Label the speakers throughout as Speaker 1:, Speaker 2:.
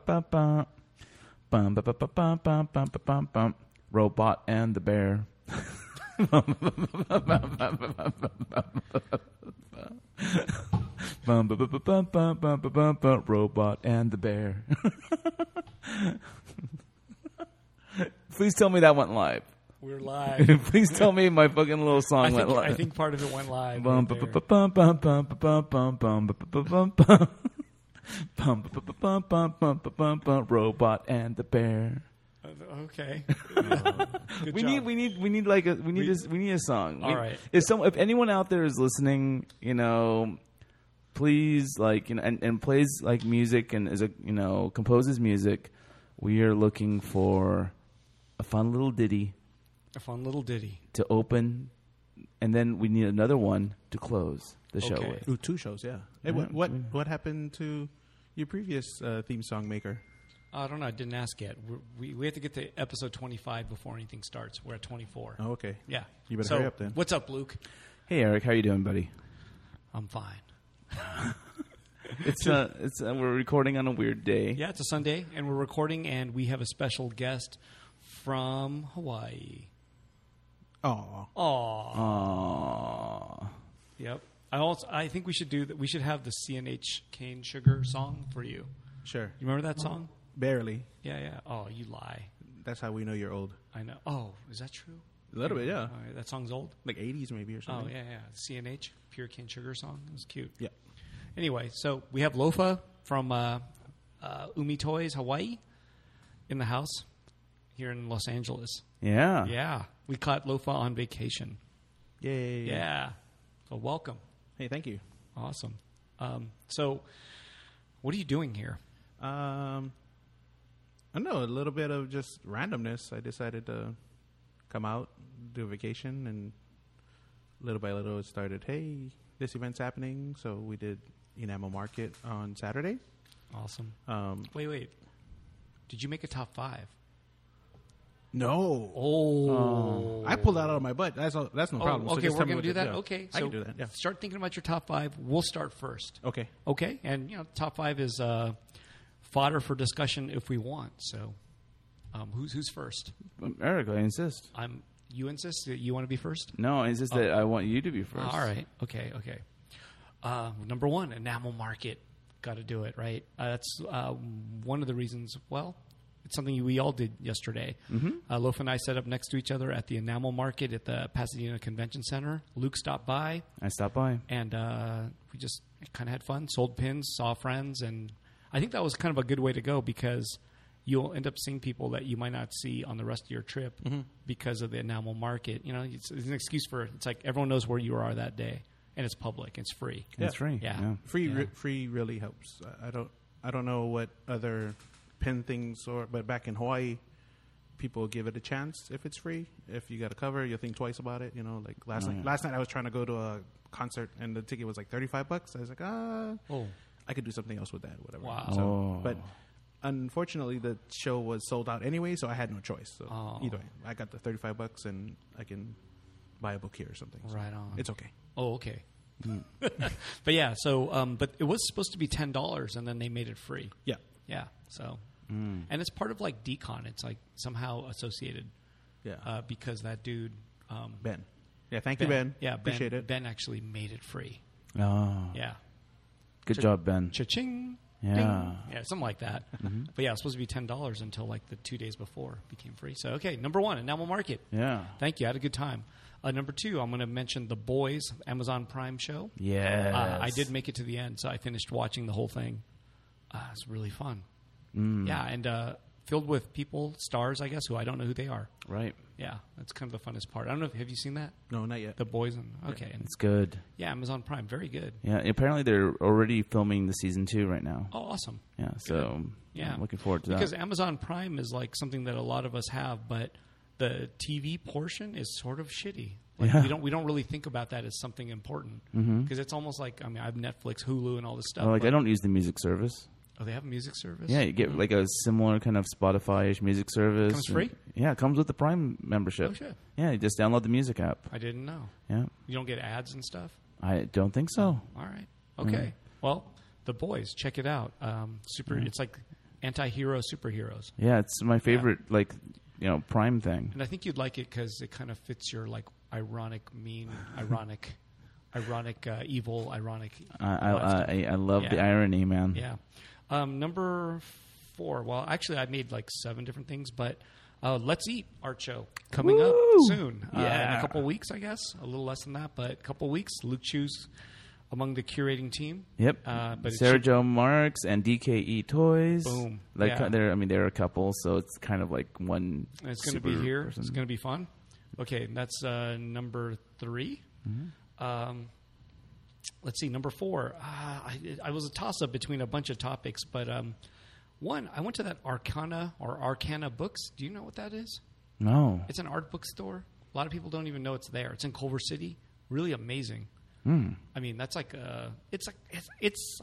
Speaker 1: Ba-ba-ba-ba. Bum, ba-ba-ba-ba-bum, bum-ba-bum-bum. Robot and the bear. Bum, ba-ba-ba-bum, bum-ba-bum-bum. Robot and the bear. Please tell me that went live.
Speaker 2: We're live.
Speaker 1: Please tell me my fucking little song
Speaker 2: I think,
Speaker 1: went live.
Speaker 2: I think part of it went live.
Speaker 1: Bum,
Speaker 2: right
Speaker 1: bum,
Speaker 2: there.
Speaker 1: bum, bum, bum, bum, bum, bum, bum, bum, bum, bum. Bum, bum, bum, bum, bum, bum, bum, bum, bum, Robot and the bear.
Speaker 2: Okay. Good
Speaker 1: We
Speaker 2: job.
Speaker 1: need, we need, we need like a, we need,
Speaker 2: We-
Speaker 1: a, we need a song.
Speaker 2: All
Speaker 1: We-
Speaker 2: right.
Speaker 1: If some, if anyone out there is listening, you know, please like, you know, and, and plays like music and is a, you know, composes music. We are looking for a fun little ditty
Speaker 2: a fun little ditty.
Speaker 1: to open, and then we need another one to close the show
Speaker 2: Okay.
Speaker 1: with.
Speaker 3: Ooh, two shows, yeah. Hey,
Speaker 1: Yeah,
Speaker 3: what what what happened to your previous uh, theme song maker?
Speaker 2: Uh, I don't know. I didn't ask yet. We're, we we have to get to episode twenty five before anything starts. We're at twenty four.
Speaker 3: Oh, okay.
Speaker 2: Yeah.
Speaker 3: You better
Speaker 2: So,
Speaker 3: hurry up then.
Speaker 2: What's up, Luke?
Speaker 1: Hey, Eric, how you doing, buddy?
Speaker 2: I'm fine.
Speaker 1: It's uh, it's uh, we're recording on a weird day.
Speaker 2: Yeah, it's a Sunday, and we're recording, and we have a special guest from Hawaii.
Speaker 3: Oh,
Speaker 2: Aw.
Speaker 1: Aww.
Speaker 2: Yep. I also I think we should do that. We should have the CNH cane sugar song for you.
Speaker 3: sure.
Speaker 2: You remember that song?
Speaker 3: Barely.
Speaker 2: Yeah, yeah. Oh, you lie.
Speaker 3: That's how we know you're old.
Speaker 2: I know. Oh, is that true?
Speaker 3: A little bit, yeah.
Speaker 2: All right, that song's old.
Speaker 3: Like 80s maybe or
Speaker 2: Oh
Speaker 3: something.
Speaker 2: yeah, yeah. CNH, Pure Cane Sugar song. It was cute.
Speaker 3: yeah.
Speaker 2: Anyway, so we have Lofa from uh, uh, Umi Toys, Hawaii, in the house here in Los Angeles.
Speaker 1: Yeah.
Speaker 2: Yeah, we caught Lofa on vacation.
Speaker 3: Yay.
Speaker 2: Yeah. So welcome.
Speaker 3: Hey, thank you.
Speaker 2: Awesome. Um, so, what are you doing here?
Speaker 3: Um, I know a little bit of just randomness. I decided to come out, do a vacation, and little by little it started. Hey, this event's happening, so we did Enamel Market on Saturday.
Speaker 2: Awesome.
Speaker 3: Um,
Speaker 2: Wait, wait. Did you make a top five?
Speaker 3: no,
Speaker 2: Oh,
Speaker 3: I pulled that out of my butt. That's all, that's no
Speaker 2: Oh,
Speaker 3: problem. So
Speaker 2: okay,
Speaker 3: just
Speaker 2: we're
Speaker 3: tell me
Speaker 2: gonna
Speaker 3: what
Speaker 2: do
Speaker 3: to-
Speaker 2: that.
Speaker 3: yeah.
Speaker 2: Okay, so
Speaker 3: I can do that. Yeah.
Speaker 2: start thinking about your top five. We'll start first.
Speaker 3: Okay.
Speaker 2: Okay, and you know, top five is uh, fodder for discussion if we want. So, um, who's who's first?
Speaker 1: Um, Eric, I insist.
Speaker 2: I'm. You insist that you want to be first.
Speaker 1: No, I insist that I want you to be first.
Speaker 2: Oh. All right. Okay. Okay. Uh, number one, enamel market. Got to do it right. Uh, that's uh, one of the reasons. Well, it's something we all did yesterday. Mm-hmm. Uh, Loaf and I sat up next to each other at the enamel market at the Pasadena Convention Center. Luke stopped by
Speaker 1: I stopped by.
Speaker 2: and uh, we just kind of had fun, sold pins, saw friends, and I think that was kind of a good way to go because you'll end up seeing people that you might not see on the rest of your trip because of the enamel market. You know, it's, it's an excuse for it's like everyone knows where you are that day, and it's public, it's free.
Speaker 3: Yeah.
Speaker 1: That's free.
Speaker 2: Yeah.
Speaker 3: Free
Speaker 2: Yeah.
Speaker 3: re- free really helps. I- I don't I don't know what other pin things or but back in Hawaii, people give it a chance if it's free. If you got a cover, you'll think twice about it. You know, like last night. Last night I was trying to go to a concert and the ticket was like thirty five bucks. I was like, ah,
Speaker 2: Oh.
Speaker 3: I could do something else with that. Whatever.
Speaker 2: Wow.
Speaker 3: So,
Speaker 1: Oh.
Speaker 3: But unfortunately, the show was sold out anyway, so I had no choice. So
Speaker 2: Oh.
Speaker 3: either way, I got the thirty five bucks and I can buy a book here or something. So
Speaker 2: Right on.
Speaker 3: It's okay.
Speaker 2: Oh, okay. but yeah, so um, but it was supposed to be ten dollars, and then they made it free.
Speaker 3: Yeah.
Speaker 2: Yeah. So, and it's part of like decon. It's like somehow associated
Speaker 3: Yeah.
Speaker 2: uh, because that dude um,
Speaker 3: Ben. Yeah, thank you, Ben.
Speaker 2: Yeah, Ben,
Speaker 3: appreciate it.
Speaker 2: Ben actually made it free.
Speaker 1: Oh,
Speaker 2: Yeah.
Speaker 1: good job, Ben.
Speaker 2: Cha-ching.
Speaker 1: Yeah.
Speaker 2: Ding. Yeah, something like that. But yeah, it's supposed to be ten dollars until like the two days before it became free. So okay, number one, and now we'll mark it.
Speaker 1: Yeah.
Speaker 2: Thank you. I had a good time. Uh, number two, I'm going to mention the Boys Amazon Prime show.
Speaker 1: Yes.
Speaker 2: Uh, I did make it to the end, so I finished watching the whole thing. Uh, it's really fun. Yeah, and uh, filled with people, stars, I guess, who I don't know who they are.
Speaker 1: Right.
Speaker 2: Yeah, that's kind of the funnest part. I don't know. if Have you seen that?
Speaker 3: No, not yet.
Speaker 2: The Boys. And, okay. and-
Speaker 1: It's good.
Speaker 2: yeah, Amazon Prime. Very good.
Speaker 1: Yeah. Apparently, they're already filming the season two right now.
Speaker 2: Oh, awesome.
Speaker 1: Yeah. So
Speaker 2: Yeah.
Speaker 1: I'm looking forward to
Speaker 2: Because
Speaker 1: that.
Speaker 2: Amazon Prime is like something that a lot of us have, but the TV portion is sort of shitty. Like
Speaker 1: Yeah.
Speaker 2: we don't we don't really think about that as something important because it's almost like I mean I have Netflix, Hulu, and all this stuff.
Speaker 1: Oh, like
Speaker 2: but-
Speaker 1: I don't use the music service.
Speaker 2: oh, they have a music service.
Speaker 1: Yeah, you get like a similar kind of Spotify-ish music service.
Speaker 2: Mm-hmm. Comes
Speaker 1: and-
Speaker 2: free?
Speaker 1: yeah, it comes with the Prime membership.
Speaker 2: Oh, shit.
Speaker 1: Yeah, you just download the music app.
Speaker 2: I didn't know.
Speaker 1: Yeah,
Speaker 2: You don't get ads and stuff.
Speaker 1: I don't
Speaker 2: Oh.
Speaker 1: think so. Mm-hmm. Mm-hmm.
Speaker 2: All right. Okay. Well, the boys, check it out. Um, super. It's like anti-hero superheroes.
Speaker 1: Yeah, it's my favorite like you know prime thing.
Speaker 2: And I think you'd like it because it kind of fits your like ironic, mean, ironic, ironic, uh, evil, ironic.
Speaker 1: I I uh,
Speaker 2: lifestyle.
Speaker 1: I, I love the
Speaker 2: Yeah.
Speaker 1: irony, man.
Speaker 2: yeah. Um, number four. Well, actually, I made like seven different things, but uh, let's eat art show coming up
Speaker 1: Woo!
Speaker 2: soon. Uh, in
Speaker 1: Yeah.
Speaker 2: a couple weeks, I guess. A little less than that, but a couple weeks. Luke Chu's among the curating team.
Speaker 1: Yep.
Speaker 2: Uh, but it
Speaker 1: Sarah
Speaker 2: should-
Speaker 1: Jo Marks and DKE Toys.
Speaker 2: Boom.
Speaker 1: Like
Speaker 2: Yeah.
Speaker 1: they're I mean they're a couple, so it's kind of like one.
Speaker 2: And it's going to
Speaker 1: super
Speaker 2: be here.
Speaker 1: person.
Speaker 2: It's going to be fun. Okay, that's uh, number 3
Speaker 1: Mm-hmm.
Speaker 2: Um, let's see, number four. Uh, I, I was a toss up between a bunch of topics, but um, one, I went to that Arcana or Arcana Books. Do you know what that is?
Speaker 1: no.
Speaker 2: It's an art bookstore. A lot of people don't even know it's there. It's in Culver City. Really amazing.
Speaker 1: Hmm.
Speaker 2: I mean, that's like uh it's like it's, it's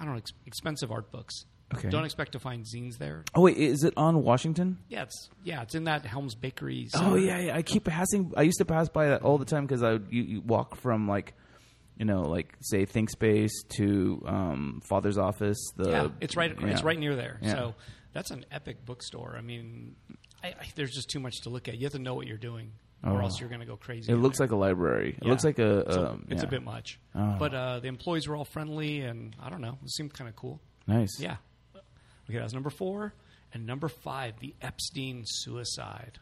Speaker 2: I don't know, ex- expensive art books.
Speaker 1: Okay.
Speaker 2: Don't expect to find zines there.
Speaker 1: Oh wait, is it on Washington?
Speaker 2: Yeah, it's yeah, it's in that Helms Bakery.
Speaker 1: Oh
Speaker 2: center.
Speaker 1: yeah, yeah. I keep passing. I used to pass by that all the time because I would you, you walk from like, you know, like say ThinkSpace to um, Father's office. The
Speaker 2: yeah, it's right. It's
Speaker 1: yeah.
Speaker 2: right near there.
Speaker 1: Yeah.
Speaker 2: So that's an epic bookstore. I mean, I, I, there's just too much to look at. You have to know what you're doing, or
Speaker 1: Oh.
Speaker 2: else you're going to go crazy.
Speaker 1: It
Speaker 2: in
Speaker 1: looks
Speaker 2: there.
Speaker 1: like a library. It
Speaker 2: Yeah.
Speaker 1: looks like a.
Speaker 2: it's, a,
Speaker 1: um,
Speaker 2: it's a
Speaker 1: yeah.
Speaker 2: bit much.
Speaker 1: Oh.
Speaker 2: But uh, the employees were all friendly, and I don't know. It seemed kind of cool.
Speaker 1: nice.
Speaker 2: Yeah. Okay, that was number four. And number five, the Epstein suicide.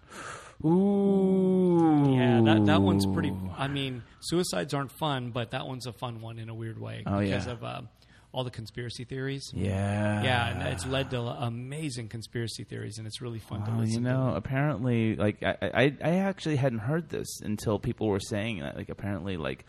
Speaker 1: Ooh.
Speaker 2: Yeah, that, that one's pretty. I mean, suicides aren't fun, but that one's a fun one in a weird way
Speaker 1: Oh,
Speaker 2: because
Speaker 1: yeah.
Speaker 2: of uh, all the conspiracy theories.
Speaker 1: Yeah.
Speaker 2: Yeah, and it's led to amazing conspiracy theories, and it's really fun to
Speaker 1: Oh,
Speaker 2: listen
Speaker 1: you know, apparently, like I, I, I actually hadn't heard this until people were saying that. Like, apparently, like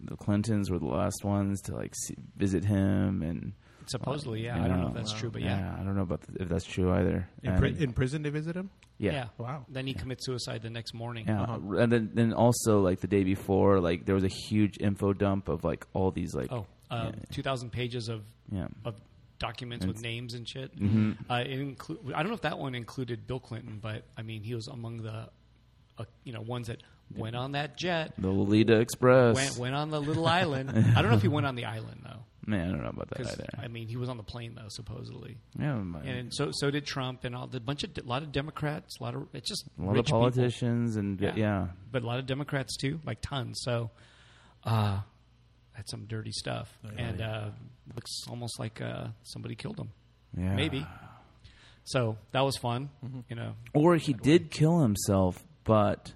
Speaker 1: the Clintons were the last ones to like see, visit him, and
Speaker 2: to. Supposedly, yeah. I don't know if that's true, but yeah.
Speaker 1: I don't know about th- if that's true either.
Speaker 3: In,
Speaker 1: And-
Speaker 3: pri- in prison, they visit him.
Speaker 1: yeah,
Speaker 3: Wow.
Speaker 2: Then he commits suicide the next morning.
Speaker 1: yeah. and then, then also like the day before, like there was a huge info dump of like all these like
Speaker 2: Oh, uh, 2,000 pages of,
Speaker 1: Yeah.
Speaker 2: of documents with names and shit.
Speaker 1: Mm-hmm.
Speaker 2: Uh, it inclu- I don't know if that one included Bill Clinton, but I mean, he was among the uh, you know ones that went on that jet,
Speaker 1: the Lolita Express.
Speaker 2: went, went on the little island. I don't know if he went on the island, though.
Speaker 1: Man, I don't know about that
Speaker 2: Because,
Speaker 1: either.
Speaker 2: I mean, he was on the plane, though, supposedly.
Speaker 1: yeah, my-
Speaker 2: and so so did Trump and all the bunch of a lot of Democrats, a lot of it's just
Speaker 1: a lot
Speaker 2: rich
Speaker 1: of
Speaker 2: people,
Speaker 1: politicians and
Speaker 2: Yeah.
Speaker 1: yeah.
Speaker 2: but a lot of Democrats too, like tons. So, uh, that's some dirty stuff, and uh, looks almost like uh, somebody killed him,
Speaker 1: Yeah. Mm-hmm.
Speaker 2: maybe. So that was fun, you know.
Speaker 1: Or he did kill himself, but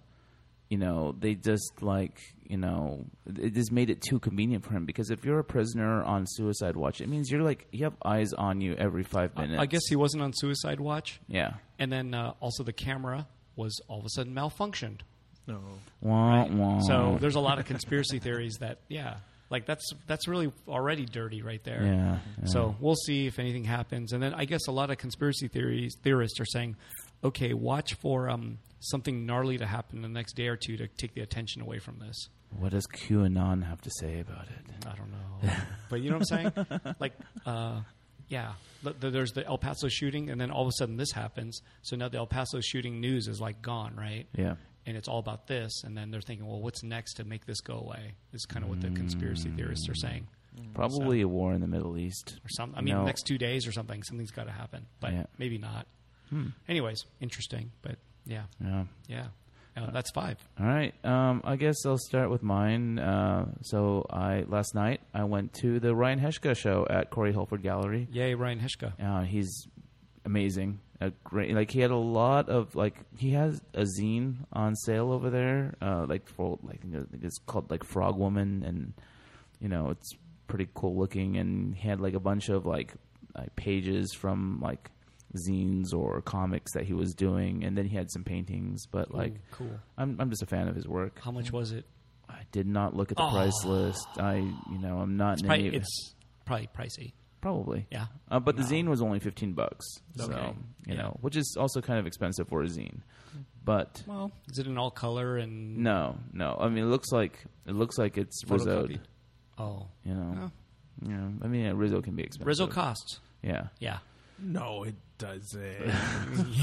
Speaker 1: you know they just like you know it just made it too convenient for him because if you're a prisoner on suicide watch, it means you're like you have eyes on you every five minutes.
Speaker 2: I guess he wasn't on suicide watch,
Speaker 1: Yeah.
Speaker 2: and then uh, also the camera was all of a sudden malfunctioned.
Speaker 3: No.
Speaker 1: Wah, wah.
Speaker 2: So there's a lot of conspiracy theories that yeah, like that's that's really already dirty right there.
Speaker 1: Yeah, yeah.
Speaker 2: So we'll see if anything happens, and then I guess a lot of conspiracy theories theorists are saying, okay, watch for um, something gnarly to happen in the next day or two to take the attention away from this.
Speaker 1: What does QAnon have to say about it?
Speaker 2: I don't know, but you know what I'm saying? Like, uh, yeah, th- th- there's the El Paso shooting, and then all of a sudden this happens. So now the El Paso shooting news is like gone, right?
Speaker 1: Yeah.
Speaker 2: and it's all about this and then they're thinking well what's next to make this go away is kind of what the conspiracy theorists are saying
Speaker 1: Probably a war in the Middle East.
Speaker 2: or something i mean
Speaker 1: No.
Speaker 2: next two days or something something's got to happen but
Speaker 1: Yeah. Hmm.
Speaker 2: maybe not anyways interesting but yeah
Speaker 1: Yeah.
Speaker 2: yeah Uh, that's five
Speaker 1: All right. Um, I guess I'll start with mine. Uh, so I last night I went to the Ryan Heschka show at Corey Holford Gallery.
Speaker 2: yay ryan hishka
Speaker 1: Uh, he's amazing. A great, like he had a lot of like he has a zine on sale over there. Uh, like for like I think it's called like Frog Woman, and you know it's pretty cool looking. And he had like a bunch of like, like pages from like zines or comics that he was doing, and then he had some paintings. But like,
Speaker 2: Ooh, cool
Speaker 1: I'm I'm just a fan of his work.
Speaker 2: how much was it
Speaker 1: I did not look at the
Speaker 2: Oh.
Speaker 1: price list. I you know I'm not in
Speaker 2: probably,
Speaker 1: any,
Speaker 2: it's probably pricey
Speaker 1: probably
Speaker 2: yeah
Speaker 1: uh, but the zine was only fifteen bucks, so
Speaker 2: Okay.
Speaker 1: you
Speaker 2: Yeah. Mm-hmm.
Speaker 1: know, which is also kind of expensive for a zine. But
Speaker 2: well is it in all color and
Speaker 1: no, no, I mean, it looks like it looks like it's
Speaker 2: photocopied
Speaker 1: Rizzoed.
Speaker 2: oh
Speaker 1: You know,
Speaker 2: Oh.
Speaker 1: you know, I mean, yeah, Rizzo can be expensive.
Speaker 2: rizzo costs
Speaker 1: yeah.
Speaker 2: yeah
Speaker 3: No, it doesn't.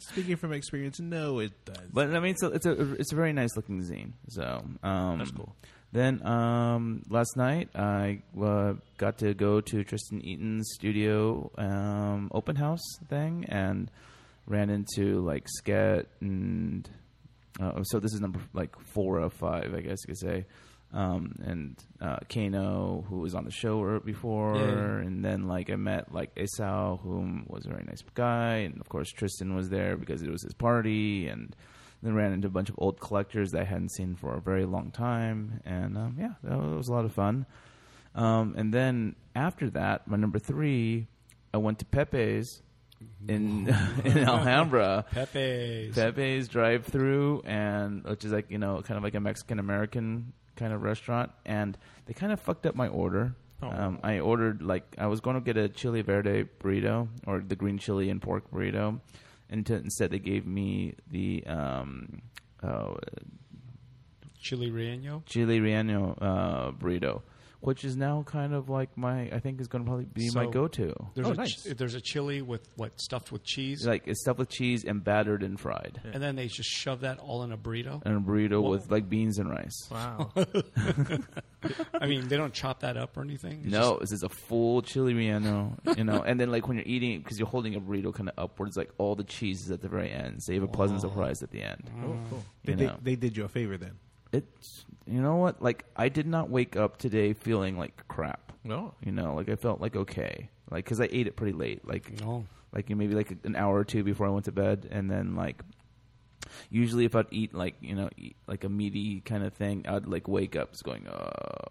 Speaker 3: Speaking from experience, no, it does.
Speaker 1: But I mean, it's a, it's a it's a very nice looking zine. So um, that's cool. Then um, last night I uh, got to go to Tristan Eaton's studio um, open house thing and ran into like Sket and uh, so this is number like four of five, I guess you could say. Um, and uh, Kano, who was on the show er- before,
Speaker 2: Yeah.
Speaker 1: and then like I met like Esau, whom was a very nice guy, and of course Tristan was there because it was his party, and then ran into a bunch of old collectors that I hadn't seen for a very long time, and um, yeah, that was, was a lot of fun. Um, and then after that, my number three, I went to Pepe's in in Alhambra.
Speaker 2: Pepe's.
Speaker 1: Pepe's drive through and which is like, you know, kind of like a Mexican American kind of restaurant and they kind of fucked up my order.
Speaker 2: Oh.
Speaker 1: Um, I ordered like I was going to get a chili verde burrito or the green chili and pork burrito and to, instead they gave me the um oh,
Speaker 2: Chili relleno.
Speaker 1: chili relleno uh, burrito which is now kind of like my I think is going to probably be my
Speaker 2: So,
Speaker 1: go-to.
Speaker 2: There's
Speaker 3: Oh,
Speaker 2: a
Speaker 3: nice.
Speaker 2: ch- there's a chili with what stuffed with cheese,
Speaker 1: Like it's stuffed with cheese and battered and fried.
Speaker 2: and then they just shove that all in a burrito.
Speaker 1: And a burrito with like beans and rice.
Speaker 3: Wow. Oh,
Speaker 2: I mean, they don't chop that up or anything. It's
Speaker 1: No, this is a full chili relleno, you know. and then like when you're eating it, because you're holding a burrito kind of upwards, like all the cheese is at the very end, so you have a pleasant surprise at the end.
Speaker 3: cool, cool. They,
Speaker 1: You
Speaker 3: did,
Speaker 1: know.
Speaker 3: they did you a favor then.
Speaker 1: It's you know what? Like I did not wake up today feeling like crap.
Speaker 3: No.
Speaker 1: You know, like I felt like okay, like because I ate it pretty late, like
Speaker 2: just- no.
Speaker 1: like maybe like an hour or two before I went to bed, and then like usually if I'd eat like you know eat like a meaty kind of thing, I'd like wake up just going, oh,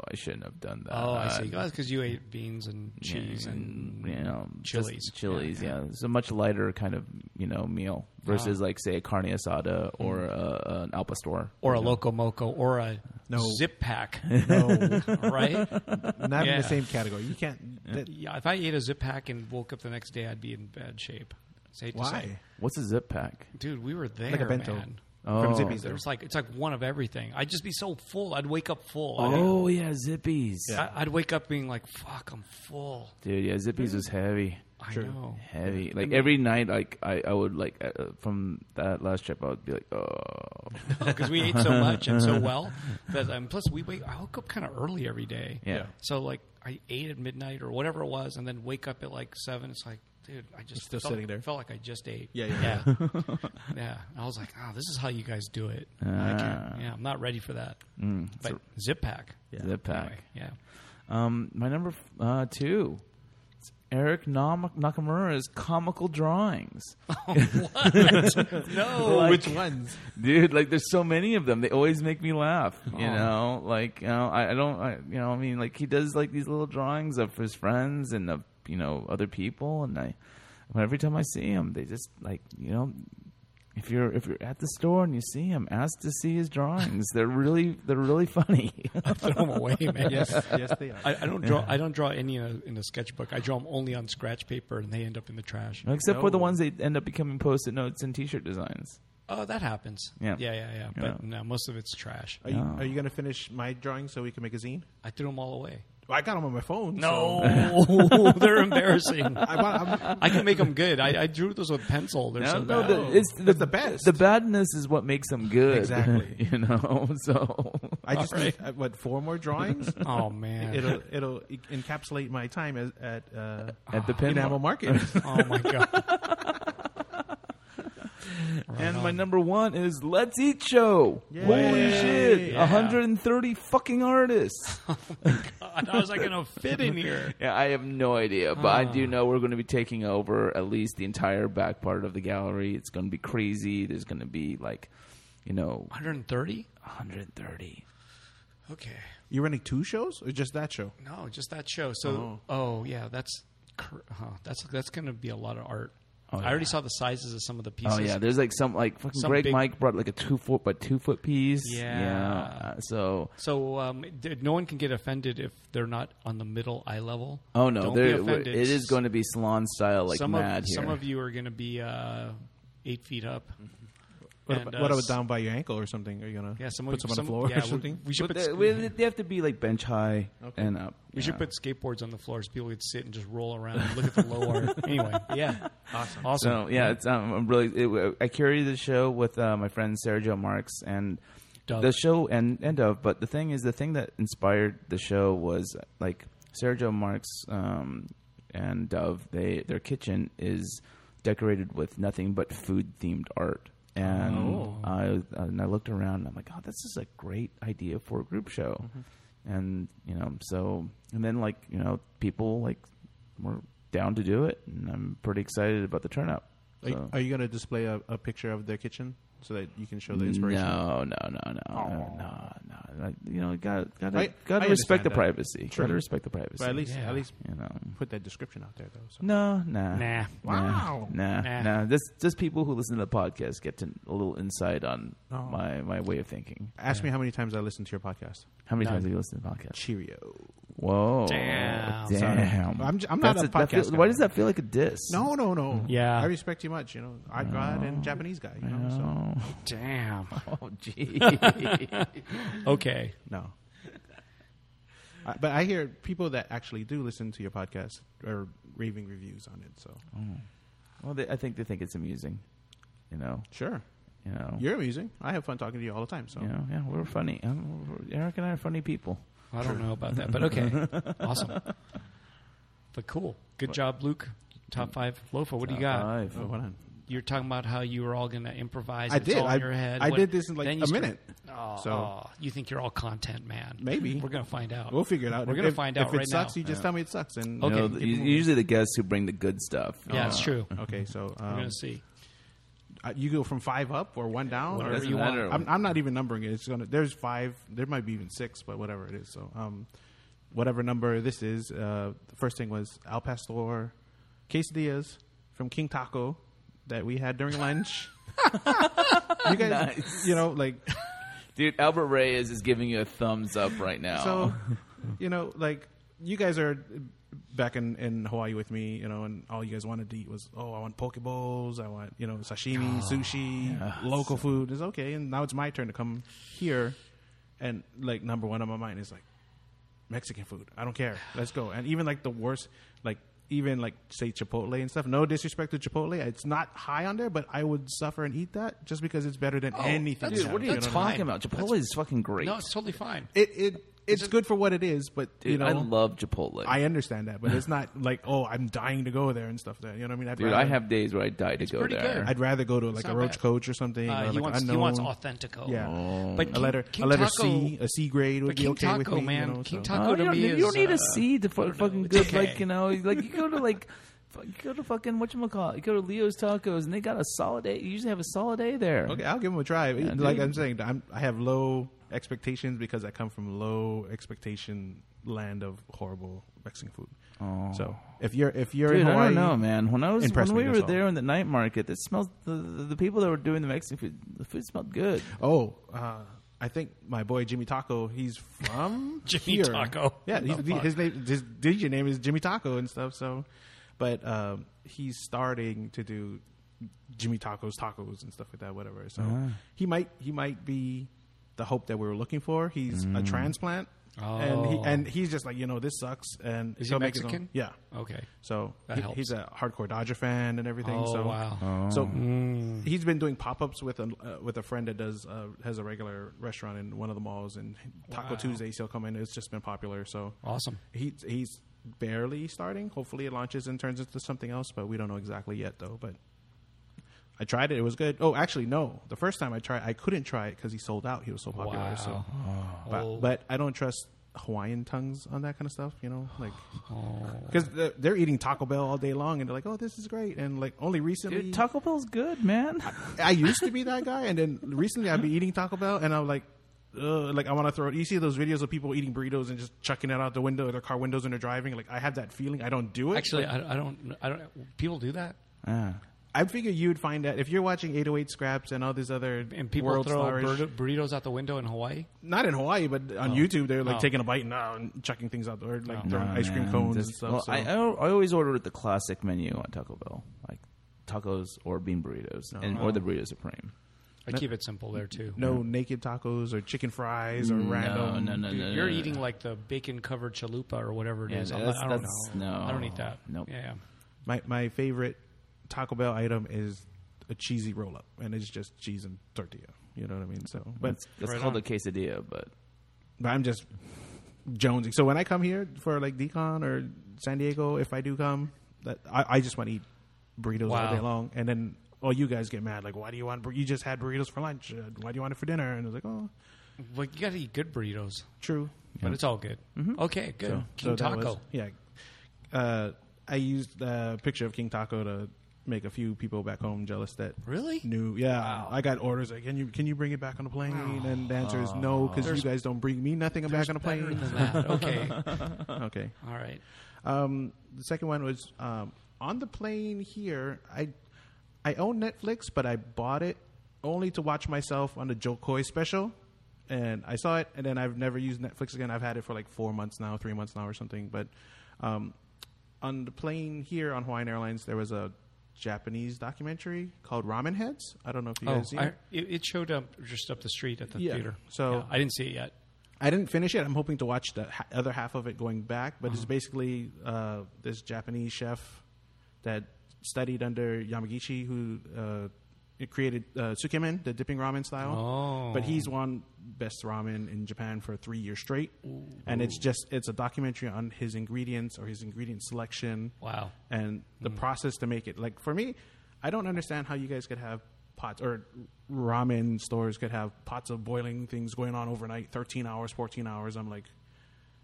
Speaker 1: I shouldn't have done that.
Speaker 3: Uh,
Speaker 2: Oh, I see. That's because you ate beans and cheese and
Speaker 1: you know just
Speaker 2: chilies.
Speaker 1: Mm-hmm. chilies yeah, Ah. it's a much lighter kind of you know meal versus like say a carne asada or uh, an al pastor
Speaker 2: or a loco moco or a
Speaker 3: No.
Speaker 2: zip pack,
Speaker 3: No,
Speaker 2: right?
Speaker 3: not in
Speaker 2: Yeah.
Speaker 3: the same category. You can't. That,
Speaker 2: yeah, if I ate a zip pack and woke up the next day, I'd be in bad shape. It's hate to say.
Speaker 3: why?
Speaker 1: what's a zip pack
Speaker 2: dude? We were there,
Speaker 3: Like a bento.
Speaker 2: man.
Speaker 1: Oh.
Speaker 3: From Zippy's.
Speaker 2: There
Speaker 3: though.
Speaker 2: was like it's like one of everything. I'd just be so full. I'd wake up full.
Speaker 1: oh yeah zippies
Speaker 2: I'd, I- I'd wake up being like, "Fuck, I'm full."
Speaker 1: dude yeah zippies was heavy
Speaker 2: I know.
Speaker 1: heavy like every night like i, I would like uh, from that last trip i would be like oh
Speaker 2: because we ate so much and so well that um, plus we wake I woke up kind of early every day.
Speaker 1: Yeah.
Speaker 2: So like I ate at midnight or whatever it was, and then wake up at like seven. It's like, dude, I just
Speaker 3: Still
Speaker 2: felt,
Speaker 3: sitting there.
Speaker 2: Felt like I just ate.
Speaker 3: Yeah,
Speaker 2: yeah.
Speaker 3: yeah,
Speaker 2: Yeah. I was like, oh, this is how you guys do it.
Speaker 3: Ah.
Speaker 2: I can't. Yeah, I'm not ready for that.
Speaker 3: Mm,
Speaker 2: but zip pack.
Speaker 1: zip pack
Speaker 2: Anyway, yeah.
Speaker 1: um my number f- uh two it's Eric Nam- Nakamura's comical drawings.
Speaker 2: No.
Speaker 3: Which ones?
Speaker 1: dude like there's so many of them they always make me laugh you know like you know i, I don't I, you know i mean like he does like these little drawings of his friends and of you know other people and i every time i see him they just like you know if you're if you're at the store and you see him ask to see his drawings they're really they're really funny
Speaker 2: Throw them away, man.
Speaker 3: Yes, yes, they are.
Speaker 2: I, I don't draw. I don't draw any in a, in a sketchbook. I draw them only on scratch paper, and they end up in the trash.
Speaker 1: except for the
Speaker 3: No.
Speaker 1: ones they end up becoming post-it notes and t-shirt designs
Speaker 2: Oh, that happens.
Speaker 1: Yeah.
Speaker 2: yeah, yeah, yeah. But no, most of it's trash.
Speaker 3: Are you, are you going to finish my drawing so we can make a zine?
Speaker 2: I threw them all away.
Speaker 3: Well, I got them on my phone.
Speaker 2: No, they're embarrassing.
Speaker 3: so I want, I'm,
Speaker 2: I can make them good. I, I drew those with pencil. They're so bad.
Speaker 1: the, it's the,
Speaker 3: That's the best.
Speaker 1: the badness is what makes them good
Speaker 3: Exactly.
Speaker 1: you know so
Speaker 3: I just need uh, what four more drawings.
Speaker 2: oh man.
Speaker 3: it'll it'll e, encapsulate my time as, at uh,
Speaker 1: at the pin
Speaker 3: Enamel Market.
Speaker 2: oh my god.
Speaker 1: And my number one is Let's Eat Show. Holy shit!
Speaker 2: Yeah.
Speaker 1: 130 fucking artists.
Speaker 2: god. How is that gonna fit in here?
Speaker 1: yeah, I have no idea, but I
Speaker 2: Ah.
Speaker 1: do know we're going to be taking over at least the entire back part of the gallery. It's going to be crazy. There's going to be like, you know,
Speaker 2: 130.
Speaker 1: 130.
Speaker 2: Okay.
Speaker 3: You're running two shows or just that show?
Speaker 2: No, just that show. So, oh, yeah, that's cr- huh, that's that's gonna be a lot of art. I already saw the sizes of some of the pieces.
Speaker 1: Oh yeah, there's like some like fucking
Speaker 2: Some
Speaker 1: Greg
Speaker 2: big-
Speaker 1: Mike brought like a two foot by two foot piece.
Speaker 2: Yeah.
Speaker 1: Yeah, So
Speaker 2: So um, d- no one can get offended if they're not on the middle eye level.
Speaker 1: oh no,
Speaker 2: Don't
Speaker 1: there
Speaker 2: be offended.
Speaker 1: it is going to be salon style like
Speaker 2: some
Speaker 1: mad
Speaker 2: of
Speaker 1: here.
Speaker 2: some of you are going to be uh, eight feet up.
Speaker 3: What,
Speaker 2: And,
Speaker 3: about,
Speaker 2: uh,
Speaker 3: what about down by your ankle or something? Are you gonna
Speaker 2: Yeah, some
Speaker 3: put some on the floor
Speaker 2: yeah,
Speaker 3: or something?
Speaker 2: We, we should
Speaker 1: But
Speaker 2: put,
Speaker 1: they,
Speaker 2: sk-
Speaker 1: we- they have to be like bench high and up.
Speaker 2: we should put skateboards on the floor so people could sit and just roll around and look at the low art. Anyway, yeah, awesome, awesome.
Speaker 1: So yeah, it's um, I'm really. It, I carry the show with uh, my friend Sergio Marks, and
Speaker 2: Dove.
Speaker 1: the show and end of. But the thing is, the thing that inspired the show was like Sergio Marx um, and Dove. They their kitchen is decorated with nothing but food themed art. And
Speaker 2: Oh.
Speaker 1: I and I looked around and I'm like, oh, this is a great idea for a group show.
Speaker 3: Mm-hmm.
Speaker 1: And you know, so and then like you know, people like were down to do it, and I'm pretty excited about the turnout.
Speaker 3: Are, you-
Speaker 1: So-
Speaker 3: are you going to display a, a picture of their kitchen so that you can show Oh, the inspiration?
Speaker 1: No, no, no, no, no, no, no. Like, You know, got got
Speaker 3: I-
Speaker 1: got
Speaker 3: I
Speaker 1: to respect
Speaker 3: understand
Speaker 1: the
Speaker 3: that.
Speaker 1: privacy.
Speaker 3: Sure.
Speaker 1: Got to respect the privacy.
Speaker 3: But at least,
Speaker 2: Yeah.
Speaker 3: at least
Speaker 1: you know.
Speaker 3: put that description out there though. So.
Speaker 1: No, nah,
Speaker 2: Nah.
Speaker 1: wow, nah,
Speaker 2: Nah.
Speaker 1: nah. Just just people who listen to the podcast get to a little insight on
Speaker 3: Oh.
Speaker 1: my my way of thinking.
Speaker 3: Ask me how many times I listened to your podcast.
Speaker 1: How many
Speaker 2: None.
Speaker 1: times have you listened to the podcast?
Speaker 3: Cheerio.
Speaker 1: Whoa,
Speaker 2: Damn.
Speaker 1: damn.
Speaker 3: Sorry. I'm j- I'm not a
Speaker 1: that
Speaker 3: podcast
Speaker 1: feel-
Speaker 3: guy.
Speaker 1: Why does that feel like a diss?
Speaker 3: No, no, no.
Speaker 2: Yeah.
Speaker 3: I respect you much. You know, I God and Japanese guy. You know, so
Speaker 1: Oh,
Speaker 2: Damn.
Speaker 1: oh, gee.
Speaker 2: Okay.
Speaker 3: no. I, but I hear people that actually do listen to your podcast are raving reviews on it. So
Speaker 1: well, they, I think they think it's amusing. You know,
Speaker 3: sure,
Speaker 1: you know.
Speaker 3: you're amusing. I have fun talking to you all the time. So
Speaker 1: you know, yeah, we're funny. Um, we're- Eric and I are funny people.
Speaker 2: I don't know about that, but okay. awesome. But cool. Good job, Luke. Top five. Lofa, what do you got?
Speaker 1: Five.
Speaker 3: Oh, hold on.
Speaker 2: You're talking about how you were all going to improvise.
Speaker 3: I
Speaker 2: it's
Speaker 3: did.
Speaker 2: all
Speaker 3: I-
Speaker 2: in your head.
Speaker 3: I did this in, like,
Speaker 2: then you
Speaker 3: a
Speaker 2: start-
Speaker 3: minute.
Speaker 2: Oh,
Speaker 3: So-
Speaker 2: oh, you think you're all content, man?
Speaker 3: Maybe.
Speaker 2: we're going to find out.
Speaker 3: We'll figure it out.
Speaker 2: We're
Speaker 3: If-
Speaker 2: going to
Speaker 3: if-
Speaker 2: find out
Speaker 3: If it
Speaker 2: right
Speaker 3: sucks,
Speaker 2: now.
Speaker 3: you just tell me it sucks. And
Speaker 1: You know,
Speaker 2: Okay.
Speaker 1: the- u- usually the guests who bring the good stuff. Uh,
Speaker 2: yeah, it's true.
Speaker 3: okay, so
Speaker 2: We're
Speaker 3: um,
Speaker 2: going to see.
Speaker 3: I- you go from five up or one down.
Speaker 2: Whatever
Speaker 3: or
Speaker 1: Doesn't
Speaker 2: you want.
Speaker 1: matter.
Speaker 3: I'm, I'm not even numbering it. It's gonna. There's five. There might be even six, but whatever it is. So, um, whatever number this is, uh, the first thing was Al Pastor quesadillas from King Taco that we had during lunch. you guys, you know, like
Speaker 1: Dude, Albert Reyes is giving you a thumbs up right now.
Speaker 3: so, you know, like you guys are back in, in Hawaii with me, you know, and all you guys wanted to eat was, oh, I want poke bowls, I want, you know, sashimi, sushi, local food. It's okay, and now it's my turn to come here, and like number one on my mind is like Mexican food. I don't care. Let's go. And even like the worst, like even like say Chipotle and stuff. No disrespect to Chipotle, it's not high on there, but I would suffer and eat that just because it's better than anything.
Speaker 2: that's-
Speaker 1: dude,
Speaker 3: else,
Speaker 1: what are you
Speaker 2: That's
Speaker 1: talking
Speaker 2: fine.
Speaker 1: about? Chipotle is fucking great.
Speaker 2: No, it's totally fine.
Speaker 3: It it it's good for what it is, but
Speaker 1: Dude,
Speaker 3: you know
Speaker 1: I love Chipotle.
Speaker 3: I understand that, but it's not like oh, I'm dying to go there and stuff. That you know what I mean? I'd
Speaker 1: Dude,
Speaker 3: rather,
Speaker 1: I have days where I die to go
Speaker 2: pretty
Speaker 1: there.
Speaker 2: good.
Speaker 3: I'd rather go to like a
Speaker 2: not
Speaker 3: Roach
Speaker 2: bad.
Speaker 3: Coach or something.
Speaker 2: Uh,
Speaker 3: or like
Speaker 2: he wants
Speaker 3: unknown,
Speaker 2: he wants authentico.
Speaker 3: Yeah,
Speaker 1: Oh.
Speaker 2: But
Speaker 3: a
Speaker 2: King-
Speaker 3: letter
Speaker 2: King
Speaker 3: a letter
Speaker 2: Taco-
Speaker 3: C, a C grade
Speaker 2: But
Speaker 3: would
Speaker 2: King
Speaker 3: be okay with
Speaker 2: Taco,
Speaker 3: me.
Speaker 2: man,
Speaker 3: you know,
Speaker 2: King
Speaker 3: so.
Speaker 2: Taco
Speaker 1: Oh, you
Speaker 2: to
Speaker 1: don't,
Speaker 2: me
Speaker 1: need, you
Speaker 2: is,
Speaker 1: don't need
Speaker 2: uh,
Speaker 1: a seed to fu- fucking
Speaker 2: it's
Speaker 1: good,
Speaker 2: okay.
Speaker 1: like you know, like you go to like, fu- you go to fucking whatchamacallit, you go to Leo's Tacos, and they got a solid A. You usually have a solid A there.
Speaker 3: Okay, I'll give him a try. like
Speaker 1: dude.
Speaker 3: I'm saying, I'm, I have low expectations because I come from low expectation land of horrible Mexican food. So if you're if you're in
Speaker 1: Oh. Dude,
Speaker 3: Hawaii,
Speaker 1: I don't know, man. When I was
Speaker 3: impress
Speaker 1: when
Speaker 3: me,
Speaker 1: we
Speaker 3: that's
Speaker 1: were
Speaker 3: all.
Speaker 1: there in the night market, it smelled the, the, the people that were doing the Mexican food. The food smelled good.
Speaker 3: Oh, uh, I think my boy Jimmy Taco. He's from
Speaker 2: Jimmy
Speaker 3: here.
Speaker 2: Taco.
Speaker 3: Yeah,
Speaker 2: What the
Speaker 3: he,
Speaker 2: fuck?
Speaker 3: his name, his DJ name is Jimmy Taco and stuff. So, but um, he's starting to do Jimmy Tacos tacos and stuff like that. Whatever. So
Speaker 2: Ah.
Speaker 3: he might he might be the hope that we were looking for. He's a transplant. And he
Speaker 2: Mm. Oh.
Speaker 3: and he's just like you know this sucks and
Speaker 2: Is he
Speaker 3: he'll make his own-
Speaker 2: Mexican?
Speaker 3: Yeah,
Speaker 2: Okay.
Speaker 3: so
Speaker 2: That
Speaker 3: he-
Speaker 2: helps.
Speaker 3: he's a hardcore Dodger fan and everything.
Speaker 2: Oh,
Speaker 3: so
Speaker 2: wow. Mm.
Speaker 3: so he's been doing pop ups with a uh, with a friend that does uh, has a regular restaurant in one of the malls and Taco
Speaker 2: Wow.
Speaker 3: Tuesdays he'll come in. It's just been popular. So
Speaker 2: Awesome.
Speaker 3: He's he's barely starting. Hopefully it launches and turns into something else, but we don't know exactly yet though. But I tried it. It was good. Oh, actually no. The first time I tried, I couldn't try it because he sold out. He was so popular.
Speaker 2: Wow.
Speaker 3: So,
Speaker 2: Oh.
Speaker 3: but, but I don't trust Hawaiian tongues on that kind of stuff. You know, like
Speaker 2: Oh.
Speaker 3: because they're, they're eating Taco Bell all day long, and they're like, "Oh, this is great." And like only recently,
Speaker 1: Dude, Taco Bell's good, man.
Speaker 3: I used to be that guy, and then recently I've been eating Taco Bell, and I'm like, Ugh, like I want to throw. You see those videos of people eating burritos and just chucking it out the window, their car windows, and they're driving. Like I have that feeling. I don't do it.
Speaker 2: Actually, I, I don't. I don't. People do that,
Speaker 1: Ah.
Speaker 3: I figure you'd find that if you're watching 808 Scraps and all these other
Speaker 2: and people
Speaker 3: world
Speaker 2: throw
Speaker 3: stars-
Speaker 2: burrito, burritos out the window in Hawaii.
Speaker 3: not in Hawaii, but on YouTube, they're like
Speaker 2: Oh.
Speaker 3: taking a bite and, uh, and chucking things out, the- or like throwing
Speaker 1: Nah,
Speaker 3: ice cream
Speaker 1: oh, man,
Speaker 3: cones
Speaker 1: just-
Speaker 3: and stuff.
Speaker 1: Well,
Speaker 3: so.
Speaker 1: I, I al- I always order the classic menu on Taco Bell, like tacos or bean burritos, and
Speaker 3: Oh.
Speaker 1: or the burrito supreme.
Speaker 2: I keep it simple there too.
Speaker 3: no naked tacos or chicken fries or
Speaker 1: No,
Speaker 3: random.
Speaker 1: no, no,
Speaker 2: Dude,
Speaker 1: no.
Speaker 2: you're
Speaker 1: no, no.
Speaker 2: eating like the bacon covered chalupa or whatever it
Speaker 1: Yeah,
Speaker 2: is. I'm
Speaker 1: that's-
Speaker 2: not- I don't
Speaker 1: that's-
Speaker 2: know.
Speaker 1: no.
Speaker 2: I don't eat that.
Speaker 1: Nope.
Speaker 2: Yeah.
Speaker 3: My my favorite Taco Bell item is a cheesy roll up, and it's just cheese and tortilla. You know what I mean? So, but
Speaker 1: that's, that's
Speaker 2: Right
Speaker 1: called
Speaker 2: on.
Speaker 1: a quesadilla, but
Speaker 3: but I'm just jonesing. So when I come here for like Decon or San Diego, if I do come, that I, I just want to eat burritos all
Speaker 2: Wow.
Speaker 3: day long. And then all you guys get mad, like, why do you want? bur- You just had burritos for lunch. Uh, why do you want it for dinner? And it's like, oh,
Speaker 2: Like you got to eat good burritos,
Speaker 3: true.
Speaker 2: but it's all good. Okay, good. King
Speaker 3: Mm-hmm. that
Speaker 2: Taco.
Speaker 3: was- yeah. Uh, I used a picture of King Taco to make a few people back home jealous that
Speaker 2: Really?
Speaker 3: knew. Yeah, I got orders like, can you can you bring it back on the plane? And the answer is no, because you guys don't bring me nothing. I'm back on the
Speaker 2: Better
Speaker 3: plane.
Speaker 2: than that. Okay.
Speaker 3: okay.
Speaker 2: all right.
Speaker 3: Um, the second one was um, on the plane here. I I own Netflix, but I bought it only to watch myself on the Joe Coy special. And I saw it, and then I've never used Netflix again. I've had it for like four months now, three months now, or something. But um, on the plane here on Hawaiian Airlines, there was a Japanese documentary called Ramen Heads. I don't know if you
Speaker 2: Oh,
Speaker 3: guys seen
Speaker 2: I,
Speaker 3: it.
Speaker 2: it, it showed up just up the street at the
Speaker 3: Yeah,
Speaker 2: theater.
Speaker 3: so-
Speaker 2: Yeah, I didn't see it yet.
Speaker 3: I didn't finish it. I'm hoping to watch the ha- other half of it going back, but it's basically uh, this Japanese chef that studied under Yamagishi, who uh, it created uh, Tsukemen, the dipping ramen style.
Speaker 2: Oh.
Speaker 3: But he's won best ramen in Japan for three years straight, and it's just it's a documentary on his ingredients or his ingredient selection
Speaker 2: Wow.
Speaker 3: and the process to make it. Like for me, I don't understand how you guys could have pots or ramen stores could have pots of boiling things going on overnight, thirteen hours, fourteen hours. I'm like,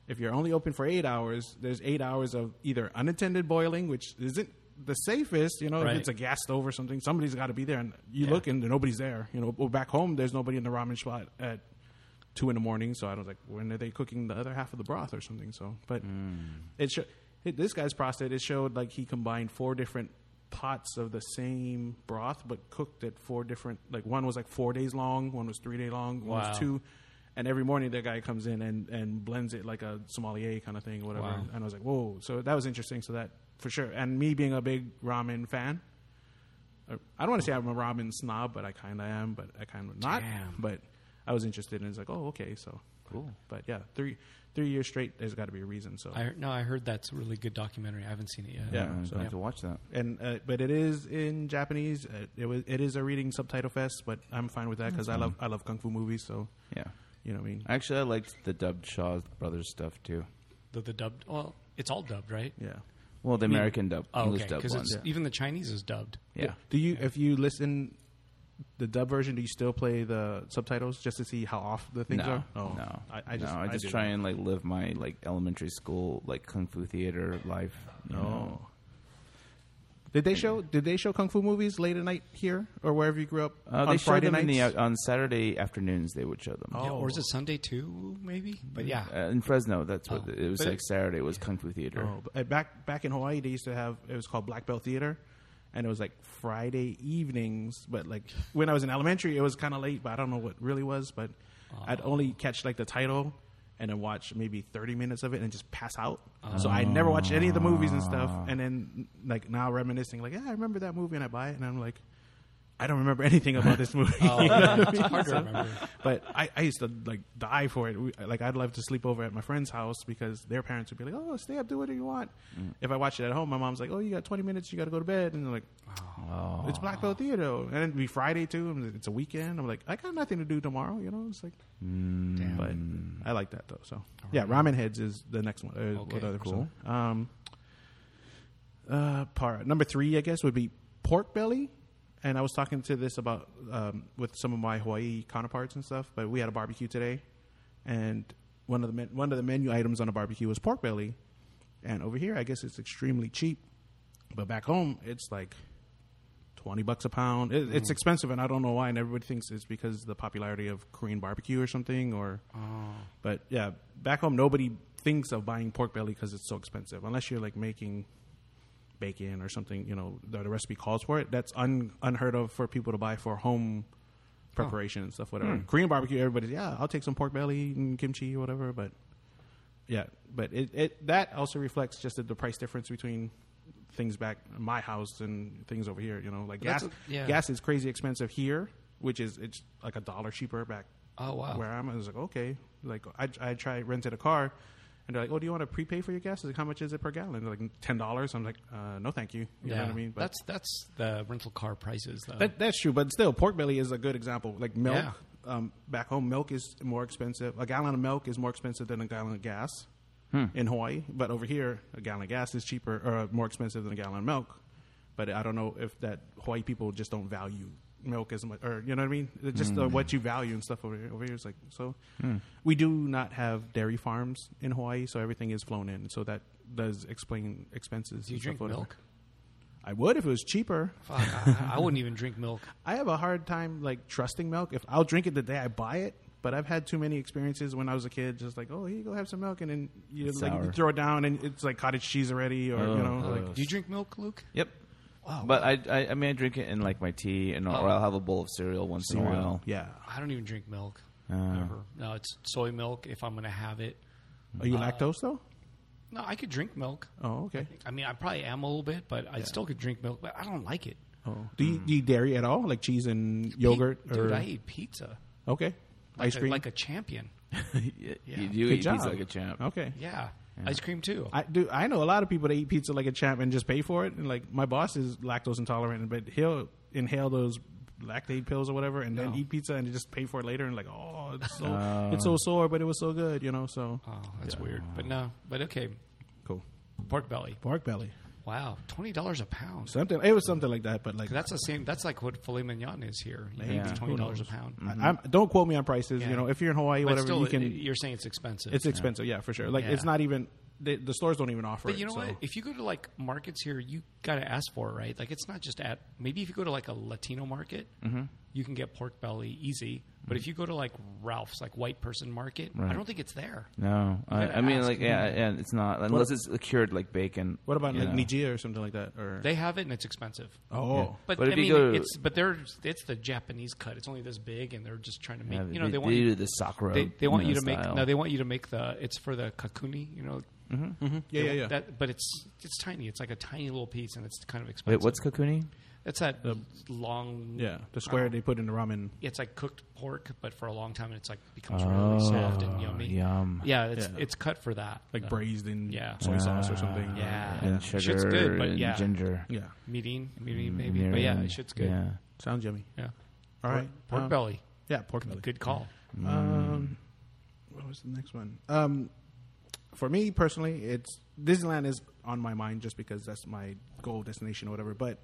Speaker 3: if you're only open for eight hours, there's eight hours of either unattended boiling, which isn't the safest, you know,
Speaker 2: Right.
Speaker 3: if it's a gas stove or something, somebody's got to be there, and you look and nobody's there. You know, well, back home, there's nobody in the ramen spot at two in the morning. So I was like, when are they cooking the other half of the broth or something? So, but
Speaker 2: Hmm.
Speaker 3: it sho- it, this guy's prostate. It showed like he combined four different pots of the same broth, but cooked at four different. Like one was like four days long, one was three day long, one
Speaker 2: Wow.
Speaker 3: was two. And every morning, that guy comes in and, and blends it like a sommelier kind of thing, whatever.
Speaker 2: Wow.
Speaker 3: And I was like, whoa! So that was interesting. So that for sure. And me being a big ramen fan, uh, I don't want to say I'm a ramen snob, but I kind of am, but I kind of not.
Speaker 2: Damn.
Speaker 3: But I was interested, and it's like, oh, okay, so cool. But yeah, three three years straight. There's got to be a reason. So
Speaker 2: I no, I heard that's a really good documentary. I haven't seen it yet.
Speaker 3: Yeah,
Speaker 1: I'm
Speaker 3: so-
Speaker 1: going to watch that.
Speaker 3: and uh, but it is in Japanese. Uh, it was it is a reading subtitle fest, but I'm fine with
Speaker 2: Mm,
Speaker 3: that because I love I love kung fu movies. So
Speaker 1: Yeah,
Speaker 3: you know what I mean.
Speaker 1: actually, I liked the dubbed Shaw Brothers stuff too.
Speaker 2: The the dubbed. Well, it's all dubbed, right?
Speaker 3: Yeah.
Speaker 1: Well, the
Speaker 2: mean-
Speaker 1: American dub,
Speaker 2: Oh,
Speaker 1: English
Speaker 2: okay.
Speaker 1: dub
Speaker 2: Because
Speaker 1: ones.
Speaker 2: it's even the Chinese is dubbed.
Speaker 1: Yeah,
Speaker 3: Do you if you listen the dub version? Do you still play the subtitles just to see how off the things
Speaker 1: no,
Speaker 3: are? Oh
Speaker 1: no,
Speaker 3: I, I just
Speaker 1: no, I just
Speaker 3: didn't.
Speaker 1: try and like live my like elementary school like kung fu theater life. You know?
Speaker 3: Oh. Did they show Did they show kung fu movies late at night here or wherever you grew up
Speaker 1: Uh,
Speaker 3: on
Speaker 1: they showed
Speaker 3: Friday
Speaker 1: them in
Speaker 3: nights?
Speaker 1: the, uh, on Saturday afternoons. They would show them.
Speaker 3: Oh. Mm,
Speaker 2: Yeah, or is it Sunday too? Maybe. But yeah.
Speaker 1: Uh, in Fresno, that's what
Speaker 2: Oh.
Speaker 1: it was
Speaker 2: But
Speaker 1: like.
Speaker 2: it-
Speaker 1: Saturday was Kung Fu Theater.
Speaker 3: Oh, but, uh, back back in Hawaii, they used to have it was called Black Belt Theater, and it was like Friday evenings. But like when I was in elementary, it was kind of late, but I don't know what really was. But I'd only catch like the title and then watch maybe thirty minutes of it and just pass out. So I never watched any of the movies and stuff. And then like now reminiscing, like yeah, I remember that movie, and I buy it, and I'm like. I don't remember anything about this movie.
Speaker 2: Oh, yeah, it's hard to remember.
Speaker 3: But I, I used to like die for it. We, like I'd love to sleep over at my friend's house because their parents would be like, "Oh, stay up, do whatever you want." If I watch it at home, my mom's like, "Oh, you got 20 minutes, you got to go to bed," and they're like, "It's Black Belt Theater," and it'd be Friday too. And it's a weekend. I'm like, I got nothing to do tomorrow. You know, it's like, Mm, but I like that though. So yeah, Ramen Heads is the next one. Uh,
Speaker 2: Okay,
Speaker 3: what other
Speaker 2: cool.
Speaker 3: person? Um, uh, par number three, I guess, would be pork belly. And I was talking to this about um, with some of my Hawaii counterparts and stuff, but we had a barbecue today, and one of the men- one of the menu items on the barbecue was pork belly, and over here, I guess it's extremely cheap, but back home, it's like twenty bucks a pound. It,
Speaker 2: Mm.
Speaker 3: It's expensive, and I don't know why. And everybody thinks it's because of the popularity of Korean barbecue or something, or but yeah, back home nobody thinks of buying pork belly because it's so expensive. Unless you're like making bacon or something, you know, that the recipe calls for it. That's un, unheard of for people to buy for home preparation and stuff.
Speaker 2: Hmm.
Speaker 3: Whatever Korean barbecue, everybody's yeah, I'll take some pork belly and kimchi or whatever. But yeah, but it, it that also reflects just the, the price difference between things back in my house and things over here. You know, like
Speaker 2: That's
Speaker 3: gas,
Speaker 2: a- yeah.
Speaker 3: gas is crazy expensive here, which is it's like a dollar cheaper back
Speaker 2: Oh wow.
Speaker 3: where I'm. I was like, okay, like I I tried rented a car, and they're like, "Oh, do you want to prepay for your gas? Is like, how much is it per gallon?" They're like ten dollars. I'm like, uh, "No, thank you." You know what I mean? But
Speaker 2: that's that's the rental car prices though.
Speaker 3: that, that's true. But still, pork belly is a good example. Like milk,
Speaker 2: Yeah.
Speaker 3: um, back home, milk is more expensive. A gallon of milk is more expensive than a gallon of gas
Speaker 2: Hmm.
Speaker 3: in Hawaii. But over here, a gallon of gas is cheaper or more expensive than a gallon of milk. But I don't know if that Hawaii people just don't value milk as much, or you know what I mean? It's just
Speaker 2: Hmm.
Speaker 3: uh, what you value and stuff over here. Over here is like so. We do not have dairy farms in Hawaii, so everything is flown in. So that does explain expenses.
Speaker 2: Do you
Speaker 3: and
Speaker 2: drink
Speaker 3: stuff over there.
Speaker 2: milk?
Speaker 3: I would if it was cheaper.
Speaker 2: Fuck, I, I wouldn't even drink milk.
Speaker 3: I have a hard time like trusting milk. If I'll drink it the day I buy it, but I've had too many experiences when I was a kid, just like, oh, here you go, have some milk, and then you
Speaker 1: It's
Speaker 3: like you
Speaker 1: sour.
Speaker 3: throw it down, and it's like cottage cheese already,
Speaker 2: Oh,
Speaker 3: or you know, like
Speaker 2: Do you drink milk, Luke?
Speaker 1: Yep. But I, I, I mean, I drink it in like my tea, and or I'll have a bowl of cereal once in a while.
Speaker 3: Oh. yeah.
Speaker 2: I don't even drink milk.
Speaker 3: Uh.
Speaker 2: Ever. No, it's soy milk if I'm going to have it.
Speaker 3: Are you lactose though?
Speaker 2: No, I could drink milk.
Speaker 3: Oh, okay.
Speaker 2: I mean, I probably am a little bit, but I still could drink milk, but I don't like it.
Speaker 3: Oh, do you, do you dairy at all, like cheese and yogurt,
Speaker 2: Pe-
Speaker 3: or
Speaker 2: Dude, I eat pizza.
Speaker 3: okay,
Speaker 2: Like
Speaker 3: ice
Speaker 2: a-
Speaker 3: cream?
Speaker 2: Like a champion.
Speaker 1: You- You do
Speaker 3: Good
Speaker 1: eat
Speaker 3: job.
Speaker 1: pizza like a champ.
Speaker 3: Okay,
Speaker 2: Yeah. Ice cream, too.
Speaker 3: I do. I know a lot of people that eat pizza like a champ and just pay for it. And like my boss is lactose intolerant, but he'll inhale those lactate pills or whatever, and then eat pizza and just pay for it later. And like, oh, it's so it's so sore, but it was so good, you know. So
Speaker 2: oh, that's weird. But no, but okay.
Speaker 3: cool.
Speaker 2: Pork belly.
Speaker 3: Pork belly,
Speaker 2: Wow. $20 a pound.
Speaker 3: something. It was something like that, but like.
Speaker 2: That's the same. That's like what filet mignon is here. You know,
Speaker 1: Yeah.
Speaker 2: It's
Speaker 1: Who
Speaker 2: twenty dollars a pound.
Speaker 3: I- I'm, don't quote me on
Speaker 2: Mm-hmm.
Speaker 3: prices.
Speaker 2: Yeah.
Speaker 3: You know, if you're in Hawaii,
Speaker 2: But
Speaker 3: Mm. whatever,
Speaker 2: still,
Speaker 3: you can.
Speaker 2: you're saying it's expensive.
Speaker 3: it's expensive, yeah. for sure. Like
Speaker 2: Yeah.
Speaker 3: it's not even the, the stores don't even offer.
Speaker 2: But
Speaker 3: it,
Speaker 2: you know
Speaker 3: so.
Speaker 2: what? If you go to like markets here, you gotta ask for it, right? Like it's not just at maybe if you go to like a Latino market,
Speaker 1: Mm-hmm.
Speaker 2: you can get pork belly easy. But if you go to like Ralph's, like white person market, I don't think it's there.
Speaker 1: No, I,
Speaker 2: gotta
Speaker 1: I mean,
Speaker 2: ask.
Speaker 1: like, yeah, yeah, it's not unless it's cured like bacon.
Speaker 3: What about
Speaker 1: you
Speaker 3: like
Speaker 1: know.
Speaker 3: Nijia or something like that? Or
Speaker 2: They have it and it's expensive.
Speaker 3: oh,
Speaker 2: But,
Speaker 1: But
Speaker 2: I
Speaker 1: if you
Speaker 2: mean,
Speaker 1: go to-
Speaker 2: it's but they're it's the Japanese cut. It's only this big, and they're just trying to make
Speaker 1: Yeah,
Speaker 2: you know they, want
Speaker 1: do
Speaker 2: you,
Speaker 1: the sakura.
Speaker 2: they, they want you to make
Speaker 1: style.
Speaker 2: no they want you to make the it's for the kakuni you know
Speaker 3: yeah, yeah, yeah.
Speaker 2: That, but it's it's tiny. It's like a tiny little piece, and it's kind of expensive.
Speaker 1: Wait, what's kakuni?
Speaker 2: It's that long.
Speaker 3: yeah, the square they put in the ramen.
Speaker 2: It's like cooked pork, but for a long time, and it's like becomes really soft and yummy.
Speaker 1: Oh, yum.
Speaker 2: Oh, Yeah, it's
Speaker 3: Yeah.
Speaker 2: it's cut for that. Uh,
Speaker 3: like braised in
Speaker 2: Yeah.
Speaker 3: soy sauce or something.
Speaker 2: yeah,
Speaker 1: And
Speaker 2: Shit's
Speaker 1: sugar
Speaker 2: good, but
Speaker 1: and
Speaker 2: yeah.
Speaker 1: ginger.
Speaker 3: yeah.
Speaker 2: meeting, meeting maybe, but Mm, yeah, shit's good. Yeah,
Speaker 1: Yeah.
Speaker 3: Sounds yummy. All
Speaker 2: Pork,
Speaker 3: right,
Speaker 2: pork
Speaker 3: Um,
Speaker 2: belly,
Speaker 3: Yeah, pork belly.
Speaker 2: good call.
Speaker 3: Um, what was the next one? Um, for me personally, it's Disneyland is on my mind just because that's my goal destination or whatever. But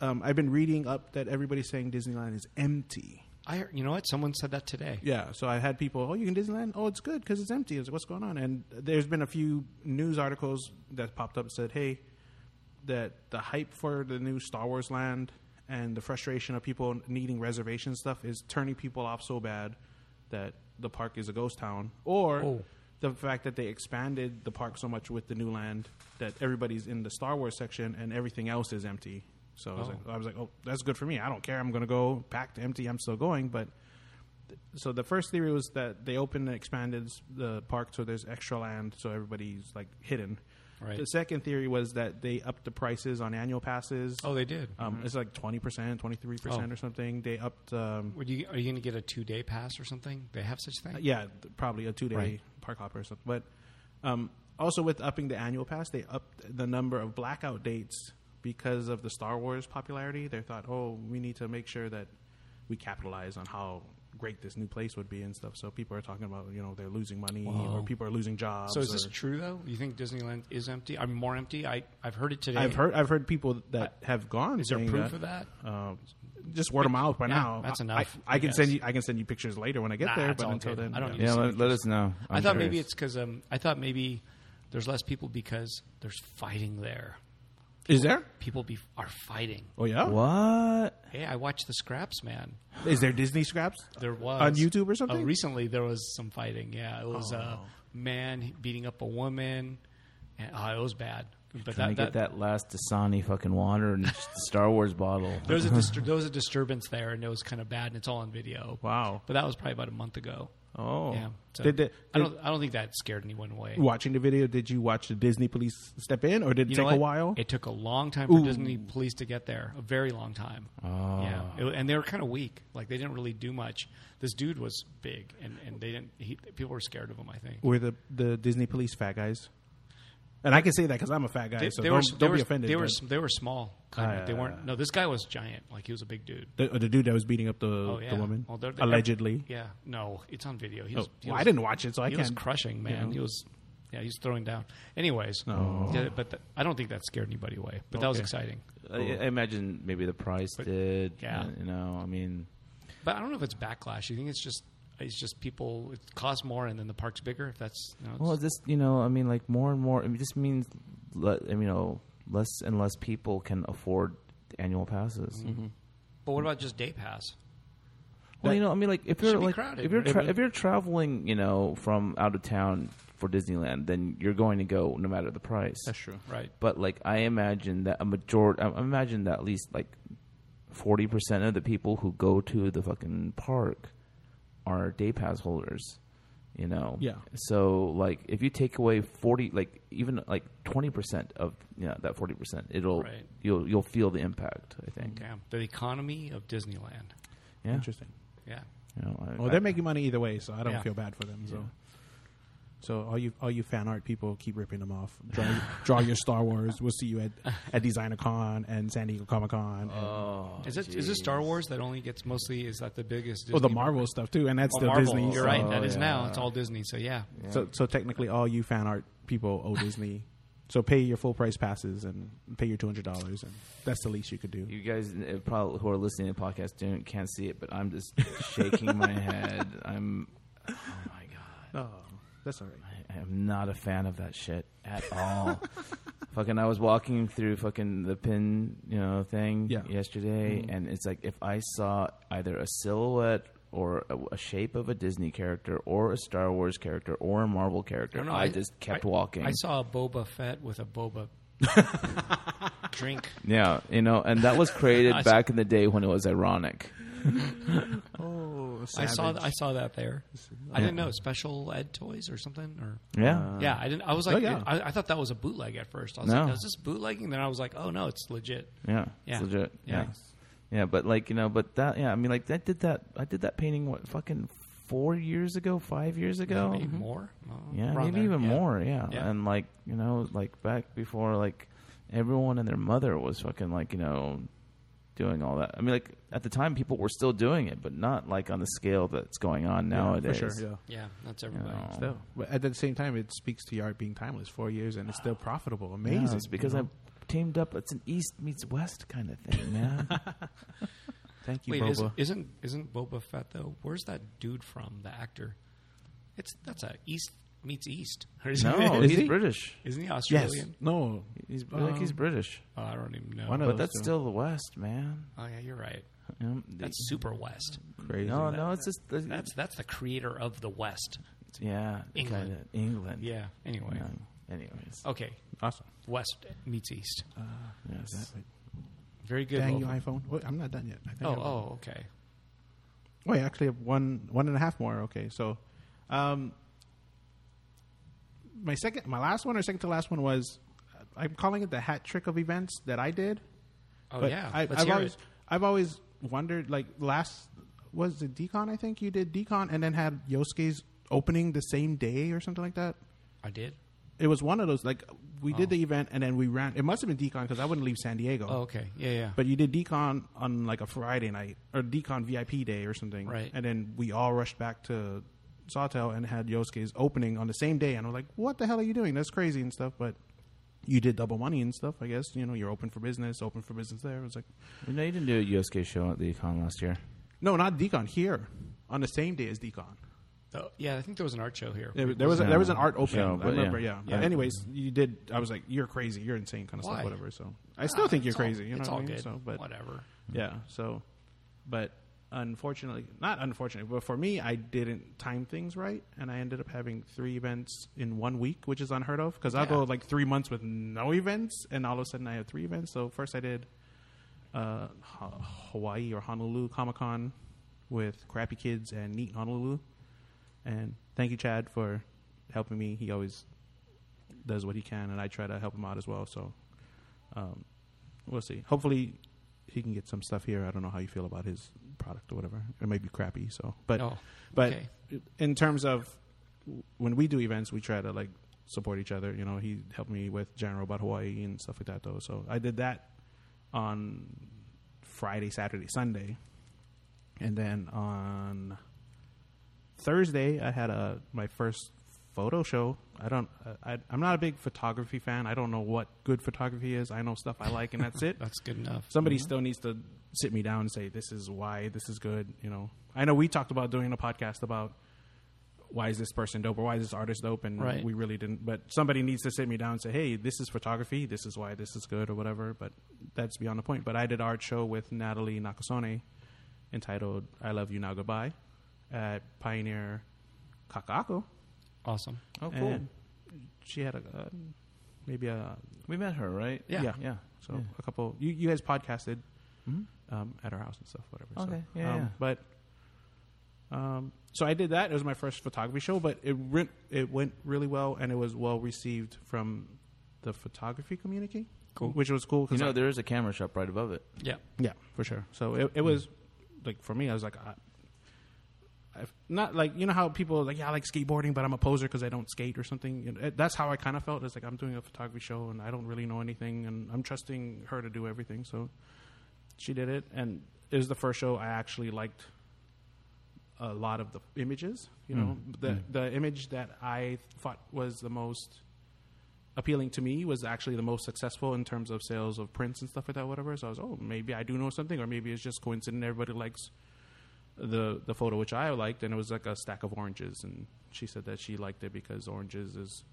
Speaker 3: um, I've been reading up that everybody's saying Disneyland is empty.
Speaker 2: I heard, you know what? Someone said that today.
Speaker 3: Yeah, so I had people, oh, you can Disneyland? Oh, it's good because it's empty. I was like, What's going on? And there's been a few news articles that popped up and said, hey, that the hype for the new Star Wars land and the frustration of people needing reservation stuff is turning people off so bad that the park is a ghost town. Or
Speaker 2: Oh.
Speaker 3: the fact that they expanded the park so much with the new land that everybody's in the Star Wars section and everything else is empty. So I was,
Speaker 2: Oh.
Speaker 3: like, I was like, oh, that's good for me. I don't care. I'm going to go packed, empty. I'm still going. But so the first theory was that they opened and expanded the park so there's extra land so everybody's like hidden
Speaker 2: Right.
Speaker 3: the second theory was that they upped the prices on annual passes
Speaker 2: Oh, they did.
Speaker 3: um, it's like 20% 23%
Speaker 2: Oh.
Speaker 3: or something they upped um,
Speaker 2: Would you, are you going to get a two day pass or something? They have such thing.
Speaker 3: Uh, yeah th- probably a two-day
Speaker 2: Right.
Speaker 3: park hopper or something but um, also with upping the annual pass they upped the number of blackout dates because of the star wars popularity they thought oh we need to make sure that we capitalize on how great this new place would be and stuff so people are talking about you know they're losing money or people are losing jobs
Speaker 2: So is this
Speaker 3: or-
Speaker 2: true though? You think Disneyland is empty? I'm more empty. I I've heard it today.
Speaker 3: I've heard I've heard people that have gone.
Speaker 2: Is there
Speaker 3: saying
Speaker 2: proof of that?
Speaker 3: Uh, just word of mouth by
Speaker 2: Yeah,
Speaker 3: now.
Speaker 2: that's
Speaker 3: I-
Speaker 2: enough,
Speaker 3: I, I
Speaker 2: I
Speaker 3: can
Speaker 2: guess.
Speaker 3: send you I can send you pictures later when I get
Speaker 2: Nah,
Speaker 3: there.
Speaker 2: it's
Speaker 3: But
Speaker 2: all
Speaker 3: until
Speaker 2: good.
Speaker 3: then,
Speaker 2: I don't
Speaker 3: yeah.
Speaker 2: need
Speaker 1: Yeah. Let, let us know.
Speaker 2: i
Speaker 1: I'm
Speaker 2: thought maybe
Speaker 1: curious.
Speaker 2: it's because um, I thought maybe there's less people because there's fighting there.
Speaker 3: Is there?
Speaker 2: People be, are fighting.
Speaker 3: Oh yeah. Is
Speaker 1: what?
Speaker 2: Hey, I watched the scraps, man.
Speaker 3: there Disney scraps?
Speaker 2: There was
Speaker 3: On YouTube or something? Oh.
Speaker 2: Uh, recently, there was some fighting. Yeah, it was a man beating up a woman, and oh, it was bad. But
Speaker 1: Trying to
Speaker 2: that, that,
Speaker 1: get that last Dasani fucking water and Star Wars bottle.
Speaker 2: there was a distur- there was a disturbance there, and it was kind of bad, and it's all on video.
Speaker 3: Wow.
Speaker 2: But that was probably about a month ago.
Speaker 3: Oh,
Speaker 2: Yeah. So
Speaker 3: did the,
Speaker 2: I
Speaker 3: did-
Speaker 2: don't. I don't think that scared anyone away.
Speaker 3: watching the video? Did you watch the Disney police step in, or did it
Speaker 2: You know
Speaker 3: take
Speaker 2: what?
Speaker 3: a while?
Speaker 2: It took a long time for
Speaker 3: Ooh.
Speaker 2: Disney police to get there. A very long time. Oh. Yeah. It- and they were kind of weak. Like they didn't really do much. This dude was big, and, and they didn't. He, people were scared of him. I think.
Speaker 3: Were the the Disney police fat guys? And I can say that because I'm a fat guy,
Speaker 2: They,
Speaker 3: so
Speaker 2: they
Speaker 3: don't,
Speaker 2: were,
Speaker 3: don't uh,
Speaker 2: they
Speaker 3: be
Speaker 2: were,
Speaker 3: offended.
Speaker 2: They were,
Speaker 3: but
Speaker 2: they were small. kind of. they weren't. No, this guy was giant. Like he was a big dude.
Speaker 3: the, the dude that was beating up the,
Speaker 2: Oh yeah.
Speaker 3: the woman
Speaker 2: Well, they're- they're-
Speaker 3: allegedly.
Speaker 2: Yeah. No, it's on video. He was,
Speaker 3: Oh,
Speaker 2: he
Speaker 3: well, I
Speaker 2: was-
Speaker 3: didn't watch it, so I
Speaker 2: he
Speaker 3: can't.
Speaker 2: was crushing, man.
Speaker 3: know. Oh.
Speaker 2: He was, yeah, he's throwing down. Anyways, yeah, but th- I don't think that scared anybody away. But that was
Speaker 3: Okay.
Speaker 2: exciting.
Speaker 1: I, I imagine maybe the price did.
Speaker 2: yeah.
Speaker 1: You know, I mean,
Speaker 2: But I don't know if it's backlash. You think it's just it's just people. It costs more, and then the park's bigger. If that's you know, it's-
Speaker 1: well, this you know, I mean, like more and more. It just means, le- I mean, you know, less and less people can afford annual passes.
Speaker 2: Mm-hmm. but what about just day pass?
Speaker 1: Well,
Speaker 3: That-
Speaker 1: you know, I mean, like if
Speaker 2: should
Speaker 1: you're
Speaker 2: be
Speaker 1: like
Speaker 2: crowded,
Speaker 1: if you're
Speaker 2: right?
Speaker 1: tra- if you're traveling, you know, from out of town for Disneyland, then you're going to go no matter the price.
Speaker 3: true.
Speaker 2: Right.
Speaker 1: But like, I imagine that a majority, I I imagine that at least like forty percent of the people who go to the fucking park are day pass holders. You know.
Speaker 3: Yeah.
Speaker 1: So like, if you take away forty, like even like twenty percent of you know, that forty percent, it'll
Speaker 2: Right.
Speaker 1: you'll you'll feel the impact. I think.
Speaker 2: Damn, the economy of Disneyland.
Speaker 1: Yeah.
Speaker 3: Interesting.
Speaker 2: Yeah.
Speaker 1: You know, I-
Speaker 3: Well,
Speaker 1: I-
Speaker 3: they're making money either way, so I don't
Speaker 2: Yeah.
Speaker 3: feel bad for them. So, so all you all you fan art people, keep ripping them off. Draw, draw your Star Wars. We'll see you at at Designer Con and San Diego Comic Con. and-
Speaker 1: Oh,
Speaker 2: Is it is it Star Wars that only gets mostly? Is that the biggest? Disney
Speaker 3: oh, the Marvel stuff too, and that's
Speaker 2: Oh,
Speaker 3: still
Speaker 2: Marvel.
Speaker 3: Disney.
Speaker 2: You're
Speaker 3: so-
Speaker 2: right.
Speaker 1: Oh,
Speaker 2: That is now.
Speaker 1: yeah.
Speaker 2: It's all Disney. So yeah.
Speaker 3: So, so technically, all you fan art people owe Disney. so pay your full price passes and pay your two hundred dollars, and that's the least you could do.
Speaker 1: You guys uh, probably who are listening to the podcast don't, can't see it, but I'm just shaking my head. I'm, oh my god,
Speaker 3: Oh, that's all right.
Speaker 1: I am not a fan of that shit at all. fucking, I was walking through fucking the pin, you know, thing
Speaker 3: Yeah.
Speaker 1: yesterday,
Speaker 2: Mm-hmm.
Speaker 1: and it's like if I saw either a silhouette or a, a shape of a Disney character, or a Star Wars character, or a Marvel character,
Speaker 2: don't know,
Speaker 1: I, just kept walking.
Speaker 2: I saw a Boba Fett with a Boba drink.
Speaker 1: yeah, you know, and that was created
Speaker 2: I saw-
Speaker 1: back in the day when it was ironic.
Speaker 3: Oh,
Speaker 2: I saw I saw that there. I didn't know special ed toys or something or
Speaker 1: Yeah.
Speaker 2: yeah. I didn't. I was like,
Speaker 3: Oh, yeah.
Speaker 2: I, I thought that was a bootleg at first. I was
Speaker 1: No.
Speaker 2: like, no, is this bootlegging? Then I was like, oh no, it's legit.
Speaker 1: Yeah,
Speaker 2: Yeah.
Speaker 1: It's legit. Yeah.
Speaker 2: Yeah.
Speaker 1: yeah, but like you know, but that yeah, I mean, like that did that. I did that painting what fucking four years ago, five years ago.
Speaker 2: Maybe more. Oh,
Speaker 1: Mm-hmm. Yeah,
Speaker 2: around
Speaker 1: maybe
Speaker 2: there.
Speaker 1: even
Speaker 2: Yeah.
Speaker 1: more. Yeah.
Speaker 2: Yeah.
Speaker 1: and like you know, like back before like everyone and their mother was fucking like you know doing all that. I mean, like at the time, people were still doing it, but not like on the scale that's going on
Speaker 3: for
Speaker 1: nowadays.
Speaker 3: sure. Yeah.
Speaker 2: Yeah, that's everybody.
Speaker 1: Yeah.
Speaker 3: Still, but at the same time, it speaks to your art being timeless. Four years and it's still profitable.
Speaker 1: Yeah,
Speaker 3: Amazing.
Speaker 1: it's because
Speaker 3: you
Speaker 1: I
Speaker 3: know?
Speaker 1: teamed up. It's an East meets West kind of thing, man.
Speaker 3: thank you,
Speaker 2: Wait,
Speaker 3: Boba.
Speaker 2: is, isn't isn't Boba Fett though? Where's that dude from? The actor. It's that's a East meets East. Or is
Speaker 1: no,
Speaker 2: he-
Speaker 1: he's
Speaker 3: he?
Speaker 1: British.
Speaker 2: isn't he
Speaker 3: yes.
Speaker 2: Australian?
Speaker 3: No.
Speaker 1: He's I think he's
Speaker 3: Um,
Speaker 1: British.
Speaker 2: Oh, I don't even know.
Speaker 3: Why not?
Speaker 1: But
Speaker 3: those
Speaker 1: that's
Speaker 3: two.
Speaker 1: still the West, man.
Speaker 2: Oh yeah, you're right.
Speaker 1: Um, the-
Speaker 2: That's super West.
Speaker 3: Crazy.
Speaker 1: no, no, it's just the-
Speaker 2: That's that's the creator of the West.
Speaker 1: yeah,
Speaker 2: England.
Speaker 1: kinda, England.
Speaker 2: Yeah. Anyway.
Speaker 1: Yeah.
Speaker 3: Oh,
Speaker 1: Anyways,
Speaker 2: Okay.
Speaker 3: awesome.
Speaker 2: West meets East.
Speaker 1: yes.
Speaker 2: Very good.
Speaker 3: Uh, Dang
Speaker 2: Wolf.
Speaker 3: you, iPhone. Wait, I'm not done yet. I think
Speaker 2: oh,
Speaker 3: I'm-
Speaker 2: oh, okay.
Speaker 3: Oh, I actually have one one and a half more. Okay, so um, my second, my last one or second to last one was uh, I'm calling it the hat trick of events that I did.
Speaker 2: Oh
Speaker 3: But
Speaker 2: yeah.
Speaker 3: I,
Speaker 2: Let's
Speaker 3: I've
Speaker 2: hear
Speaker 3: always
Speaker 2: it.
Speaker 3: I've always wondered. Like last was it Decon? I think you did Decon, and then had Yosuke's opening the same day or something like that.
Speaker 2: I did.
Speaker 3: It was one of those. Like we did the event, and then we ran. It must have been Decon because I wouldn't leave San Diego.
Speaker 2: Oh, okay. Yeah, yeah.
Speaker 3: But you did decon on like a Friday night or decon VIP day or something,
Speaker 2: Right.
Speaker 3: And then we all rushed back to Sawtell and had Yosuke's opening on the same day, and I'm like, "What the hell are you doing? That's crazy and stuff." But you did double money and stuff, I guess. You know, you're open for business, open for business there. It was like,
Speaker 1: No, you didn't do a USK show at the Econ last year.
Speaker 3: no, not decon here on the same day as decon.
Speaker 2: Oh, yeah, I think there was an art show here.
Speaker 3: There, there was a, there was an art opening.
Speaker 1: Show,
Speaker 3: I
Speaker 1: but
Speaker 3: remember,
Speaker 1: yeah.
Speaker 3: yeah.
Speaker 1: Yeah.
Speaker 3: But anyways, you did. I was like, "You're crazy. You're insane," kind of
Speaker 2: Why?
Speaker 3: stuff, whatever. So I still think you're
Speaker 2: Ah, It's all-
Speaker 3: crazy. you know
Speaker 2: it's
Speaker 3: what
Speaker 2: all
Speaker 3: I mean?
Speaker 2: good.
Speaker 3: So, but
Speaker 2: Whatever.
Speaker 3: Yeah. So, but unfortunately, not unfortunately, but for me, I didn't time things right, and I ended up having three events in one week, which is unheard of. Because I'll go
Speaker 2: Yeah.
Speaker 3: like three months with no events, and all of a sudden I have three events. So first I did uh, Ha- Hawaii or Honolulu Comic Con with Crappy Kids and Neat Honolulu. And thank you, Chad, for helping me. He always does what he can, and I try to help him out as well. So um, we'll see. Hopefully, he can get some stuff here. I don't know how you feel about his product or whatever. It might be crappy. So, but
Speaker 2: oh,
Speaker 3: but
Speaker 2: okay.
Speaker 3: in terms of when we do events, we try to like support each other. You know, he helped me with General about Hawaii and stuff like that, though. So I did that on Friday, Saturday, Sunday, and then on Thursday I had a my first photo show. I don't. I, I'm not a big photography fan. I don't know what good photography is. I know stuff I like, and that's it.
Speaker 2: that's good enough.
Speaker 3: Somebody
Speaker 1: Mm-hmm.
Speaker 3: still needs to sit me down and say, "This is why this is good." You know, I know we talked about doing a podcast about why is this person dope or why is this artist dope, and
Speaker 2: Right.
Speaker 3: we really didn't. But somebody needs to sit me down and say, "Hey, this is photography. This is why this is good," or whatever. But that's beyond the point. But I did art show with Natalie Nakasone entitled "I Love You Now Goodbye" at Pioneer Kakako.
Speaker 2: Awesome.
Speaker 1: Oh, cool.
Speaker 3: And she had a uh, maybe a
Speaker 1: we met her, right?
Speaker 2: Yeah.
Speaker 3: yeah.
Speaker 1: Yeah.
Speaker 3: So
Speaker 1: Yeah.
Speaker 3: a couple. You, you guys podcasted
Speaker 1: Mhm.
Speaker 3: um, at our house and stuff, whatever.
Speaker 1: Okay,
Speaker 3: So,
Speaker 1: yeah,
Speaker 3: um,
Speaker 1: yeah.
Speaker 3: But um, so I did that. It was my first photography show, but it re- it went really well, and it was well received from the photography community.
Speaker 2: Cool.
Speaker 3: Which was cool.
Speaker 1: You
Speaker 3: 'cause
Speaker 1: know,
Speaker 3: I-
Speaker 1: there is a camera shop right above it.
Speaker 2: Yeah.
Speaker 3: yeah, for sure. So it, it was like for me, I was like, I, I've not like you know how people are like yeah, I like skateboarding, but I'm a poser because I don't skate or something. You know, it- that's how I kind of felt. It's like I'm doing a photography show and I don't really know anything, and I'm trusting her to do everything. So she did it, and it was the first show I actually liked a lot of the images. You know, the the image that I thought was the most appealing to me was actually the most successful in terms of sales of prints and stuff like that, whatever. So I was, oh, maybe I do know something, or maybe it's just coincident. Everybody likes the the photo which I liked, and it was like a stack of oranges, and she said that she liked it because oranges is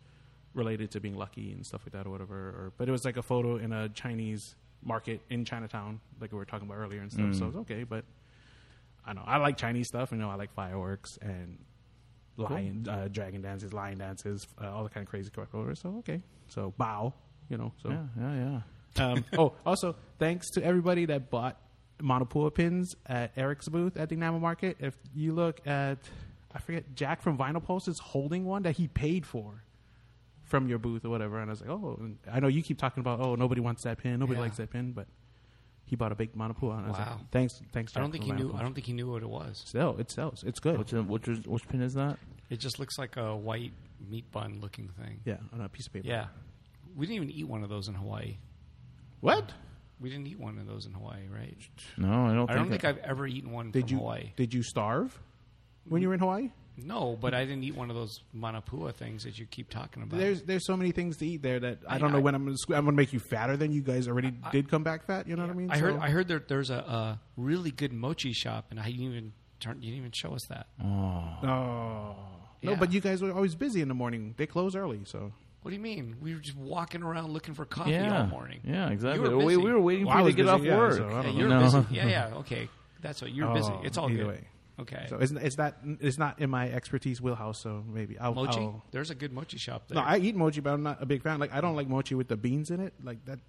Speaker 3: related to being lucky and stuff like that, or whatever. Or, but it was like a photo in a Chinese market in Chinatown, like we were talking about earlier and stuff. So it was okay, but I know I like Chinese stuff. You know, I like fireworks and lion, uh, dragon dances, lion dances, uh, all the kind of crazy crap. over. So okay, so bow, you know. So
Speaker 1: yeah, yeah.
Speaker 3: um, oh, also thanks to everybody that bought Monopua pins at Eric's booth at the Enamel Market. If you look at, I forget Jack from Vinyl Pulse is holding one that he paid for from your booth or whatever, and I was like, oh, and I know you keep talking about, oh, nobody wants that pin, nobody
Speaker 2: Yeah.
Speaker 3: likes that pin, but. He bought a big Monopua. And I was
Speaker 2: Wow.
Speaker 3: like, thanks, thanks.
Speaker 2: I
Speaker 3: Jack
Speaker 2: don't think
Speaker 3: from
Speaker 2: he
Speaker 3: Vinyl
Speaker 2: knew.
Speaker 3: Pulse."
Speaker 2: I don't Oh, think he knew what it was.
Speaker 3: Still, it sells. It's good.
Speaker 1: Which which is- uh, which pin is that?
Speaker 2: It just looks like a white meat bun looking thing.
Speaker 3: yeah, on a piece of paper.
Speaker 2: Yeah. We didn't even eat one of those in Hawaii.
Speaker 3: What?
Speaker 2: We didn't eat one of those in Hawaii, right?
Speaker 1: No, I don't.
Speaker 2: I don't
Speaker 1: think
Speaker 2: think I've ever eaten one
Speaker 3: Did
Speaker 2: from
Speaker 3: you
Speaker 2: Hawaii.
Speaker 3: did you starve when you were in Hawaii?
Speaker 2: No, but I didn't eat one of those manapua things that you keep talking about.
Speaker 3: There's there's so many things to eat there that I don't
Speaker 2: I-
Speaker 3: know when I'm gonna, squ- I'm gonna make you fatter than you guys already did come back fat. You know what I mean?
Speaker 2: I heard.
Speaker 3: So-
Speaker 2: I heard there, there's a, uh really good mochi shop, and I didn't even turn. You didn't even show us that.
Speaker 3: oh no,
Speaker 2: Yeah.
Speaker 3: but you guys were always busy in the morning. They close early, so
Speaker 2: What do you mean? We were just walking around looking for coffee
Speaker 1: yeah.
Speaker 2: all morning.
Speaker 1: Yeah, exactly.
Speaker 2: You were
Speaker 1: we,
Speaker 2: busy.
Speaker 1: we were waiting
Speaker 3: Well, I
Speaker 1: for you
Speaker 3: was
Speaker 1: to get
Speaker 3: busy,
Speaker 1: off
Speaker 3: yeah,
Speaker 1: work.
Speaker 3: so I
Speaker 2: Yeah, uh,
Speaker 3: don't
Speaker 2: you're
Speaker 1: No.
Speaker 2: busy. Yeah, yeah. Okay, that's what you're busy.
Speaker 3: Oh,
Speaker 2: It's all
Speaker 3: either
Speaker 2: good.
Speaker 3: way.
Speaker 2: Okay.
Speaker 3: so it's, it's not it's not in my expertise wheelhouse. So maybe I'll,
Speaker 2: mochi.
Speaker 1: Oh.
Speaker 3: I'll-
Speaker 2: There's a good mochi shop there.
Speaker 3: no, I eat mochi, but I'm not a big fan. Like I don't like mochi with the beans in it. Like that's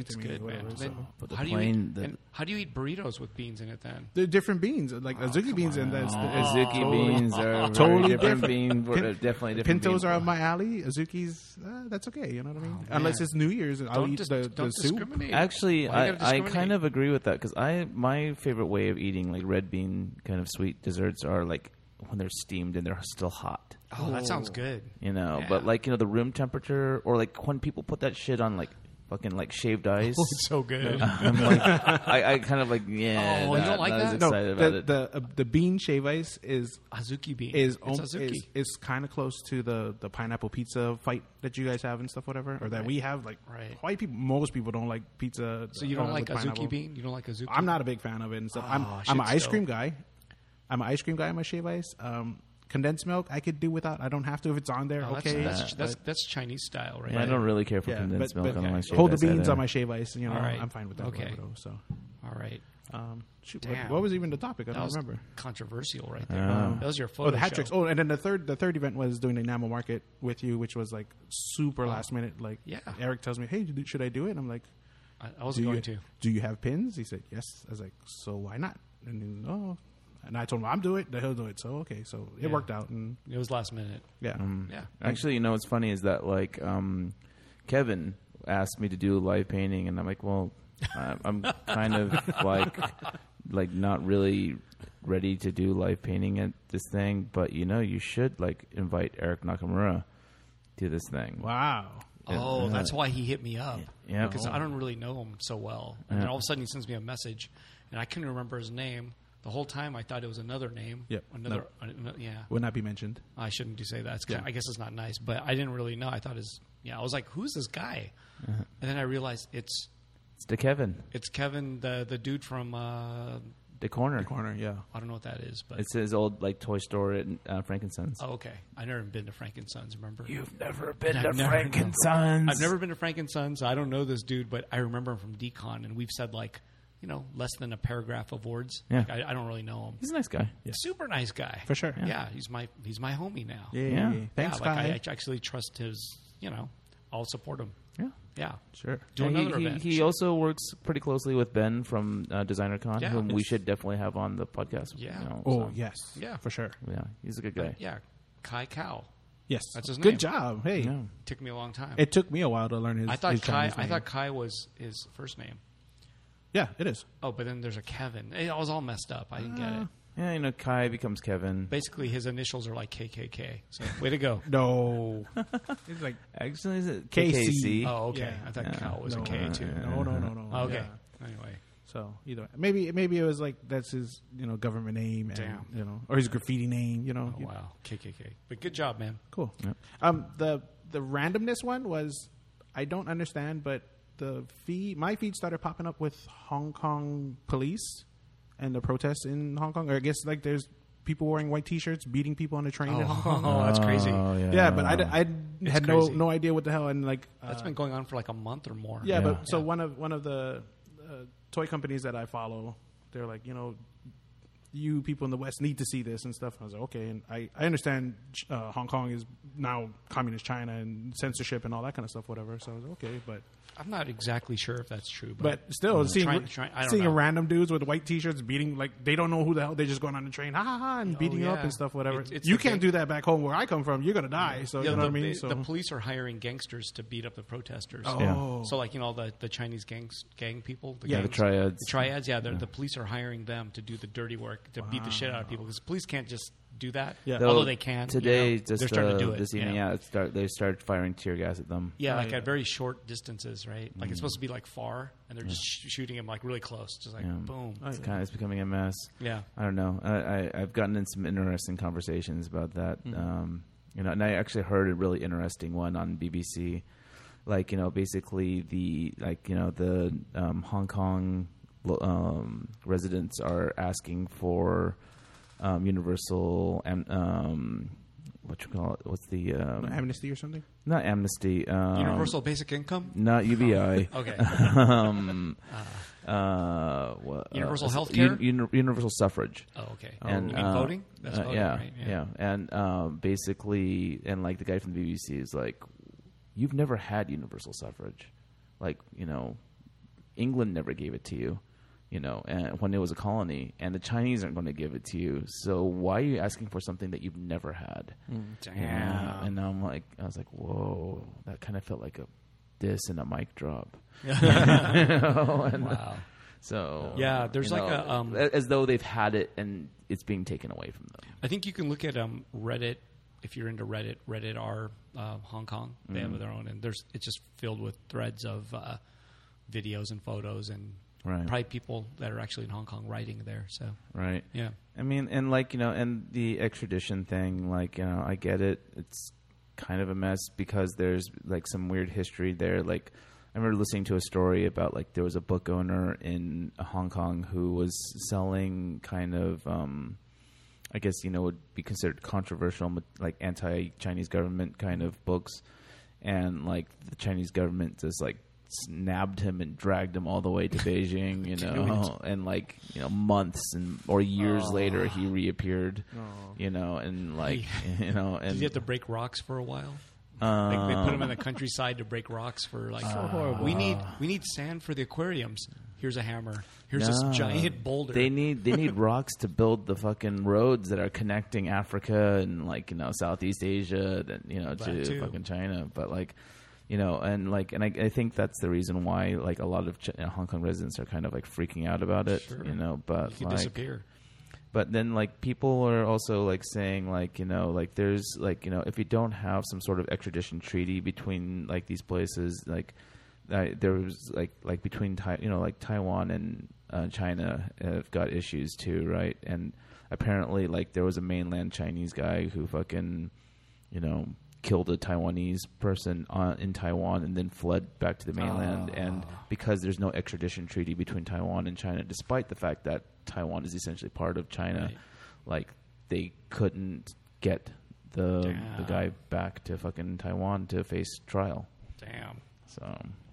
Speaker 2: Oh, Shit's
Speaker 3: to me.
Speaker 2: good,
Speaker 3: whatever,
Speaker 2: man.
Speaker 3: so-
Speaker 2: Then
Speaker 1: But the
Speaker 2: how do you
Speaker 1: plain-
Speaker 2: eat,
Speaker 1: the-
Speaker 2: and how do you eat burritos with beans in it then?
Speaker 3: They're different beans, like
Speaker 2: Oh,
Speaker 3: azuki beans, and that's
Speaker 1: Oh, Uh, Azuki beans are
Speaker 3: Totally
Speaker 1: totally different,
Speaker 3: different.
Speaker 1: beans.
Speaker 3: Pin-
Speaker 1: We're uh, definitely different.
Speaker 3: Pintos
Speaker 1: beans.
Speaker 3: are up my alley. Azuki's, uh, that's okay. You know what I
Speaker 1: Oh,
Speaker 3: mean? Unless
Speaker 2: man.
Speaker 3: it's New Year's, and I'll
Speaker 2: don't
Speaker 3: eat
Speaker 2: dis-
Speaker 3: the,
Speaker 2: don't
Speaker 3: the soup.
Speaker 2: discriminate.
Speaker 1: Actually,
Speaker 2: Why you gotta
Speaker 1: I, I kind
Speaker 2: discriminate?
Speaker 1: of agree with that because I my favorite way of eating like red bean kind of sweet desserts are like when they're steamed and they're still hot.
Speaker 2: Oh, that sounds good.
Speaker 1: You know,
Speaker 2: Yeah.
Speaker 1: but like you know the room temperature or like when people put that shit on like fucking like shaved
Speaker 2: Oh,
Speaker 1: ice.
Speaker 2: so good.
Speaker 1: I'm like, I, I kind of like yeah.
Speaker 2: Oh, you don't
Speaker 1: not-
Speaker 2: like
Speaker 1: not as
Speaker 2: that?
Speaker 3: No,
Speaker 1: Excited about
Speaker 3: the
Speaker 1: it.
Speaker 3: the, uh, the bean shave ice is
Speaker 2: Azuki bean
Speaker 3: is om-
Speaker 2: it's azuki.
Speaker 3: is, is kind of close to the, the pineapple pizza fight that you guys have and stuff, whatever, or that we have. Like
Speaker 2: Right.
Speaker 3: white people, most people don't like pizza.
Speaker 2: so you don't
Speaker 3: uh,
Speaker 2: like
Speaker 3: with
Speaker 2: azuki
Speaker 3: pineapple.
Speaker 2: bean? You don't like azuki?
Speaker 3: I'm not a big fan of it and stuff. I'm
Speaker 2: Ah,
Speaker 3: I'm an
Speaker 2: shit's
Speaker 3: ice
Speaker 2: dope.
Speaker 3: cream guy. I'm an ice cream guy. in My shave ice. Um, condensed milk I could do without. I don't have to if it's on there.
Speaker 2: Oh,
Speaker 3: okay,
Speaker 2: That's that's, that's that's Chinese style, right?
Speaker 1: I don't really care for
Speaker 3: Yeah,
Speaker 1: condensed
Speaker 3: but-
Speaker 1: milk
Speaker 3: but
Speaker 1: on my
Speaker 3: okay.
Speaker 1: shaved
Speaker 3: hold the
Speaker 1: ice
Speaker 3: beans
Speaker 1: either.
Speaker 3: on my shave ice. You know,
Speaker 2: All right.
Speaker 3: I'm fine with that.
Speaker 2: Okay.
Speaker 3: whatever, though, so,
Speaker 2: All right.
Speaker 3: um, shoot, what,
Speaker 2: Damn.
Speaker 3: what was even the topic? I
Speaker 2: That
Speaker 3: don't
Speaker 2: was
Speaker 3: remember.
Speaker 2: controversial right there. that was your photo
Speaker 3: Oh, the hat
Speaker 2: show.
Speaker 3: tricks. Oh, and then the third, the third event was doing the enamel market with you, which was like super last minute. Like,
Speaker 2: Oh. Yeah.
Speaker 3: Eric tells me, "Hey, d- should I do it?" And I'm like,
Speaker 2: I, I wasn't
Speaker 3: do you,
Speaker 2: going to.
Speaker 3: do you have pins?" He said, "Yes." I was like, "So why not?" And he, "Oh, and I told him I'm do it, then he'll do it. So okay, so it
Speaker 2: Yeah.
Speaker 3: worked out, and
Speaker 2: It was last minute.
Speaker 3: yeah,
Speaker 1: Mm-hmm.
Speaker 2: Yeah.
Speaker 1: Actually, you know what's funny is that like um, Kevin asked me to do a live painting, and I'm like, well, I- I'm kind of like like not really ready to do live painting at this thing, but you know, you should like invite Eric Nakamura to this thing.
Speaker 3: wow,
Speaker 2: Oh, that's why he hit me up.
Speaker 1: Uh, Yeah. Oh.
Speaker 2: Because I don't really know him so well. And then all of a sudden he sends me a message, and I couldn't remember his name. The whole time I thought it was another name.
Speaker 3: Yep.
Speaker 2: Another. ano- yeah.
Speaker 3: would not be mentioned.
Speaker 2: I shouldn't do say that. It's kind I guess it's not nice, but I didn't really know. I thought his. Yeah. I was like, who's this guy?
Speaker 1: Uh-huh.
Speaker 2: And then I realized it's
Speaker 1: It's to Kevin,
Speaker 2: it's Kevin, the the dude from uh,
Speaker 1: the corner.
Speaker 3: Corner, yeah,
Speaker 2: I don't know what that is, but
Speaker 1: It's his old like toy store at uh, Frankenstein's.
Speaker 2: oh okay. I never been to Frankenstein's. Remember?
Speaker 1: You've never been
Speaker 2: I've never-
Speaker 1: Frankenstein's.
Speaker 2: I've never been to Frankenstein's. I don't know this dude, but I remember him from Decon, and we've said like, you know, less than a paragraph of words.
Speaker 1: Yeah.
Speaker 2: Like, I, I don't really know him.
Speaker 1: He's a nice guy.
Speaker 2: Super nice guy
Speaker 3: for sure.
Speaker 2: Yeah. he's my he's my homie now.
Speaker 3: Yay.
Speaker 1: Yeah.
Speaker 3: thanks,
Speaker 2: yeah, like I
Speaker 3: guy.
Speaker 2: act- actually trust his. You know, I'll support him.
Speaker 1: Yeah.
Speaker 2: Yeah,
Speaker 3: sure.
Speaker 2: do
Speaker 1: Yeah, he-
Speaker 2: another
Speaker 1: he,
Speaker 2: event.
Speaker 1: he also works pretty closely with Ben from uh, Designer Con,
Speaker 2: Yeah.
Speaker 1: whom we
Speaker 2: Yes.
Speaker 1: should definitely have on the podcast.
Speaker 2: Yeah.
Speaker 1: know,
Speaker 3: Oh
Speaker 1: so,
Speaker 3: yes,
Speaker 2: Yeah.
Speaker 3: for sure.
Speaker 1: yeah, he's a good guy.
Speaker 2: yeah, Kai Cow.
Speaker 3: Yes,
Speaker 2: That's his
Speaker 3: good
Speaker 2: name.
Speaker 3: job. Hey,
Speaker 1: Yeah.
Speaker 2: Took me a long time.
Speaker 3: it took me a while to learn his.
Speaker 2: I thought
Speaker 3: his
Speaker 2: Kai.
Speaker 3: Chinese
Speaker 2: I
Speaker 3: name.
Speaker 2: thought Kai was his first name.
Speaker 3: yeah, it is.
Speaker 2: Oh, but then there's a Kevin. It was all messed up. I didn't get it.
Speaker 1: Yeah, you know, Kai becomes Kevin.
Speaker 2: Basically, his initials are like KKK. So way to go.
Speaker 3: No, it's like
Speaker 1: Actually, is it
Speaker 3: KC?
Speaker 1: KKC?
Speaker 2: Oh, okay.
Speaker 3: Yeah.
Speaker 2: I thought cow was
Speaker 3: no,
Speaker 2: a K too.
Speaker 3: No, no, no, no.
Speaker 2: Oh, okay.
Speaker 3: Yeah.
Speaker 2: Anyway,
Speaker 3: So either way. maybe maybe it was like that's his you know government name and
Speaker 2: Damn.
Speaker 3: you know or his graffiti name you know
Speaker 2: oh, wow, KKK. But good job, man.
Speaker 3: cool um the the randomness one was I don't understand but the feed my feed started popping up with Hong Kong police and the protests in Hong Kong or I guess like there's people wearing white t-shirts beating people on the train in Hong Kong
Speaker 2: Oh, that's crazy.
Speaker 3: yeah, but I, d- I d- had no
Speaker 2: Uh, crazy.
Speaker 3: no idea what the hell and like
Speaker 2: That's
Speaker 3: uh,
Speaker 2: been going on for like a month or more.
Speaker 3: yeah,
Speaker 1: Yeah.
Speaker 3: but so one of one of the uh, toy companies that I follow, they're like, you know, you people in the West need to see this and stuff. And I was like, okay, and I I understand uh, Hong Kong is now communist China and censorship and all that kind of stuff, whatever. So I was like, okay, but
Speaker 2: I'm not exactly sure if that's true, but,
Speaker 3: but still, seeing
Speaker 2: Trying- trying- I don't
Speaker 3: seeing
Speaker 2: know.
Speaker 3: random dudes with white T-shirts beating like they don't know who the hell they're just going on the train, ha ha ha, and beating you up
Speaker 2: Oh, yeah.
Speaker 3: and stuff, whatever.
Speaker 2: It's- it's
Speaker 3: you
Speaker 2: the
Speaker 3: can't
Speaker 2: gang-
Speaker 3: do that back home where I come from. You're gonna die. So
Speaker 2: Yeah,
Speaker 3: you
Speaker 2: the,
Speaker 3: know what I mean.
Speaker 2: the-
Speaker 3: So
Speaker 2: the police are hiring gangsters to beat up the protesters.
Speaker 3: Oh.
Speaker 2: So like you know all the, the Chinese gangs gang people. The
Speaker 3: Yeah,
Speaker 1: the
Speaker 2: gangs,
Speaker 1: triads.
Speaker 2: The triads. Yeah, they're the police are hiring them to do the dirty work to beat the shit out of people because police can't just do that.
Speaker 3: Yeah.
Speaker 1: Though
Speaker 2: Although they can
Speaker 1: Today,
Speaker 2: You know,
Speaker 1: just
Speaker 2: they're starting
Speaker 1: uh,
Speaker 2: to do it
Speaker 1: this evening,
Speaker 2: yeah.
Speaker 1: yeah, it start, they start firing tear gas at them.
Speaker 2: Yeah, like
Speaker 3: yeah.
Speaker 2: at very short distances, right? Like
Speaker 1: Mm.
Speaker 2: it's supposed to be like far, and they're just sh- shooting him like really close, just like
Speaker 1: Yeah.
Speaker 2: boom.
Speaker 1: It's kind of it's becoming a mess.
Speaker 2: Yeah.
Speaker 1: I don't know. I, I I've gotten in some interesting conversations about that.
Speaker 2: Mm-hmm.
Speaker 1: Um, you know, and I actually heard a really interesting one on BBC. Like you know, basically the like you know the um, Hong Kong lo- um, residents are asking for um, universal am- um, what you call it? What's the um,
Speaker 3: amnesty or something.
Speaker 1: not amnesty? Um,
Speaker 2: Universal basic income.
Speaker 1: Not UBI.
Speaker 2: Okay. Uh-huh.
Speaker 1: um, uh, what, uh,
Speaker 2: Universal
Speaker 1: is it-
Speaker 2: healthcare?
Speaker 1: Un- uni- universal suffrage
Speaker 2: oh, okay.
Speaker 1: and
Speaker 2: you mean
Speaker 1: uh,
Speaker 2: voting? That's
Speaker 1: uh,
Speaker 2: voting,
Speaker 1: yeah,
Speaker 2: right?
Speaker 1: yeah, and um, basically, and like the guy from the BBC is like, you've never had universal suffrage, like you know, England never gave it to you, you know, and when it was a colony, and the Chinese aren't going to give it to you, so why are you asking for something that you've never had?
Speaker 2: Hmm.
Speaker 1: Yeah, and I'm like, I was like, whoa, that kind of felt like a this and a mic drop.
Speaker 2: Wow.
Speaker 1: So
Speaker 2: Yeah, there's
Speaker 1: you
Speaker 2: like
Speaker 1: know,
Speaker 2: a, um,
Speaker 1: a- as though they've had it and it's being taken away from them.
Speaker 2: I think you can look at um, Reddit if you're into Reddit. Reddit are uh, Hong Kong. They
Speaker 1: Mm.
Speaker 2: have their own, and there's it's just filled with threads of uh, videos and photos and
Speaker 1: Right.
Speaker 2: probably people that are actually in Hong Kong writing there. So
Speaker 1: Right.
Speaker 2: yeah.
Speaker 1: I mean, and like you know, and the extradition thing, like you know, I get it. It's kind of a mess because there's like some weird history there. Like I remember listening to a story about like there was a book owner in Hong Kong who was selling kind of, um, I guess you know, would be considered controversial, ma- like anti-Chinese government kind of books, and like the Chinese government just like snabbed him and dragged him all the way to Beijing, you know, and like you know months and or years later he reappeared, you know, and like you know, and
Speaker 2: Did you have to break rocks for a while?
Speaker 1: um,
Speaker 2: Like they put them in the countryside to break rocks for like.
Speaker 3: horrible.
Speaker 2: We need we need sand for the aquariums. here's a hammer, here's this
Speaker 1: No.
Speaker 2: giant boulder.
Speaker 1: They need they need rocks to build the fucking roads that are connecting Africa and like you know Southeast Asia, then you know to
Speaker 2: That too.
Speaker 1: fucking China. But like you know, and like and I, I think that's the reason why like a lot of Ch- you know, Hong Kong residents are kind of like freaking out about it.
Speaker 2: Sure.
Speaker 1: You know, but
Speaker 2: you can
Speaker 1: like,
Speaker 2: disappear.
Speaker 1: but then like people are also like saying like you know like there's like you know if you don't have some sort of extradition treaty between like these places like I, there was like like between Tai you know like Taiwan and uh, China have got issues too right and apparently like there was a mainland Chinese guy who fucking you know killed a Taiwanese person on, in Taiwan and then fled back to the mainland and because there's no extradition treaty between Taiwan and China despite the fact that Taiwan is essentially part of China
Speaker 2: Right.
Speaker 1: like they couldn't get the the
Speaker 2: Damn.
Speaker 1: guy back to fucking Taiwan to face trial
Speaker 2: Damn,
Speaker 1: so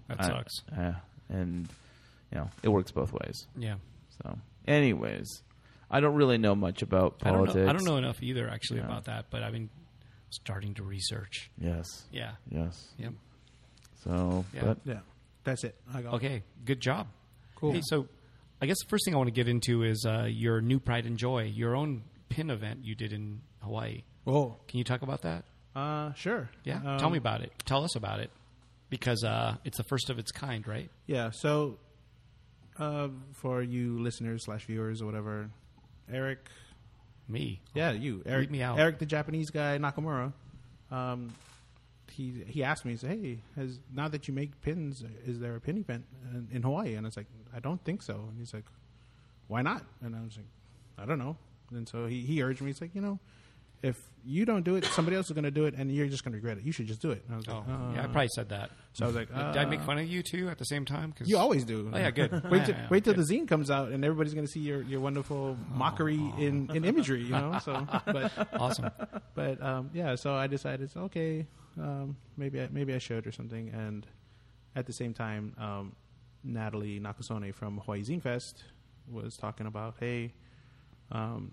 Speaker 2: That
Speaker 1: I-
Speaker 2: sucks.
Speaker 1: yeah and you know it works both ways
Speaker 2: yeah.
Speaker 1: so anyways I don't really know much about
Speaker 2: I don't,
Speaker 1: politics
Speaker 2: know, I don't know enough either actually
Speaker 1: Yeah.
Speaker 2: about that, but I've been starting to research.
Speaker 1: yes
Speaker 2: Yeah.
Speaker 1: yes
Speaker 2: Yep.
Speaker 1: so
Speaker 2: Yeah.
Speaker 1: but
Speaker 3: Yeah, that's it. I got
Speaker 2: Okay. Good job.
Speaker 3: Cool.
Speaker 2: Hey, so I guess the first thing I want to get into is uh, your new Pride and Joy, your own pin event you did in Hawaii.
Speaker 3: Oh,
Speaker 2: Can you talk about that?
Speaker 3: uh, sure.
Speaker 2: Yeah.
Speaker 3: Um,
Speaker 2: Tell me about it. Tell us about it. Because uh, it's the first of its kind, right?
Speaker 3: Yeah. So, uh, for you listeners slash viewers or whatever, Eric.
Speaker 2: Me.
Speaker 3: Yeah, you, Eric.
Speaker 2: me out.
Speaker 3: Eric, the Japanese guy, Nakamura. Um, he he asked me. He said, "Hey, has now that you make pins, is there a pin event in, in Hawaii?" And I was like, "I don't think so." And he's like, "Why not?" And I was like, "I don't know." And so he he urged me. He's like, "You know." If you don't do it, somebody else is going to do it, and you're just going to regret it. You should just do it. And I was
Speaker 2: Oh,
Speaker 3: like, uh,
Speaker 2: yeah. I probably said that.
Speaker 3: So I was like,
Speaker 2: Did I
Speaker 3: uh,
Speaker 2: make fun of you too at the same time? 'Cause-
Speaker 3: You always do.
Speaker 2: Oh, yeah, good.
Speaker 3: wait
Speaker 2: Yeah,
Speaker 3: till,
Speaker 2: yeah,
Speaker 3: wait till
Speaker 2: good.
Speaker 3: the zine comes out, and everybody's going to see your, your wonderful mockery in, in imagery. You know, so but
Speaker 2: awesome.
Speaker 3: but um, yeah. So I decided, okay, um, maybe I, maybe I should or something. And at the same time, um, Natalie Nakasone from Hawaii Zine Fest was talking about, hey, um,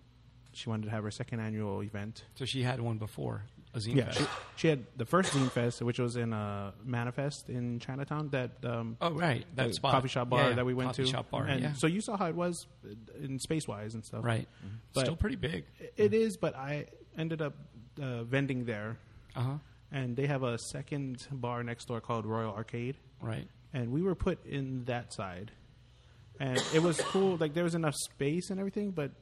Speaker 3: she wanted to have her second annual event.
Speaker 2: So she had one before a zine
Speaker 3: Yeah,
Speaker 2: fest.
Speaker 3: she, she had the first Zine Fest, which was in uh, Manifest in Chinatown. That um,
Speaker 2: oh right, that
Speaker 3: the
Speaker 2: spot
Speaker 3: coffee shop bar
Speaker 2: Yeah, yeah.
Speaker 3: that we went
Speaker 2: coffee
Speaker 3: to.
Speaker 2: Shop bar,
Speaker 3: and
Speaker 2: yeah.
Speaker 3: So you saw how it was in space wise and stuff.
Speaker 2: right,
Speaker 3: But-
Speaker 2: still pretty big.
Speaker 3: It is, but I ended up uh, vending there,
Speaker 2: Uh huh.
Speaker 3: and they have a second bar next door called Royal Arcade,
Speaker 2: Right.
Speaker 3: and we were put in that side, and it was cool. Like there was enough space and everything, but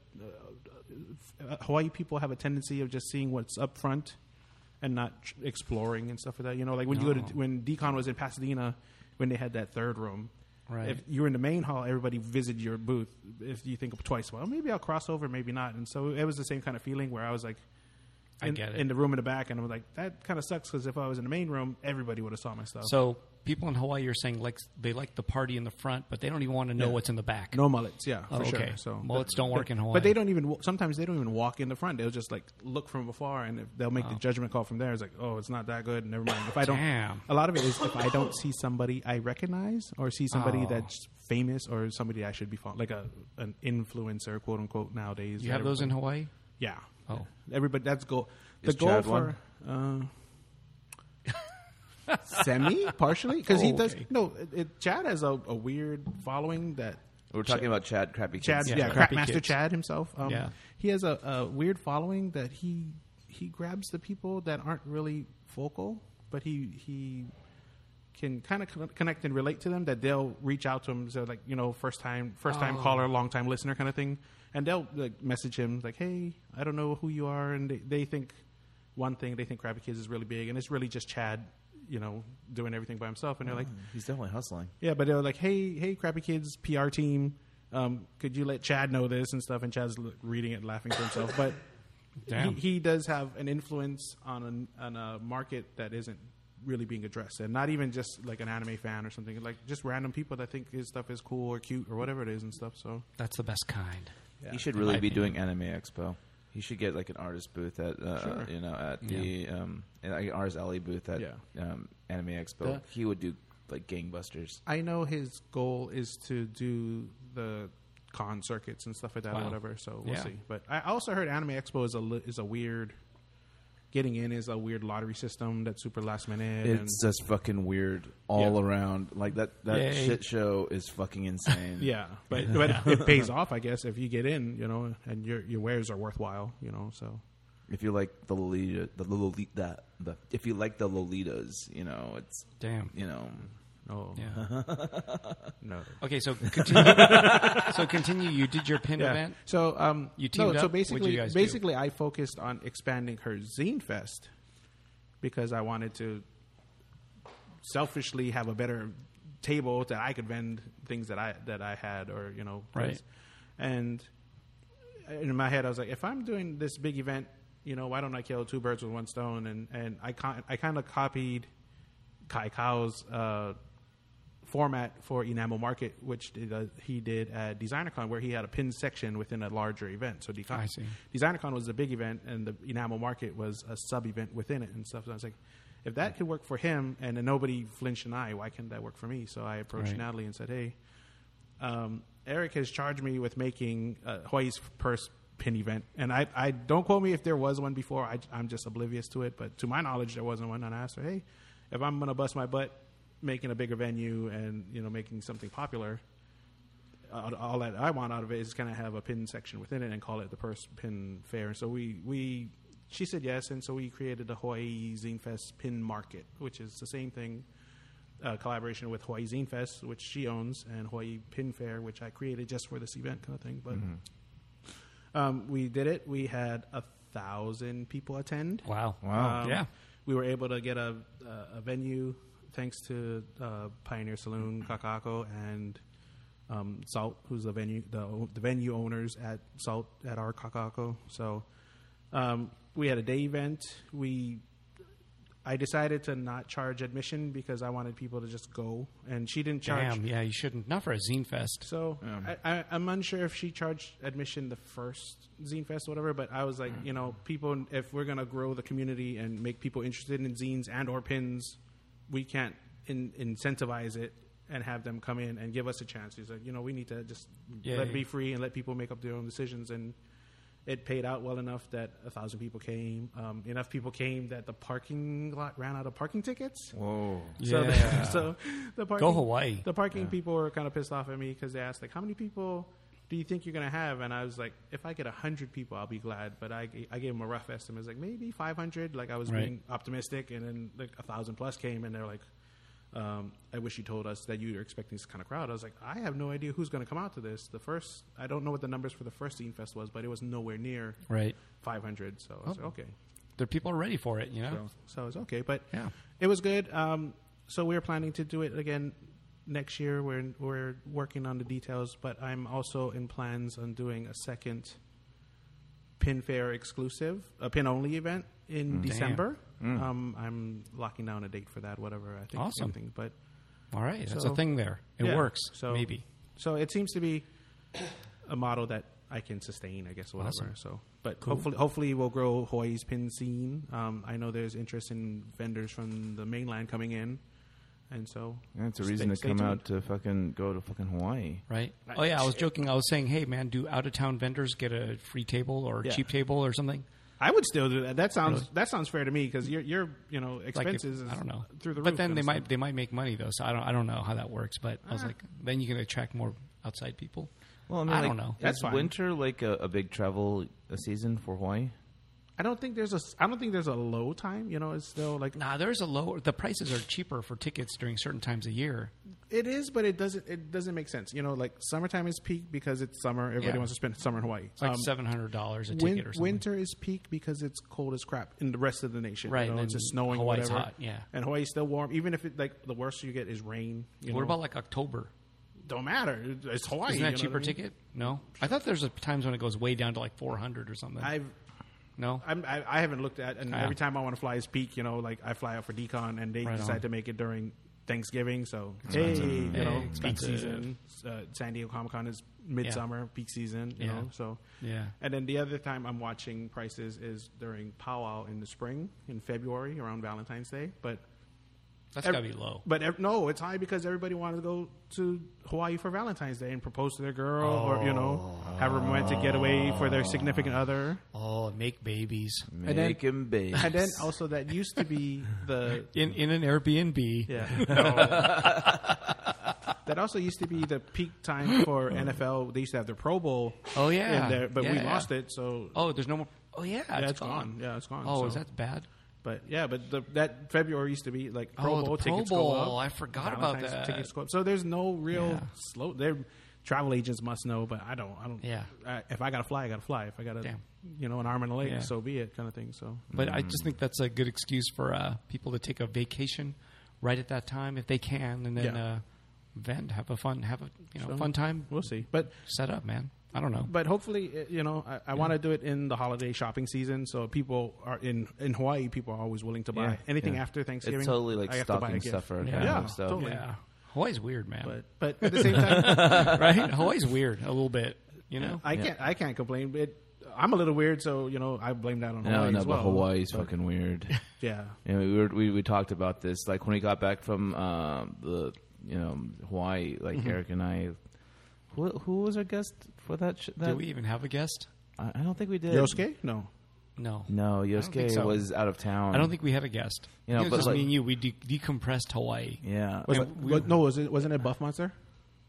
Speaker 3: uh, Hawaii people have a tendency of just seeing what's up front and not tr- exploring and stuff like that. You know, like when you go to
Speaker 2: No.
Speaker 3: when Decon was in Pasadena, when they had that third room.
Speaker 2: Right.
Speaker 3: If you were in the main hall, everybody visited your booth. If you think twice, well, maybe I'll cross over, maybe not. And so it was the same kind of feeling where I was like,
Speaker 2: I
Speaker 3: in,
Speaker 2: get it.
Speaker 3: in the room in the back, and I was like, that kind of sucks because if I was in the main room, everybody would have saw my stuff.
Speaker 2: So people in Hawaii are saying like they like the party in the front, but they don't even want to know
Speaker 3: Yeah.
Speaker 2: what's in the back.
Speaker 3: No mullets, yeah,
Speaker 2: Oh,
Speaker 3: for
Speaker 2: okay.
Speaker 3: sure. So
Speaker 2: Mullets don't work in Hawaii.
Speaker 3: but they don't even. wa- Sometimes they don't even walk in the front. They'll just like look from afar, and if they'll make
Speaker 2: Oh.
Speaker 3: the judgment call from there. It's like, oh, it's not that good. Never mind. If I don't,
Speaker 2: Damn.
Speaker 3: a lot of it is if I don't see somebody I recognize or see somebody
Speaker 2: Oh.
Speaker 3: that's famous or somebody I should be following, like a an influencer, quote unquote, nowadays.
Speaker 2: You have those in
Speaker 3: Everybody-
Speaker 2: Hawaii?
Speaker 3: Yeah.
Speaker 2: Oh.
Speaker 3: Everybody, that's goal. The
Speaker 1: Is
Speaker 3: goal
Speaker 1: Chad
Speaker 3: for uh, semi partially because he
Speaker 2: Oh,
Speaker 3: does
Speaker 2: okay.
Speaker 3: no. It, it, Chad has a, a weird following that
Speaker 1: we're talking about Chad Crappy
Speaker 3: Chad,
Speaker 1: Kids.
Speaker 3: yeah,
Speaker 2: Yeah,
Speaker 3: Crap
Speaker 2: crappy
Speaker 3: Master
Speaker 2: kids.
Speaker 3: Chad himself. Um,
Speaker 2: Yeah.
Speaker 3: he has a, a weird following that he he grabs the people that aren't really vocal, but he he can kind of connect and relate to them. That they'll reach out to him, so like you know, first time first time
Speaker 2: Oh.
Speaker 3: caller, long time listener kind of thing, and they'll like message him like, hey, I don't know who you are, and they, they think one thing, they think Crappy Kids is really big, and it's really just Chad, you know, doing everything by himself, and they're like.
Speaker 1: He's definitely hustling.
Speaker 3: Yeah, but they were like, "Hey, hey, Crappy Kids PR team, um, could you let Chad know this and stuff?" And Chad's l- reading it, and laughing to himself. But he,
Speaker 2: Damn.
Speaker 3: he does have an influence on an, on a market that isn't really being addressed, and not even just like an anime fan or something, like just random people that think his stuff is cool or cute or whatever it is and stuff. So
Speaker 2: That's the best kind.
Speaker 1: He should
Speaker 2: my
Speaker 1: really be doing Anime Expo. He should get like an artist booth at uh,
Speaker 3: Sure.
Speaker 1: you know at the um and, like an artist alley booth at
Speaker 3: Yeah.
Speaker 1: um, Anime Expo.
Speaker 3: The-
Speaker 1: he would do like gangbusters.
Speaker 3: I know his goal is to do the con circuits and stuff like that
Speaker 2: Wow.
Speaker 3: or whatever. So we'll
Speaker 2: Yeah.
Speaker 3: see. But I also heard Anime Expo is a li- is a weird getting in is a weird lottery system that's super last minute.
Speaker 1: It's
Speaker 3: and,
Speaker 1: just fucking weird all
Speaker 3: Yeah.
Speaker 1: around. Like that that
Speaker 2: Yay.
Speaker 1: shit show is fucking insane.
Speaker 3: yeah, but but it pays off, I guess, if you get in, you know, and your your wares are worthwhile, you know. So
Speaker 1: If you like the Lolita, the Lolita, the if you like the Lolitas, you know it's
Speaker 2: Damn.
Speaker 1: you know
Speaker 3: no,
Speaker 2: Yeah.
Speaker 3: no.
Speaker 2: Okay, so continue. so continue. You did your pin event.
Speaker 3: So um,
Speaker 2: You
Speaker 3: no,
Speaker 2: teamed up? What'd
Speaker 3: so
Speaker 2: you
Speaker 3: basically,
Speaker 2: guys do?
Speaker 3: basically, I focused on expanding her Zine Fest because I wanted to selfishly have a better table that I could vend things that I that I had or you know
Speaker 2: Right.
Speaker 3: place. And in my head, I was like, if I'm doing this big event, you know, why don't I kill two birds with one stone? And and I con- I kind of copied Kai Kao's uh, format for Enamel Market, which did, uh, he did at DesignerCon, where he had a pin section within a larger event. So Decon-
Speaker 2: I see.
Speaker 3: DesignerCon was the big event, and the Enamel Market was a sub event within it and stuff. So I was like, if that could work for him, and then nobody flinched an eye, why can't that work for me? So I approached
Speaker 2: Right.
Speaker 3: Natalie and said, hey, um, Eric has charged me with making uh, Hawaii's purse pin event, and I, I don't quote me if there was one before. I, I'm just oblivious to it, but to my knowledge, there wasn't one. And I asked her, hey, if I'm gonna bust my butt making a bigger venue and you know making something popular, all, all that I want out of it is kind of have a pin section within it and call it the purse pin fair. And so we we she said yes, and so we created the Hawaii Zine Fest pin market, which is the same thing uh, collaboration with Hawaii Zine Fest, which she owns, and Hawaii Pin Fair, which I created just for this event kind of thing. But um, we did it. We had a thousand people attend.
Speaker 2: Wow.
Speaker 4: Wow.
Speaker 3: Um,
Speaker 2: Yeah.
Speaker 3: We were able to get a, a, a venue thanks to uh, Pioneer Saloon, Kakako, and um, Salt, who's the venue the, o- the venue owners at Salt at our Kakako. So um, we had a day event. We I decided to not charge admission because I wanted people to just go, and she didn't charge.
Speaker 2: Damn. Yeah. You shouldn't. Not for a zine fest.
Speaker 3: So I, I, I'm unsure if she charged admission the first Zine Fest or whatever, but I was
Speaker 2: Mm.
Speaker 3: like, you know, people, if we're gonna grow the community and make people interested in zines and or pins, we can't in, incentivize it and have them come in and give us a chance. He's like, you know, we need to just
Speaker 2: Yeah,
Speaker 3: let
Speaker 2: yeah.
Speaker 3: it be free and let people make up their own decisions. And it paid out well enough that a thousand people came. Um, enough people came that the parking lot ran out of parking tickets.
Speaker 4: Whoa.
Speaker 3: So, uh,
Speaker 2: Yeah.
Speaker 3: the, so the parking,
Speaker 2: Hawaii.
Speaker 3: The parking people were kind of pissed off at me because they asked like, "How many people do you think you're going to have?" And I was like, "If I get hundred people, I'll be glad." But I, I gave them a rough estimate. It's like maybe five hundred. Like I was
Speaker 2: Right.
Speaker 3: being optimistic, and then like a thousand plus came, and they're like, um, "I wish you told us that you were expecting this kind of crowd." I was like, "I have no idea who's going to come out to this." The first, I don't know what the numbers for the first Zine Fest was, but it was nowhere near
Speaker 2: Right. Oh.
Speaker 3: five hundred. So I was like, okay.
Speaker 2: The people are ready for it. You know.
Speaker 3: So, so it's okay, but
Speaker 2: Yeah.
Speaker 3: it was good. Um, so we're planning to do it again next year. We're we're working on the details, but I'm also in plans on doing a second pin fair exclusive, a pin only event
Speaker 2: Mm.
Speaker 3: in December. Um, I'm locking down a date for that. Whatever I think.
Speaker 2: Awesome.
Speaker 3: something, but
Speaker 2: All right. That's
Speaker 3: So-
Speaker 2: a thing there. It
Speaker 3: yeah.
Speaker 2: works.
Speaker 3: So
Speaker 2: maybe.
Speaker 3: So it seems to be a model that I can sustain, I guess. Whatever.
Speaker 2: Awesome.
Speaker 3: So, but hopefully, hopefully we'll grow Hawaii's pin scene. Um, I know there's interest in vendors from the mainland coming in, and so
Speaker 4: That's a
Speaker 3: stay-
Speaker 4: reason to
Speaker 3: stay
Speaker 4: come
Speaker 3: tuned.
Speaker 4: out to fucking go to fucking Hawaii.
Speaker 2: Right. Oh yeah. I was joking. I was saying, hey man, do out of town vendors get a free table or a
Speaker 3: Yeah.
Speaker 2: cheap table or something?
Speaker 3: I would still do that. That sounds that sounds fair to me because your your you know
Speaker 2: Like if-
Speaker 3: expenses is
Speaker 2: I don't know.
Speaker 3: through the roof.
Speaker 2: but then
Speaker 3: kind
Speaker 2: they
Speaker 3: of
Speaker 2: might
Speaker 3: stuff. Ah.
Speaker 2: they might make money though. So I don't I don't know how that works. But I was like, then you can attract more outside people.
Speaker 4: Well, I mean,
Speaker 2: I
Speaker 4: like,
Speaker 2: don't know.
Speaker 4: Is
Speaker 3: That's fine.
Speaker 4: winter like a, a big travel uh season for Hawaii?
Speaker 3: I don't think there's a s- I don't think there's a low time. You know, it's still like
Speaker 2: Nah, there's a lower. The prices are cheaper for tickets during certain times of year.
Speaker 3: It is, but it doesn't. It doesn't make sense. You know, like summertime is peak because it's summer. Everybody
Speaker 2: Yeah.
Speaker 3: wants to spend summer in Hawaii.
Speaker 2: It's like
Speaker 3: Um,
Speaker 2: seven hundred dollars a
Speaker 3: win-
Speaker 2: ticket or something.
Speaker 3: winter is peak because it's cold as crap in the rest of the nation.
Speaker 2: Right,
Speaker 3: you know,
Speaker 2: and
Speaker 3: it's
Speaker 2: then
Speaker 3: just snowing. or
Speaker 2: Hawaii's
Speaker 3: whatever.
Speaker 2: hot, yeah.
Speaker 3: and Hawaii's still warm. Even if it like the worst you get is rain. You
Speaker 2: what
Speaker 3: know,
Speaker 2: about like October?
Speaker 3: Don't matter. It's Hawaii.
Speaker 2: Isn't
Speaker 3: you
Speaker 2: that
Speaker 3: know
Speaker 2: cheaper
Speaker 3: what I mean?
Speaker 2: ticket? No, I thought there's a times when it goes way down to like four hundred or something.
Speaker 3: I've.
Speaker 2: no,
Speaker 3: I'm, I, I haven't looked at, and
Speaker 2: Ah.
Speaker 3: every time I want to fly is peak. You know, like I fly out for decon, and they
Speaker 2: Right
Speaker 3: decide
Speaker 2: on.
Speaker 3: to make it during Thanksgiving. So hey, you
Speaker 2: Hey,
Speaker 3: know, peak
Speaker 2: expensive.
Speaker 3: season. Uh, San Diego Comic Con is midsummer peak season. You
Speaker 2: Yeah.
Speaker 3: know, so
Speaker 2: yeah,
Speaker 3: And then the other time I'm watching prices is during powwow in the spring, in February, around Valentine's Day. But
Speaker 2: That's
Speaker 3: Ev-
Speaker 2: gotta be low.
Speaker 3: But ev- no, it's high because everybody wanted to go to Hawaii for Valentine's Day and propose to their girl, or you know, have a romantic getaway for their significant other.
Speaker 2: Oh, make babies
Speaker 3: And then-
Speaker 4: Make him big.
Speaker 3: And then also that used to be the
Speaker 2: in in an Airbnb.
Speaker 3: yeah. that also used to be the peak time for NFL. They used to have the Pro Bowl.
Speaker 2: Oh, yeah.
Speaker 3: in there, but we
Speaker 2: Yeah, yeah.
Speaker 3: lost it. So
Speaker 2: Oh, there's no more. Oh yeah,
Speaker 3: yeah,
Speaker 2: it's
Speaker 3: it's gone. Yeah, it's gone.
Speaker 2: Oh,
Speaker 3: so.
Speaker 2: is that bad?
Speaker 3: But yeah, but the, that February used to be like Pro
Speaker 2: Oh, the
Speaker 3: Bowl
Speaker 2: Pro
Speaker 3: tickets
Speaker 2: Bowl.
Speaker 3: go up.
Speaker 2: I forgot about that.
Speaker 3: Tickets go up. So there's no real
Speaker 2: Yeah.
Speaker 3: slow. Their travel agents must know, but I don't. I don't.
Speaker 2: Yeah.
Speaker 3: I, if I gotta fly, I gotta fly. If I gotta,
Speaker 2: Damn.
Speaker 3: you know, an arm and a leg,
Speaker 2: Yeah.
Speaker 3: so be it, kind of thing. So
Speaker 2: But I
Speaker 3: Mm.
Speaker 2: just think that's a good excuse for uh, people to take a vacation right at that time if they can, and then
Speaker 3: Yeah.
Speaker 2: uh, vent, have a fun, have a you know
Speaker 3: So-
Speaker 2: fun time.
Speaker 3: we'll see. But
Speaker 2: Set up, man. I don't know.
Speaker 3: but hopefully, eh, you know, I, I want to do it in the holiday shopping season. So people are in in Hawaii. People are always willing to buy
Speaker 4: Yeah,
Speaker 3: anything
Speaker 4: yeah.
Speaker 3: after Thanksgiving.
Speaker 4: It's totally like
Speaker 3: I have to buy a
Speaker 4: stocking
Speaker 3: gift.
Speaker 4: stuffer.
Speaker 2: Yeah.
Speaker 4: kind
Speaker 3: Yeah,
Speaker 4: of stuff.
Speaker 3: totally.
Speaker 2: yeah, Hawaii's weird, man.
Speaker 3: But but at the same time,
Speaker 2: right? Hawaii's weird a little bit. You know,
Speaker 3: I can't I can't complain. But I'm a little weird, so you know, I blame that on
Speaker 4: No,
Speaker 3: Hawaii
Speaker 4: no,
Speaker 3: as
Speaker 4: but
Speaker 3: well.
Speaker 4: Hawaii's fucking weird.
Speaker 3: Yeah.
Speaker 4: You know, we, were, we we talked about this like when we got back from um, the you know Hawaii. Like
Speaker 3: Mm-hmm.
Speaker 4: Eric and I, who who was our guest for that? Sh- that
Speaker 2: do we even have a guest?
Speaker 4: I, I don't think we did.
Speaker 3: Yosuke? No.
Speaker 2: No,
Speaker 4: No,
Speaker 2: think
Speaker 4: Yosuke
Speaker 2: so.
Speaker 4: was out of town.
Speaker 2: I don't think we had a guest.
Speaker 4: You know,
Speaker 2: I think
Speaker 4: but
Speaker 2: it was just
Speaker 4: like-
Speaker 2: me and you, we de- decompressed Hawaii.
Speaker 4: Yeah.
Speaker 3: Was
Speaker 2: And
Speaker 3: it-
Speaker 2: we-
Speaker 3: what- no, was it wasn't it Buff Monster?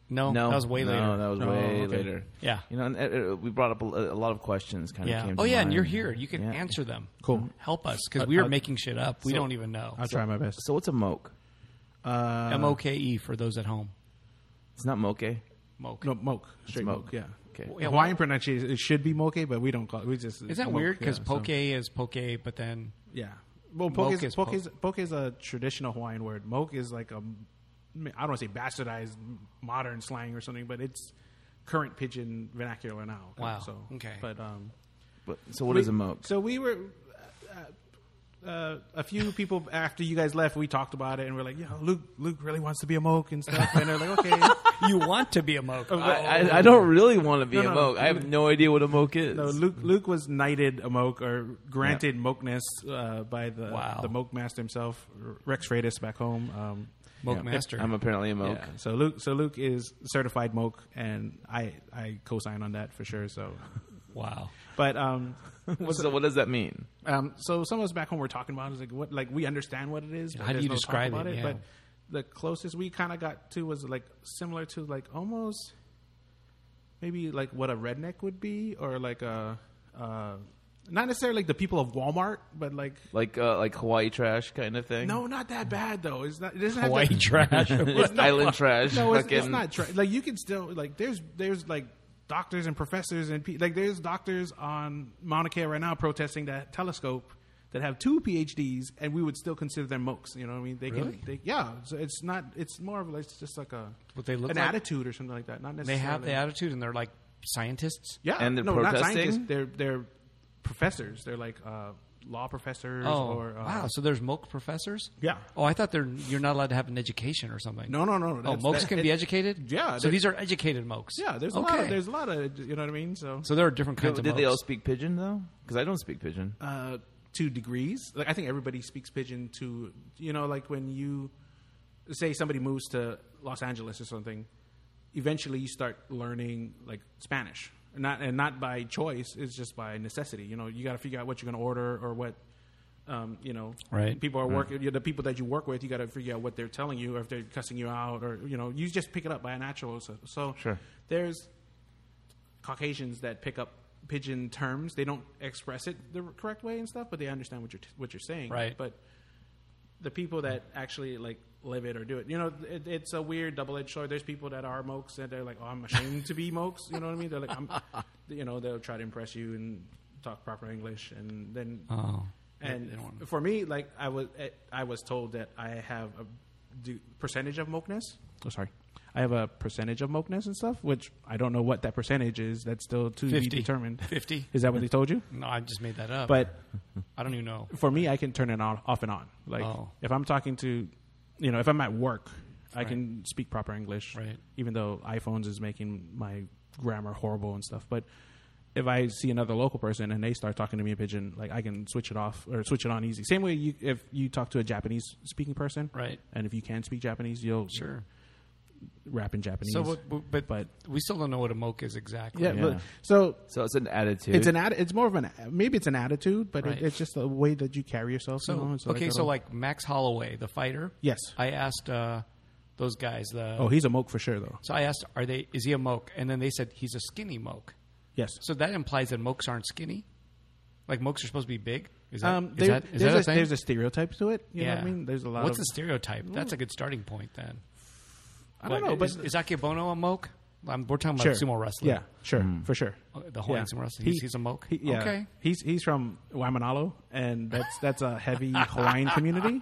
Speaker 2: No,
Speaker 4: no,
Speaker 2: that was way
Speaker 4: no,
Speaker 2: later.
Speaker 4: that was
Speaker 3: Oh,
Speaker 4: way
Speaker 3: okay.
Speaker 4: later.
Speaker 2: Yeah.
Speaker 4: You know, and, uh, uh, we brought up a, a lot of questions. Kind of
Speaker 2: yeah.
Speaker 4: came.
Speaker 2: Oh
Speaker 4: to
Speaker 2: yeah, and
Speaker 4: mind.
Speaker 2: you're here. You can
Speaker 4: Yeah.
Speaker 2: answer them.
Speaker 3: Cool.
Speaker 2: Help us because
Speaker 3: I-
Speaker 2: we are
Speaker 3: I-
Speaker 2: making shit up. We
Speaker 3: so-
Speaker 2: don't even know.
Speaker 3: I'll try my best.
Speaker 4: So what's a moke?
Speaker 3: Uh,
Speaker 2: M O K E for those at home.
Speaker 4: It's not moke. eh? Okay.
Speaker 2: Moke.
Speaker 3: No, moke. Straight moke.
Speaker 4: moke.
Speaker 3: Yeah.
Speaker 2: Yeah,
Speaker 3: Hawaiian pronunciation it should be moke, but we don't call it. We just
Speaker 2: Is that
Speaker 3: moke,
Speaker 2: weird? Because
Speaker 3: yeah, so-
Speaker 2: poke is poke, but then
Speaker 3: yeah. Well,
Speaker 2: Moke
Speaker 3: poke
Speaker 2: is
Speaker 3: is poke
Speaker 2: poke.
Speaker 3: is poke is a traditional Hawaiian word. Moke is like a I don't want to say bastardized modern slang or something, but it's current pidgin vernacular now.
Speaker 2: Wow.
Speaker 3: So
Speaker 2: Okay.
Speaker 3: But um,
Speaker 4: But, so what
Speaker 3: We-
Speaker 4: is a moke?
Speaker 3: So we were. uh, Uh, a few people after you guys left, we talked about it, and we're like, "Yeah, Luke, Luke really wants to be a moke and stuff." And they're like, "Okay,
Speaker 2: you want to be a moke. Oh,
Speaker 4: I, I, I don't really want to be
Speaker 3: no,
Speaker 4: a
Speaker 3: no.
Speaker 4: moke. I have no idea what a moke is.
Speaker 3: No, Luke Luke was knighted a moke or granted mokeness uh, by the
Speaker 2: Wow.
Speaker 3: the moke master himself, R- Rex Radis back home. Um,
Speaker 2: moke
Speaker 4: Yeah.
Speaker 2: master.
Speaker 4: I'm apparently a moke.
Speaker 3: yeah. So Luke so Luke is certified moke, and I I co-sign on that for sure. So,
Speaker 2: wow.
Speaker 3: but um,
Speaker 4: so what does that mean?
Speaker 3: um, so some of us back home were talking about it, is like what like we understand what it is. But
Speaker 2: How do
Speaker 3: there's
Speaker 2: you
Speaker 3: no talk
Speaker 2: describe
Speaker 3: about
Speaker 2: it?
Speaker 3: it?
Speaker 2: Yeah.
Speaker 3: But the closest we kind of got to was like similar to like almost maybe like what a redneck would be, or like a. Uh, not necessarily like the people of Walmart, but like
Speaker 4: Like uh, like Hawaii trash kind of thing?
Speaker 3: No, not that bad though. It's not. It doesn't
Speaker 2: Hawaii
Speaker 3: have to,
Speaker 2: trash.
Speaker 4: It's island trash.
Speaker 3: No, it's,
Speaker 4: fucking,
Speaker 3: it's not. Tra- like you can still like. There's there's like doctors and professors and pe- like there's doctors on Mauna Kea right now protesting that telescope that have two PhDs and we would still consider them mokes. You know what I mean? They
Speaker 2: Really?
Speaker 3: can. They, yeah. So it's not. It's more of like it's just like a
Speaker 2: What they look
Speaker 3: an
Speaker 2: like?
Speaker 3: attitude or something like that. Not
Speaker 2: They
Speaker 3: necessarily.
Speaker 2: have the attitude, and they're like scientists.
Speaker 3: Yeah,
Speaker 4: And they're
Speaker 3: no, not
Speaker 4: protesting?
Speaker 3: scientists. They're they're professors. They're like uh, law professors
Speaker 2: Oh
Speaker 3: or uh,
Speaker 2: wow! So there's moke professors.
Speaker 3: Yeah.
Speaker 2: Oh, I thought they're you're not allowed to have an education or something.
Speaker 3: No, no, no.
Speaker 2: Oh,
Speaker 3: that's-
Speaker 2: mokes
Speaker 3: that-
Speaker 2: can
Speaker 3: it-
Speaker 2: be educated.
Speaker 3: Yeah,
Speaker 2: So
Speaker 3: there-
Speaker 2: these are educated mokes.
Speaker 3: Yeah, there's a
Speaker 2: okay.
Speaker 3: lot. Of, there's a lot of you know what I mean. So,
Speaker 2: so there are different kinds
Speaker 4: Did
Speaker 2: of.
Speaker 4: they all
Speaker 2: mokes.
Speaker 4: speak pigeon though? Because I don't speak pigeon.
Speaker 3: uh, two degrees. Like I think everybody speaks pidgin to you know like when you say somebody moves to Los Angeles or something. Eventually, you start learning like Spanish, not and not by choice. It's just by necessity. You know, you got to figure out what you're going to order or what. Um, you know,
Speaker 2: Right.
Speaker 3: People are working. you know, The people that you work with, you got to figure out what they're telling you, or if they're cussing you out, or you know, you just pick it up by a natural. So, so
Speaker 4: Sure.
Speaker 3: there's Caucasians that pick up pigeon terms. They don't express it the correct way and stuff, but they understand what you're what you're saying.
Speaker 2: Right.
Speaker 3: But the people that actually like live it or do it, you know, it, it's a weird double edged sword. There's people that are mokes and they're like, oh, I'm ashamed to be mokes. You know what I mean? They're like, I'm, you know, they'll try to impress you and talk proper English, and then
Speaker 2: Oh.
Speaker 3: and for me, like I was, I was told that I have a do, percentage of mokeness. Oh, sorry, I have a percentage of mokeness and stuff, which I don't know what that percentage is. That's still to
Speaker 2: 50.
Speaker 3: be determined.
Speaker 2: 50.
Speaker 3: Is that what they told you?
Speaker 2: No, I just made that up.
Speaker 3: But
Speaker 2: I don't even know.
Speaker 3: for me, I can turn it on, off and on. Like
Speaker 2: Oh.
Speaker 3: if I'm talking to, you know, if I'm at work, I can speak proper English.
Speaker 2: Right.
Speaker 3: Even though iPhones is making my grammar horrible and stuff, but if I see another local person and they start talking to me in pidgin, like I can switch it off or switch it on easy. Same way you if you talk to a Japanese speaking person,
Speaker 2: Right.
Speaker 3: And if you can speak Japanese, you'll
Speaker 2: Sure.
Speaker 3: rap in Japanese.
Speaker 2: So, but, but,
Speaker 3: But-
Speaker 2: we still don't know what a moke is exactly.
Speaker 3: yeah,
Speaker 4: Yeah.
Speaker 3: but so
Speaker 4: So it's an attitude.
Speaker 3: it's an atti- it's more of an maybe it's an attitude, but
Speaker 2: Right.
Speaker 3: it, it's just the way that you carry yourself.
Speaker 2: So
Speaker 3: you know? It's
Speaker 2: okay,
Speaker 3: I
Speaker 2: so
Speaker 3: don't-
Speaker 2: like Max Holloway, the fighter.
Speaker 3: Yes.
Speaker 2: I asked uh, those guys. The
Speaker 3: oh, he's a moke for sure though.
Speaker 2: so I asked, are they? Is he a moke? And then they said he's a skinny moke.
Speaker 3: Yes.
Speaker 2: So that implies that mokes aren't skinny. Like mokes are supposed to be big. Is that,
Speaker 3: Um,
Speaker 2: is
Speaker 3: there-
Speaker 2: that- is
Speaker 3: there's,
Speaker 2: that
Speaker 3: a,
Speaker 2: a thing?
Speaker 3: there's a stereotype to it. You know what I mean? There's a lot
Speaker 2: What's
Speaker 3: of Mm.
Speaker 2: the stereotype? That's a good starting point then.
Speaker 3: I don't know, but
Speaker 2: is, is Akebono a moke? I'm, we're talking
Speaker 3: sure.
Speaker 2: about sumo wrestling. Oh,
Speaker 3: Yeah, sure, for sure.
Speaker 2: the Hawaiian
Speaker 3: Yeah.
Speaker 2: sumo wrestling.
Speaker 3: He-
Speaker 2: he's, he's a moke.
Speaker 3: He- yeah.
Speaker 2: Okay.
Speaker 3: He's he's from Waimanalo, and that's that's a heavy Hawaiian community.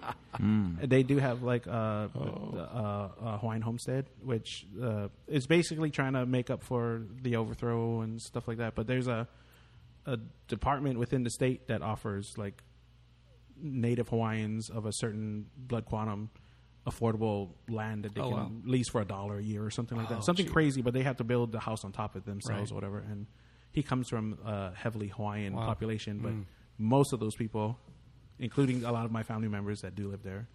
Speaker 3: They do have like a, a, a Hawaiian homestead, which uh, is basically trying to make up for the overthrow and stuff like that. But there's a a department within the state that offers like native Hawaiians of a certain blood quantum affordable land that they
Speaker 2: Oh,
Speaker 3: can
Speaker 2: wow.
Speaker 3: lease for a dollar a year or something like
Speaker 2: Oh,
Speaker 3: that. Something
Speaker 2: gee.
Speaker 3: crazy, but they have to build the house on top of
Speaker 2: Right.
Speaker 3: themselves or whatever. And he comes from a heavily Hawaiian
Speaker 2: Wow. Mm.
Speaker 3: population, but most of those people, including a lot of my family members that do live there,